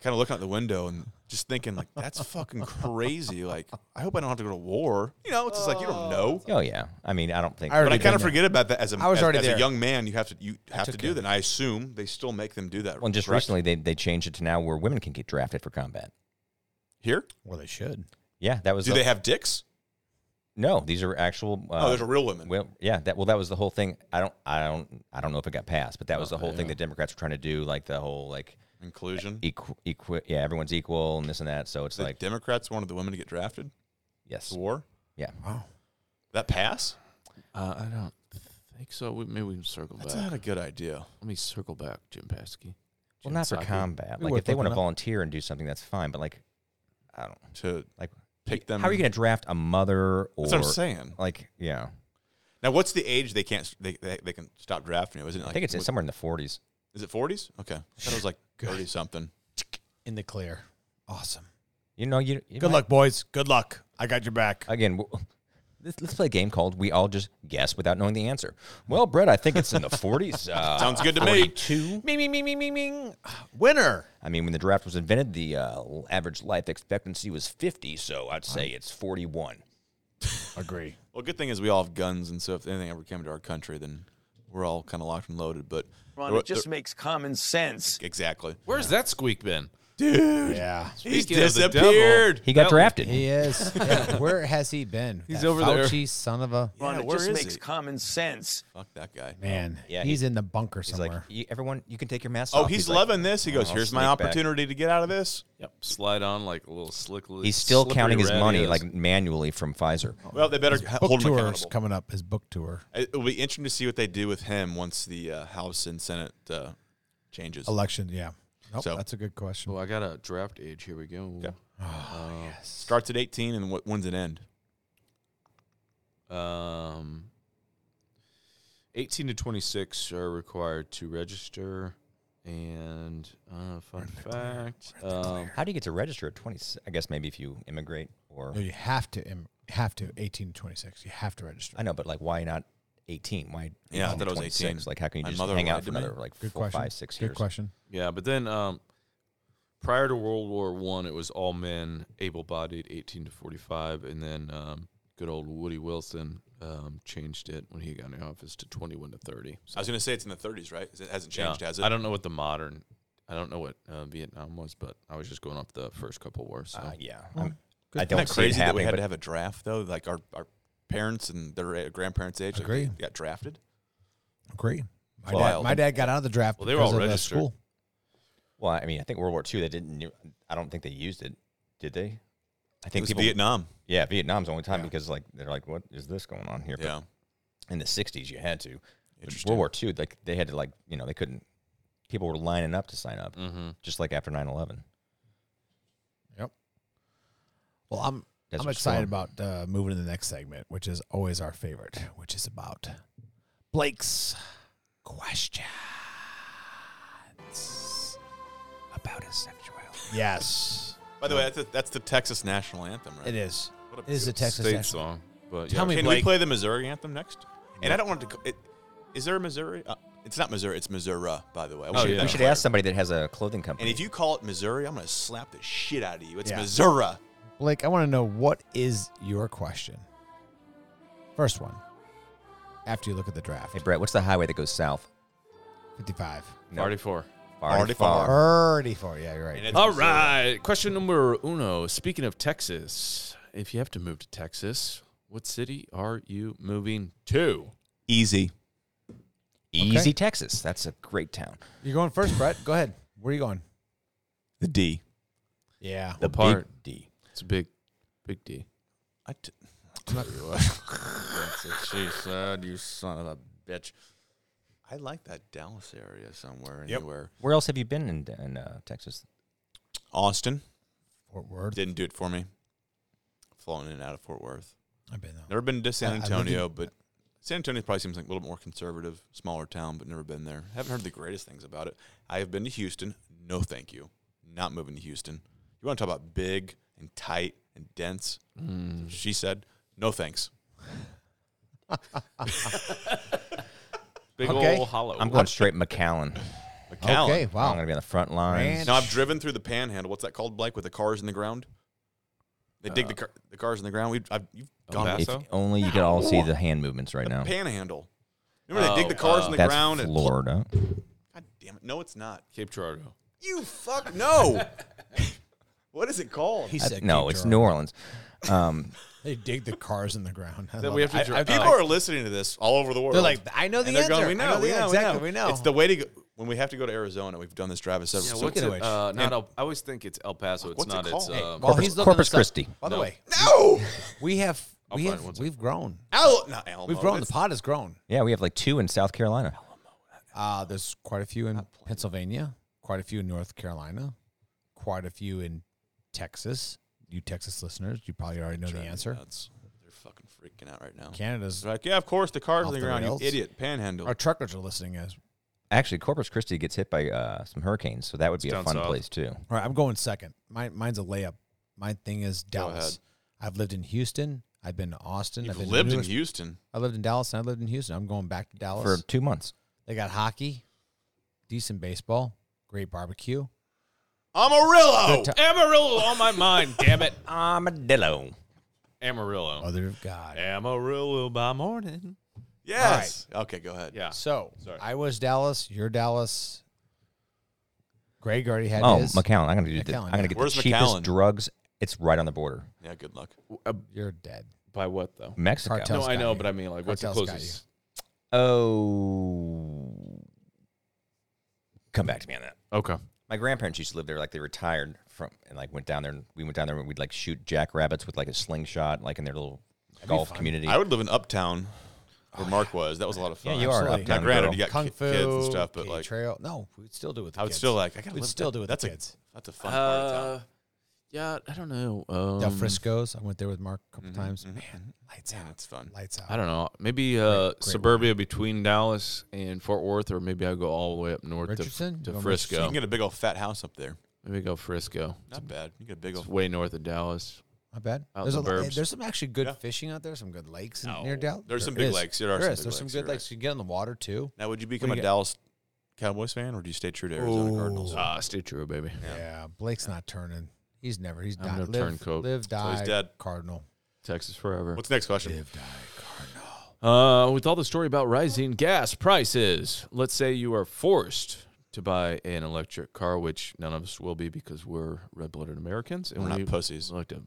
Speaker 2: kind of looking out the window and just thinking like that's fucking crazy. Like I hope I don't have to go to war. You know, it's just like you don't know.
Speaker 3: Oh yeah. I mean, I don't think.
Speaker 1: I
Speaker 2: But I
Speaker 1: already
Speaker 2: kind
Speaker 1: been
Speaker 2: of
Speaker 1: there.
Speaker 2: forget about that as a
Speaker 1: I was
Speaker 2: as,
Speaker 1: already
Speaker 2: as
Speaker 1: there.
Speaker 2: a young man. You have to you have to
Speaker 1: took
Speaker 2: do
Speaker 1: it.
Speaker 2: that. And I assume they still make them do that.
Speaker 3: Well, and just
Speaker 2: correct?
Speaker 3: recently they, they changed it to now where women can get drafted for combat.
Speaker 2: here,
Speaker 1: Well, they should.
Speaker 3: Yeah, that was.
Speaker 2: do
Speaker 3: the-
Speaker 2: they have dicks?
Speaker 3: No, these are actual. Uh,
Speaker 2: oh, there's a real women.
Speaker 3: Well, yeah, that well, that was the whole thing. I don't, I don't, I don't know if it got passed, but that was the whole thing that Democrats were trying to do, like the whole like
Speaker 2: Inclusion.
Speaker 3: equal, equi- yeah, everyone's equal and this and that. So it's
Speaker 2: The
Speaker 3: E, like,
Speaker 2: Democrats wanted the women to get drafted
Speaker 3: yes,
Speaker 2: to war.
Speaker 3: yeah,
Speaker 2: That pass?
Speaker 4: Uh, I don't think so. We, maybe we can circle
Speaker 2: That's
Speaker 4: back.
Speaker 2: not a good idea.
Speaker 4: Let me circle back, Jim Paskey.
Speaker 3: well, not for
Speaker 4: Saki.
Speaker 3: combat.
Speaker 1: We
Speaker 3: Like
Speaker 1: were
Speaker 3: if they want
Speaker 1: looking
Speaker 3: to
Speaker 1: up-
Speaker 3: volunteer and do something, that's fine. But like, I don't
Speaker 2: To
Speaker 3: like
Speaker 2: Pick them-
Speaker 3: How are you going to draft a mother or
Speaker 2: that's what I'm saying.
Speaker 3: like, yeah,
Speaker 2: Now, what's the age they can't they, they, they can stop drafting you? Isn't it like
Speaker 3: I think it's
Speaker 2: what-
Speaker 3: somewhere in the forties.
Speaker 2: Is it forties? Okay, I thought it was like thirty something.
Speaker 1: In the clear. Awesome.
Speaker 3: You know, you, you
Speaker 1: Good
Speaker 3: might-
Speaker 1: luck, boys. Good luck. I got your back.
Speaker 3: again. W- Let's, let's play a game called "We All Just Guess Without Knowing the Answer." Well, Brett, I think it's in the 40s. Uh,
Speaker 2: Sounds good to me.
Speaker 3: Two.
Speaker 1: Me, me, me, me, me, me. Winner.
Speaker 3: I mean, when the draft was invented, the uh, l- average life expectancy was 50, so I'd say it's 41.
Speaker 1: Agree.
Speaker 2: Well, good thing is we all have guns, and so if anything ever came to our country, then we're all kind of locked and loaded. But
Speaker 10: Ron,
Speaker 2: there-
Speaker 10: it just
Speaker 2: there-
Speaker 10: makes common sense.
Speaker 2: exactly.
Speaker 4: Where's that squeak been?
Speaker 1: Yeah.
Speaker 2: He's
Speaker 4: Speaking of the devil,
Speaker 2: disappeared.
Speaker 3: He got
Speaker 4: That-
Speaker 3: drafted.
Speaker 1: He is. Yeah, Where has he been?
Speaker 4: He's
Speaker 1: That
Speaker 4: over there.
Speaker 1: Fauci, son of a
Speaker 10: Ron,
Speaker 2: Yeah,
Speaker 10: it
Speaker 2: where
Speaker 10: just
Speaker 2: is
Speaker 10: makes
Speaker 2: he?
Speaker 10: common sense.
Speaker 2: Fuck that guy.
Speaker 1: man.
Speaker 3: Yeah,
Speaker 1: he's in the bunker
Speaker 3: He's like,
Speaker 1: somewhere.
Speaker 3: "You- everyone, you can take your mask
Speaker 2: Oh,
Speaker 3: off.
Speaker 2: he's,
Speaker 3: like-
Speaker 2: loving this. He
Speaker 3: "Oh,
Speaker 2: goes,
Speaker 3: I'll
Speaker 2: "Here's my
Speaker 3: sneak back."
Speaker 2: opportunity to get out of this."
Speaker 4: Yep. Slide on like a little slick. li-
Speaker 3: He's still
Speaker 4: slippery
Speaker 3: counting his
Speaker 4: rat
Speaker 3: money
Speaker 4: is.
Speaker 3: like manually from Pfizer.
Speaker 2: Well, they better ha-
Speaker 1: book
Speaker 2: hold him
Speaker 1: tour is
Speaker 2: accountable.
Speaker 1: coming up. His book tour
Speaker 2: It'll be interesting to see what they do with him once the uh, House and Senate uh, changes.
Speaker 1: election. Yeah. Nope,
Speaker 2: So-
Speaker 1: that's a good question.
Speaker 4: Oh, I got a draft age. Here we go.
Speaker 2: Starts at 18, and what, when's it end?
Speaker 4: Um, 18 to 26 are required to register. And uh, fun fact, um,
Speaker 3: How do you get to register at 20? I guess maybe if you immigrate or.
Speaker 1: No, you have to im- have to 18 to 26. You have to register.
Speaker 3: I know, but like, why not 18? Why?
Speaker 2: Yeah, I
Speaker 3: only
Speaker 2: thought it was
Speaker 3: 26?
Speaker 2: 18.
Speaker 3: Like, how can you
Speaker 2: My
Speaker 3: just
Speaker 2: mother
Speaker 3: hang out
Speaker 2: lied
Speaker 3: for
Speaker 2: to me.
Speaker 3: another like
Speaker 1: Good
Speaker 3: four,
Speaker 1: question.
Speaker 3: five, six
Speaker 1: good
Speaker 3: years?
Speaker 1: question.
Speaker 4: yeah, but then um, prior to World War One, it was all men, able-bodied, 18 to 45, and then um, good old Woody Wilson um, changed it when he got in office to 21 to 30. So,
Speaker 2: I was going to say it's in the 30s, right? It hasn't
Speaker 4: yeah,
Speaker 2: changed, has it?
Speaker 4: I don't know what the modern, I don't know what uh, Vietnam was, but I was just going off the first couple wars. So.
Speaker 3: Uh, yeah. I'm-
Speaker 1: Good
Speaker 3: I
Speaker 2: Isn't
Speaker 3: don't
Speaker 2: that
Speaker 3: see it
Speaker 2: crazy that we
Speaker 3: happening.
Speaker 2: had
Speaker 3: but-
Speaker 2: to have a draft though? Like our, our parents and their uh, grandparents' age, like, they
Speaker 1: Agree.
Speaker 2: got drafted.
Speaker 1: Agree. My, dad,
Speaker 2: Wild.
Speaker 1: my dad got out of the draft
Speaker 4: Well, they
Speaker 1: because
Speaker 4: were
Speaker 1: of
Speaker 4: all
Speaker 1: uh,
Speaker 4: registered.
Speaker 1: school.
Speaker 3: Well, I mean, I think World War II, they didn't. u- I don't think they used it, did they? I
Speaker 2: It
Speaker 3: think
Speaker 2: was
Speaker 3: people.
Speaker 2: Vietnam.
Speaker 3: Yeah, Vietnam's the only time because like they're like, what is this going on here? But
Speaker 2: Yeah,
Speaker 3: in the '60s, you had to. But
Speaker 2: Interesting.
Speaker 3: World War II, like they had to like you know they couldn't. People were lining up to sign up,
Speaker 2: Mm-hmm.
Speaker 3: just like after 9/11.
Speaker 1: Yep. Well, I'm
Speaker 3: Desert
Speaker 1: I'm excited
Speaker 3: Storm.
Speaker 1: about uh, moving to the next segment, which is always our favorite, which is about Blake's questions about his sexuality. Yes,
Speaker 2: By the way, that's, a, that's the Texas national anthem, right?
Speaker 1: it is.
Speaker 2: What a
Speaker 1: It is a Texas
Speaker 4: State
Speaker 1: national-
Speaker 4: song, but
Speaker 1: Tell
Speaker 4: yeah,
Speaker 1: me,
Speaker 2: Can
Speaker 1: Blake.
Speaker 2: we play the Missouri anthem next? And I don't want to. co- It, is there a Missouri? Uh, it's not Missouri. It's Missouri. By the way, I want to
Speaker 4: yeah.
Speaker 2: get
Speaker 3: We
Speaker 2: that
Speaker 3: should
Speaker 2: clear.
Speaker 3: ask somebody that has a clothing
Speaker 2: Oh, And
Speaker 3: company.
Speaker 2: if you call it Missouri, I'm going to slap the shit out of you. It's
Speaker 1: Yeah.
Speaker 2: Missouri.
Speaker 1: Blake, I want to know what is your question. First one. After you look at the draft,
Speaker 3: hey Brett, what's the highway that goes south?
Speaker 1: 55,
Speaker 3: No.
Speaker 4: Party four.
Speaker 3: Farty
Speaker 2: Farty far.
Speaker 3: far.
Speaker 1: 34. Yeah, you're right.
Speaker 2: And it's
Speaker 4: All
Speaker 2: Missouri.
Speaker 4: right. Question number uno. Speaking of Texas, if you have to move to Texas, what city are you moving to?
Speaker 2: Easy.
Speaker 3: Easy, Texas. That's a great town.
Speaker 1: You're going first, Brett. Go ahead. Where are you going?
Speaker 2: The D.
Speaker 1: Yeah.
Speaker 2: The
Speaker 4: part.
Speaker 2: Big D.
Speaker 4: It's a big, big D.
Speaker 2: I t-
Speaker 4: That's what she said, you son of a bitch.
Speaker 2: I like that Dallas area somewhere.
Speaker 1: Yep.
Speaker 2: Anywhere.
Speaker 3: Where else have you been in, in uh, Texas?
Speaker 2: Austin
Speaker 1: Fort Worth.
Speaker 2: didn't do it for me. Flown in and out of Fort Worth.
Speaker 1: I've been there.
Speaker 2: Never been to San
Speaker 1: I- I lived in-
Speaker 2: Antonio, but San Antonio probably seems like a little more conservative, smaller town, but never been there. Haven't heard the greatest things about it. I have been to Houston. No, thank you. Not moving to Houston. You want to talk about big and tight and dense? She said, "No thanks."
Speaker 4: Big
Speaker 1: Okay.
Speaker 4: old hollow.
Speaker 3: I'm going straight McAllen.
Speaker 2: McAllen.
Speaker 1: Okay.
Speaker 3: I'm
Speaker 1: Wow.
Speaker 3: going to be on the front lines.
Speaker 2: Now I've driven through the Panhandle. What's that called, Blake? With the cars in the ground? They dig the, car, the cars in the ground. We've I've, you've gone
Speaker 4: that's
Speaker 2: past
Speaker 3: If
Speaker 4: Paso?
Speaker 3: only you could all see the hand movements right now.
Speaker 2: Panhandle. Remember they dig
Speaker 4: Oh,
Speaker 2: the cars in the
Speaker 3: That's
Speaker 2: ground and
Speaker 3: Florida.
Speaker 2: God damn it! No, it's not.
Speaker 4: Cape Girardeau.
Speaker 2: You fuck no. what is it called?
Speaker 1: He
Speaker 3: I-
Speaker 1: said
Speaker 3: no,
Speaker 1: Cape
Speaker 3: it's
Speaker 1: Girardeau.
Speaker 3: New Orleans. Um,
Speaker 1: They dig the cars in the ground. I
Speaker 4: Then
Speaker 1: love
Speaker 4: we have
Speaker 1: it.
Speaker 4: to. dri-
Speaker 2: People
Speaker 4: uh,
Speaker 2: are listening to this all over the world.
Speaker 1: They're like, I know the
Speaker 2: and they're
Speaker 1: answer.
Speaker 2: going, we
Speaker 1: I
Speaker 2: know,
Speaker 1: the
Speaker 2: we know,
Speaker 1: answer. exactly, we know.
Speaker 2: It's the way to go. When we have to go to Arizona, we've done this drive several.
Speaker 4: yeah,
Speaker 2: so-
Speaker 4: what's
Speaker 1: Speaking
Speaker 4: it?
Speaker 1: of
Speaker 4: Uh, not El, I always think it's El Paso. It's
Speaker 2: What's it
Speaker 4: not. it's
Speaker 2: called? Hey,
Speaker 4: um,
Speaker 1: While
Speaker 3: Corpus-
Speaker 1: he's looking
Speaker 3: Corpus
Speaker 1: this up-
Speaker 3: Christi.
Speaker 1: By the
Speaker 4: No.
Speaker 1: way,
Speaker 2: no,
Speaker 1: we have we
Speaker 4: find it one
Speaker 1: have we've grown.
Speaker 2: Al- not Alamo.
Speaker 1: We've grown. The
Speaker 2: That's-
Speaker 1: pod has grown.
Speaker 3: yeah, we have like two in South Carolina.
Speaker 1: Uh, there's quite a few in Pennsylvania, quite a few in North Carolina, quite a few in Texas. You Texas listeners, you probably already know the answer.
Speaker 2: That's- They're fucking freaking out right now.
Speaker 1: Canada's
Speaker 2: They're like, yeah, of course, the cars
Speaker 1: Off
Speaker 2: on the
Speaker 1: the
Speaker 2: ground, you
Speaker 1: rails.
Speaker 2: idiot, panhandle.
Speaker 1: our truckers are listening as.
Speaker 3: Actually, Corpus Christi gets hit by uh, some hurricanes, so that would be a
Speaker 4: down
Speaker 3: fun
Speaker 4: south.
Speaker 3: place too.
Speaker 1: All right, I'm going second. Mine, mine's a layup. My thing is
Speaker 2: ahead.
Speaker 1: Dallas. I've lived in Houston. I've been to Austin.
Speaker 2: You've
Speaker 1: I've been to
Speaker 2: lived in
Speaker 1: Newark.
Speaker 2: Houston.
Speaker 1: I lived in Dallas and I lived in Houston. I'm going back to Dallas.
Speaker 3: for two months.
Speaker 1: They got hockey, decent baseball, great barbecue.
Speaker 2: Amarillo.
Speaker 1: Good
Speaker 4: Amarillo on my mind. Damn it,
Speaker 3: Armadillo.
Speaker 4: Amarillo.
Speaker 1: Mother of God.
Speaker 4: Amarillo by morning.
Speaker 2: Yes. Okay, go ahead.
Speaker 4: Yeah.
Speaker 1: So
Speaker 4: Sorry.
Speaker 1: I was Dallas. You're Dallas. Greg already had
Speaker 3: Oh,
Speaker 1: his.
Speaker 3: McAllen. I'm gonna do the,
Speaker 1: McAllen,
Speaker 3: I'm gonna
Speaker 1: yeah.
Speaker 3: get
Speaker 2: Where's
Speaker 3: the cheapest
Speaker 2: McAllen?
Speaker 3: drugs. It's right on the border,
Speaker 2: Yeah. Good luck.
Speaker 1: You're dead.
Speaker 4: By what though?
Speaker 3: Mexico.
Speaker 1: Cartel.
Speaker 4: no, I know,
Speaker 1: Scotty.
Speaker 4: but I mean, like, what's the
Speaker 1: Cartel Scotty.
Speaker 4: closest?
Speaker 3: Oh, come back to me on that.
Speaker 4: Okay.
Speaker 3: My grandparents used to live there. Like they retired from and like went down there. and We went down there and we'd like shoot jackrabbits with like a slingshot, like in their little golf community.
Speaker 2: I would live in Uptown, where Mark was. That was a lot of fun.
Speaker 3: Oh, you are an
Speaker 1: Absolutely.
Speaker 2: Now,
Speaker 3: uptown
Speaker 2: granted,
Speaker 3: girl.
Speaker 2: you got
Speaker 1: Kung
Speaker 2: ki-
Speaker 1: fu,
Speaker 2: kids and stuff, but
Speaker 1: Katy
Speaker 2: like,
Speaker 1: trail. No, we'd still do it. With the
Speaker 2: I would
Speaker 1: kids.
Speaker 2: still like. I gotta
Speaker 1: We'd
Speaker 2: live
Speaker 1: still
Speaker 2: that-
Speaker 1: do it.
Speaker 2: That's
Speaker 1: with
Speaker 2: a
Speaker 1: the kids.
Speaker 2: that's a fun part of
Speaker 3: Uh,
Speaker 2: town.
Speaker 4: Uh, yeah, I don't know. um,
Speaker 1: Del Frisco's. I went there with Mark a couple
Speaker 2: Mm-hmm,
Speaker 1: times. Man, lights
Speaker 2: Man,
Speaker 1: out.
Speaker 2: it's fun.
Speaker 1: Lights out.
Speaker 4: I don't know. Maybe uh, suburbia between Dallas and Fort Worth, or maybe I go all the way up north
Speaker 1: Richardson?
Speaker 4: to,
Speaker 1: You
Speaker 4: to
Speaker 1: going
Speaker 2: You
Speaker 4: Frisco.
Speaker 2: can get a big old fat house up there.
Speaker 4: Maybe go Frisco.
Speaker 2: Not bad. You can get a big
Speaker 4: It's
Speaker 2: old.
Speaker 4: way north of Dallas.
Speaker 1: Not bad.
Speaker 4: Out
Speaker 1: There's,
Speaker 4: in
Speaker 1: a,
Speaker 4: the
Speaker 1: lot-
Speaker 4: burbs.
Speaker 1: there's some actually good
Speaker 2: Yeah.
Speaker 1: fishing out there. Some good lakes in, near
Speaker 4: No.
Speaker 1: Dallas.
Speaker 2: There's some
Speaker 1: There
Speaker 2: big
Speaker 1: is.
Speaker 2: lakes. There are
Speaker 1: There
Speaker 2: some
Speaker 1: is.
Speaker 2: big
Speaker 1: There's some
Speaker 2: lakes.
Speaker 1: good
Speaker 2: You're
Speaker 1: lakes. You can get in the water too.
Speaker 2: Now, would you become a
Speaker 1: you got?
Speaker 2: Dallas Cowboys fan, or do you stay true to Arizona Cardinals?
Speaker 1: Uh,
Speaker 4: Ah, stay true, baby.
Speaker 1: Yeah, Blake's not turning. He's never. He's
Speaker 4: I'm
Speaker 1: died.
Speaker 4: no
Speaker 1: live,
Speaker 4: turncoat.
Speaker 1: Live, die.
Speaker 2: he's dead.
Speaker 1: Cardinal.
Speaker 4: Texas forever.
Speaker 2: What's the next question?
Speaker 1: Live, die. Cardinal.
Speaker 4: Uh, with all the story about rising gas prices, let's say you are forced to buy an electric car, which none of us will be because we're red-blooded Americans and
Speaker 2: We're not
Speaker 4: we
Speaker 2: pussies.
Speaker 4: like to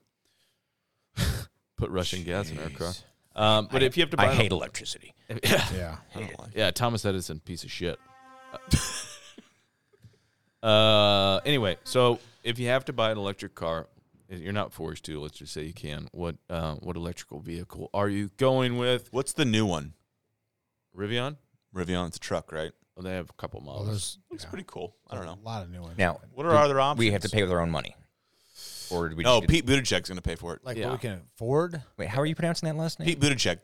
Speaker 4: put Russian gas in our car. Um, but if you have to buy,
Speaker 3: I
Speaker 4: an-
Speaker 3: hate electricity.
Speaker 4: yeah,
Speaker 1: Yeah.
Speaker 2: I don't like it.
Speaker 4: yeah, Thomas Edison, piece of shit. uh, anyway, so if you have to buy an electric car, eh, you're not forced to. Let's just say you can. What uh, what electrical vehicle are you going with?
Speaker 2: What's the new one?
Speaker 4: Rivian.
Speaker 2: Rivian. It's a truck, right?
Speaker 4: Well, they have a couple
Speaker 1: Well,
Speaker 4: models.
Speaker 1: there's.
Speaker 2: Looks
Speaker 1: yeah,
Speaker 2: pretty cool. I don't know.
Speaker 1: A lot of new ones.
Speaker 3: Now,
Speaker 2: What are our other options?
Speaker 3: we have to pay with our own money, or do we?
Speaker 2: No,
Speaker 3: just
Speaker 2: Pete
Speaker 3: get-
Speaker 2: Buttigieg's going to pay for it.
Speaker 1: like
Speaker 4: yeah.
Speaker 1: what we can afford.
Speaker 3: Wait, how are you pronouncing that last name?
Speaker 2: Pete Buttigieg.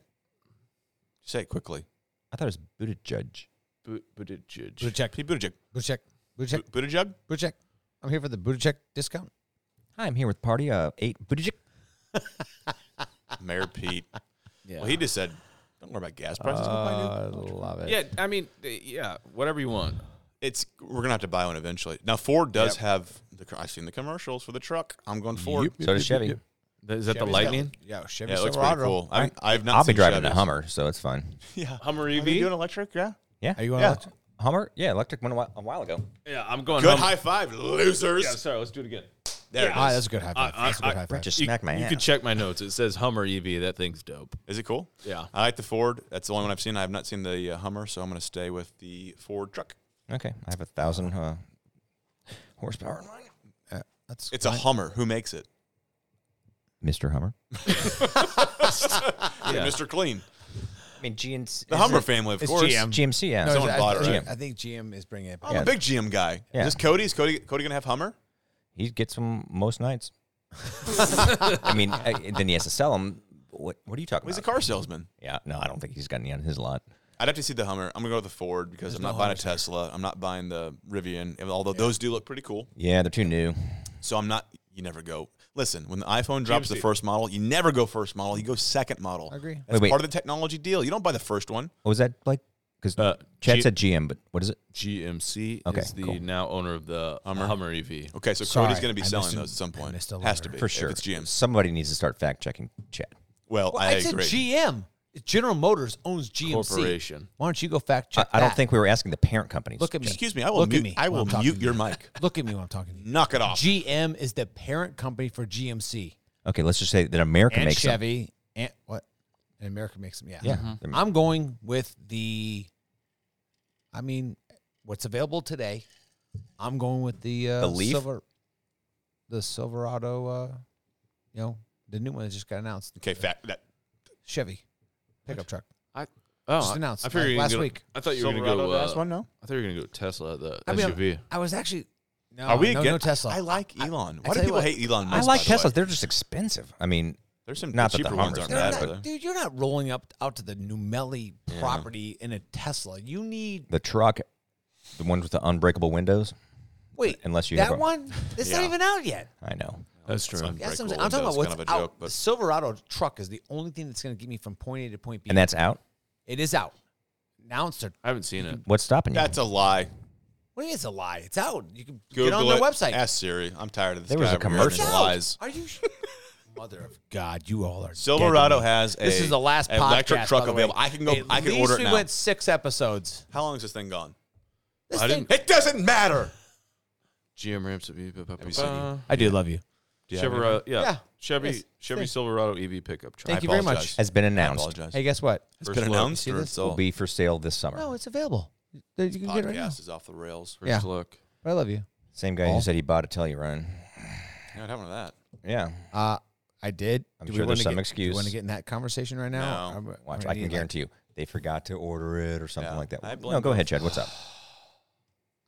Speaker 2: Say it quickly.
Speaker 3: I thought it was Buttigieg.
Speaker 4: Bu- Buttigieg.
Speaker 1: Booty check.
Speaker 2: Pete Buttigieg.
Speaker 1: Booty check. Booty check.
Speaker 2: Bu- Buttigieg.
Speaker 1: Booty check. I'm here for the booty check discount.
Speaker 3: Hi, I'm here with party uh, eight Buttigieg.
Speaker 2: Mayor Pete.
Speaker 4: yeah.
Speaker 2: Well, he just said, "Don't worry about gas prices. Go buy new."
Speaker 3: Uh,
Speaker 1: love it.
Speaker 4: yeah, I mean, uh, yeah, whatever you want.
Speaker 2: It's we're gonna have to buy one eventually. Now Ford does have the. car- I've seen the commercials for the truck. I'm going Ford.
Speaker 3: So does Chevy.
Speaker 4: Is that the Lightning?
Speaker 1: Yeah, Chevy
Speaker 2: Yeah, it looks pretty
Speaker 1: Silverado.
Speaker 2: cool. I, I've not.
Speaker 3: I'll be
Speaker 2: seen
Speaker 3: driving a
Speaker 2: Chevys.
Speaker 3: Hummer, so it's fine.
Speaker 2: Yeah,
Speaker 4: Hummer
Speaker 2: Are you
Speaker 4: EV?
Speaker 2: doing electric? Yeah.
Speaker 3: Yeah.
Speaker 1: Are you going
Speaker 2: Yeah.
Speaker 1: electric?
Speaker 3: Hummer? Yeah, electric went a while, a while ago.
Speaker 4: Yeah, I'm going.
Speaker 2: Good
Speaker 4: Hum-
Speaker 2: high five, losers.
Speaker 4: Yeah, sorry, let's do it again.
Speaker 2: There
Speaker 1: Ah,
Speaker 2: it
Speaker 1: that's
Speaker 2: is.
Speaker 1: a good high
Speaker 4: I-
Speaker 1: five. That's a
Speaker 4: I-
Speaker 1: good high
Speaker 3: Brett
Speaker 1: five.
Speaker 3: just
Speaker 4: You-
Speaker 3: smacked my
Speaker 4: You
Speaker 3: ass.
Speaker 4: can check my notes. It says Hummer EV. That thing's dope.
Speaker 2: Is it cool?
Speaker 4: Yeah.
Speaker 2: I like the Ford. That's the only one I've seen. I have not seen the uh, Hummer, so I'm going to stay with the Ford truck.
Speaker 3: okay, I have a thousand uh, horsepower in mine.
Speaker 11: That's
Speaker 2: It's a
Speaker 11: fine.
Speaker 2: Hummer. Who makes it?
Speaker 3: Mr. Hummer.
Speaker 2: Yeah, Mr. Clean.
Speaker 3: I mean, GNC.
Speaker 2: The Hummer family, of
Speaker 11: it's
Speaker 2: course.
Speaker 11: GM.
Speaker 3: GMC, yeah.
Speaker 11: No,
Speaker 2: Someone
Speaker 11: I,
Speaker 2: bought it,
Speaker 11: I-
Speaker 2: right? Oh,
Speaker 11: I think GM is bringing it back.
Speaker 2: I'm a big GM guy.
Speaker 3: Yeah.
Speaker 2: Is this Cody? Is Cody Cody gonna have Hummer?
Speaker 3: He gets them most nights. I mean, I, then he has to sell them. What, what are you talking
Speaker 2: Well, he's a
Speaker 3: about?
Speaker 2: car salesman.
Speaker 3: yeah, no, I don't think he's got any on his lot.
Speaker 2: I'd have to see the Hummer. I'm gonna go with the Ford because I'm not buying a Tesla. I'm not buying the Rivian, although those do look pretty cool.
Speaker 3: Yeah, they're too new.
Speaker 2: So I'm not. You never go. Listen, when the iPhone drops the first model, you never go first model. You go second model. I
Speaker 11: agree.
Speaker 2: That's
Speaker 3: Wait, wait.
Speaker 2: part of the technology deal. You don't buy the first one.
Speaker 3: What was Oh, that like? Because
Speaker 4: Uh,
Speaker 3: Chad
Speaker 4: G-
Speaker 3: said GM, but what is it?
Speaker 4: GMC
Speaker 3: Okay,
Speaker 4: is the
Speaker 3: cool.
Speaker 4: now owner of the Hummer, E EV.
Speaker 2: Okay, so
Speaker 11: Sorry,
Speaker 2: Cody's going to
Speaker 11: I
Speaker 2: be selling
Speaker 11: missed a-
Speaker 2: those at some
Speaker 11: I
Speaker 2: point.
Speaker 11: missed a
Speaker 2: Has
Speaker 11: letter.
Speaker 2: to be
Speaker 3: For sure.
Speaker 2: If it's GM.
Speaker 3: Somebody needs to start fact checking Chad.
Speaker 2: Well,
Speaker 1: Well,
Speaker 2: I,
Speaker 1: I, said
Speaker 2: agree.
Speaker 1: GM. General Motors owns GMC.
Speaker 4: Corporation.
Speaker 1: Why don't you go fact
Speaker 3: I,
Speaker 1: check?
Speaker 3: I don't
Speaker 1: that?
Speaker 3: think we were asking the parent companies.
Speaker 1: Look at me.
Speaker 2: Excuse me. I will
Speaker 11: Look at
Speaker 2: mute.
Speaker 11: me
Speaker 2: I
Speaker 11: when
Speaker 2: will
Speaker 11: I'm talking
Speaker 2: mute
Speaker 11: to
Speaker 2: your
Speaker 11: you.
Speaker 2: mic.
Speaker 1: Look at me when I'm talking to you.
Speaker 2: Knock it off.
Speaker 1: GM is the parent company for GMC
Speaker 3: okay, let's just say that America
Speaker 1: and
Speaker 3: makes them.
Speaker 1: Chevy.
Speaker 11: And what? And America makes them. Yeah.
Speaker 3: Yeah, they're-
Speaker 1: I'm going with the. I mean, what's available today? I'm going with the uh,
Speaker 3: The Leaf?
Speaker 1: Silver, the Silverado. Uh, you know, the new one that just got announced.
Speaker 2: okay, fact that
Speaker 1: Chevy pickup truck.
Speaker 4: I oh,
Speaker 1: Just
Speaker 4: I-
Speaker 1: announced,
Speaker 4: I figured
Speaker 1: uh,
Speaker 4: you were gonna
Speaker 1: last
Speaker 4: go-
Speaker 1: week.
Speaker 4: I thought you were going to go.
Speaker 2: Silverado, the last
Speaker 4: uh,
Speaker 2: one, no?
Speaker 4: I thought you were going to go Tesla, the
Speaker 1: I mean,
Speaker 4: SUV.
Speaker 1: I was actually. No,
Speaker 2: Are we
Speaker 1: no,
Speaker 2: again?
Speaker 1: no Tesla.
Speaker 2: I like Elon. Why do
Speaker 1: tell you
Speaker 2: people
Speaker 1: what,
Speaker 2: hate Elon?
Speaker 3: I
Speaker 2: Musk,
Speaker 3: like
Speaker 2: by the way?
Speaker 3: Teslas. They're just expensive. I mean,
Speaker 2: There's some
Speaker 3: Not that
Speaker 2: cheaper
Speaker 3: the
Speaker 2: ones aren't
Speaker 3: Hummers are
Speaker 1: They're
Speaker 2: bad.
Speaker 3: bad,
Speaker 1: not-
Speaker 2: but they're-
Speaker 1: dude, you're not rolling up out to the Numeli property in a Tesla. You need
Speaker 3: the truck, the ones with the unbreakable windows.
Speaker 1: wait.
Speaker 3: Unless you
Speaker 1: that
Speaker 3: have a-
Speaker 1: one, it's not
Speaker 2: Yeah.
Speaker 1: even out yet.
Speaker 3: I know.
Speaker 4: That's true.
Speaker 1: That's what I'm,
Speaker 2: Breakable
Speaker 1: saying. I'm talking about
Speaker 2: window's
Speaker 1: what's
Speaker 2: kind of a
Speaker 1: out.
Speaker 2: joke, but-
Speaker 1: the Silverado truck is the only thing that's going to get me from point A to point B.
Speaker 3: And that's out.
Speaker 1: it is out. Now it's a,
Speaker 4: I haven't seen it.
Speaker 3: What's stopping you?
Speaker 2: That's a lie.
Speaker 1: what do you mean it's a lie? It's out. You can get
Speaker 2: Google
Speaker 1: on their
Speaker 2: it.
Speaker 1: website.
Speaker 2: Ask Siri. I'm tired of this.
Speaker 3: There was
Speaker 2: guy
Speaker 3: a
Speaker 2: over here. It's
Speaker 3: commercial.
Speaker 2: Lies.
Speaker 1: Are you mother of God? You all are. dead
Speaker 2: Silverado
Speaker 1: to me.
Speaker 2: has a
Speaker 1: This is the last
Speaker 2: an electric
Speaker 1: podcast,
Speaker 2: truck
Speaker 1: by the way.
Speaker 2: available. I can go.
Speaker 1: At
Speaker 2: I can
Speaker 1: least
Speaker 2: order it
Speaker 1: we
Speaker 2: now.
Speaker 1: went six episodes.
Speaker 2: How long is this thing gone?
Speaker 1: This
Speaker 2: I
Speaker 1: thing,
Speaker 2: didn't. It doesn't matter.
Speaker 4: GM ramps up. Have
Speaker 2: you seen it?
Speaker 1: I do love you.
Speaker 4: Silverado, yeah.
Speaker 1: Yeah,
Speaker 4: Chevy,
Speaker 1: yes,
Speaker 4: Chevy
Speaker 1: thanks.
Speaker 4: Silverado EV pickup truck.
Speaker 1: Thank you very much.
Speaker 3: Has been
Speaker 2: I
Speaker 3: announced.
Speaker 2: apologize.
Speaker 1: Hey, guess what?
Speaker 2: it's been announced. or it's
Speaker 3: Will
Speaker 2: all-
Speaker 3: be for sale this summer.
Speaker 1: No, it's available. There- You can get it right now.
Speaker 2: podcast is off the rails.
Speaker 4: First
Speaker 1: Yeah.
Speaker 4: look.
Speaker 1: But I love you.
Speaker 3: Same guy who said he bought a Telluride.
Speaker 2: Yeah, what happened to that?
Speaker 3: Yeah.
Speaker 1: Uh, I did.
Speaker 3: I'm
Speaker 1: Do
Speaker 3: sure
Speaker 1: we
Speaker 3: there's
Speaker 1: wanna
Speaker 3: some
Speaker 1: get, Do
Speaker 3: excuse.
Speaker 1: we want to get in that conversation right now?
Speaker 2: No.
Speaker 1: I'm-
Speaker 3: Watch,
Speaker 1: I'm
Speaker 3: I can
Speaker 1: gonna-
Speaker 3: guarantee you they forgot to order it or something
Speaker 2: Yeah,
Speaker 3: like that.
Speaker 2: I
Speaker 3: No,
Speaker 2: blame
Speaker 3: go ahead, Chad. What's up?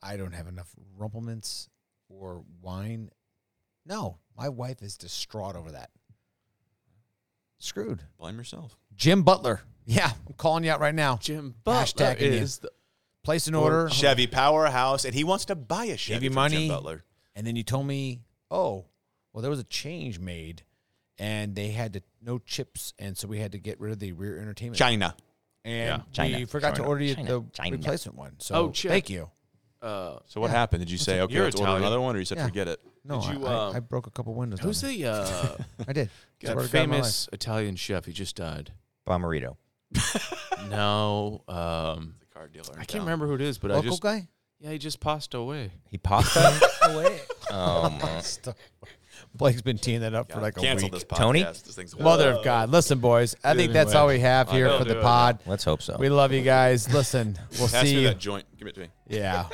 Speaker 1: I don't have enough rumplements or wine. No, my wife is distraught over that. Screwed.
Speaker 2: Blame yourself.
Speaker 1: Jim Butler. Yeah, I'm calling you out right now.
Speaker 4: Jim
Speaker 1: Hashtag in you. Place an order,
Speaker 2: Chevy powerhouse, and he wants to buy a Chevy
Speaker 1: you
Speaker 2: from
Speaker 1: money.
Speaker 2: Jim Butler.
Speaker 1: and then you told me, oh, well, there was a change made, and they had to no chips, and so we had to get rid of the rear entertainment.
Speaker 2: China.
Speaker 1: and
Speaker 4: Yeah.
Speaker 1: we
Speaker 3: China,
Speaker 1: forgot to
Speaker 3: China,
Speaker 1: order you
Speaker 3: China,
Speaker 1: the
Speaker 3: China.
Speaker 1: replacement one. So
Speaker 4: Oh, chip.
Speaker 1: thank you.
Speaker 4: the. Uh,
Speaker 2: So what happened? Did you say okay,
Speaker 4: You're
Speaker 2: let's order
Speaker 4: Italian.
Speaker 2: another one, or you said
Speaker 1: Yeah.
Speaker 2: forget it?
Speaker 1: No,
Speaker 4: Did you,
Speaker 1: I, I-
Speaker 4: um,
Speaker 1: I broke a couple windows.
Speaker 4: who's
Speaker 1: down
Speaker 4: the uh,
Speaker 1: there. I did.
Speaker 4: that
Speaker 1: Swear to God, my life.
Speaker 4: famous Italian chef? He just died.
Speaker 3: Bomarito.
Speaker 4: No, um,
Speaker 2: The car dealer. in
Speaker 4: I can't
Speaker 2: town.
Speaker 4: remember who it is, but I
Speaker 1: local
Speaker 4: just
Speaker 1: guy?
Speaker 4: yeah, he just passed away.
Speaker 3: He pasta?
Speaker 1: away.
Speaker 3: oh, man.
Speaker 1: Blake's been teeing that up for
Speaker 2: God,
Speaker 1: like a
Speaker 2: cancel
Speaker 1: week.
Speaker 2: this podcast.
Speaker 3: Tony?
Speaker 2: This thing's
Speaker 1: Mother of God. Listen, boys, I think that's all we have here for the pod.
Speaker 3: Let's hope so.
Speaker 1: We love you guys. Listen, we'll
Speaker 2: Pass
Speaker 1: see
Speaker 2: me
Speaker 1: you.
Speaker 2: that joint. Give it to me.
Speaker 1: Yeah.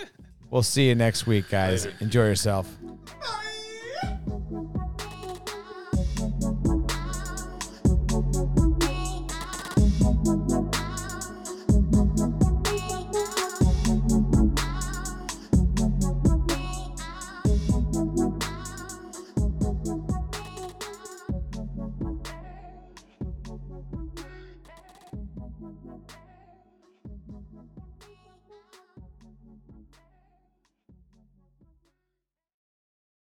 Speaker 1: We'll see you next week, guys. Enjoy yourself.
Speaker 12: Now,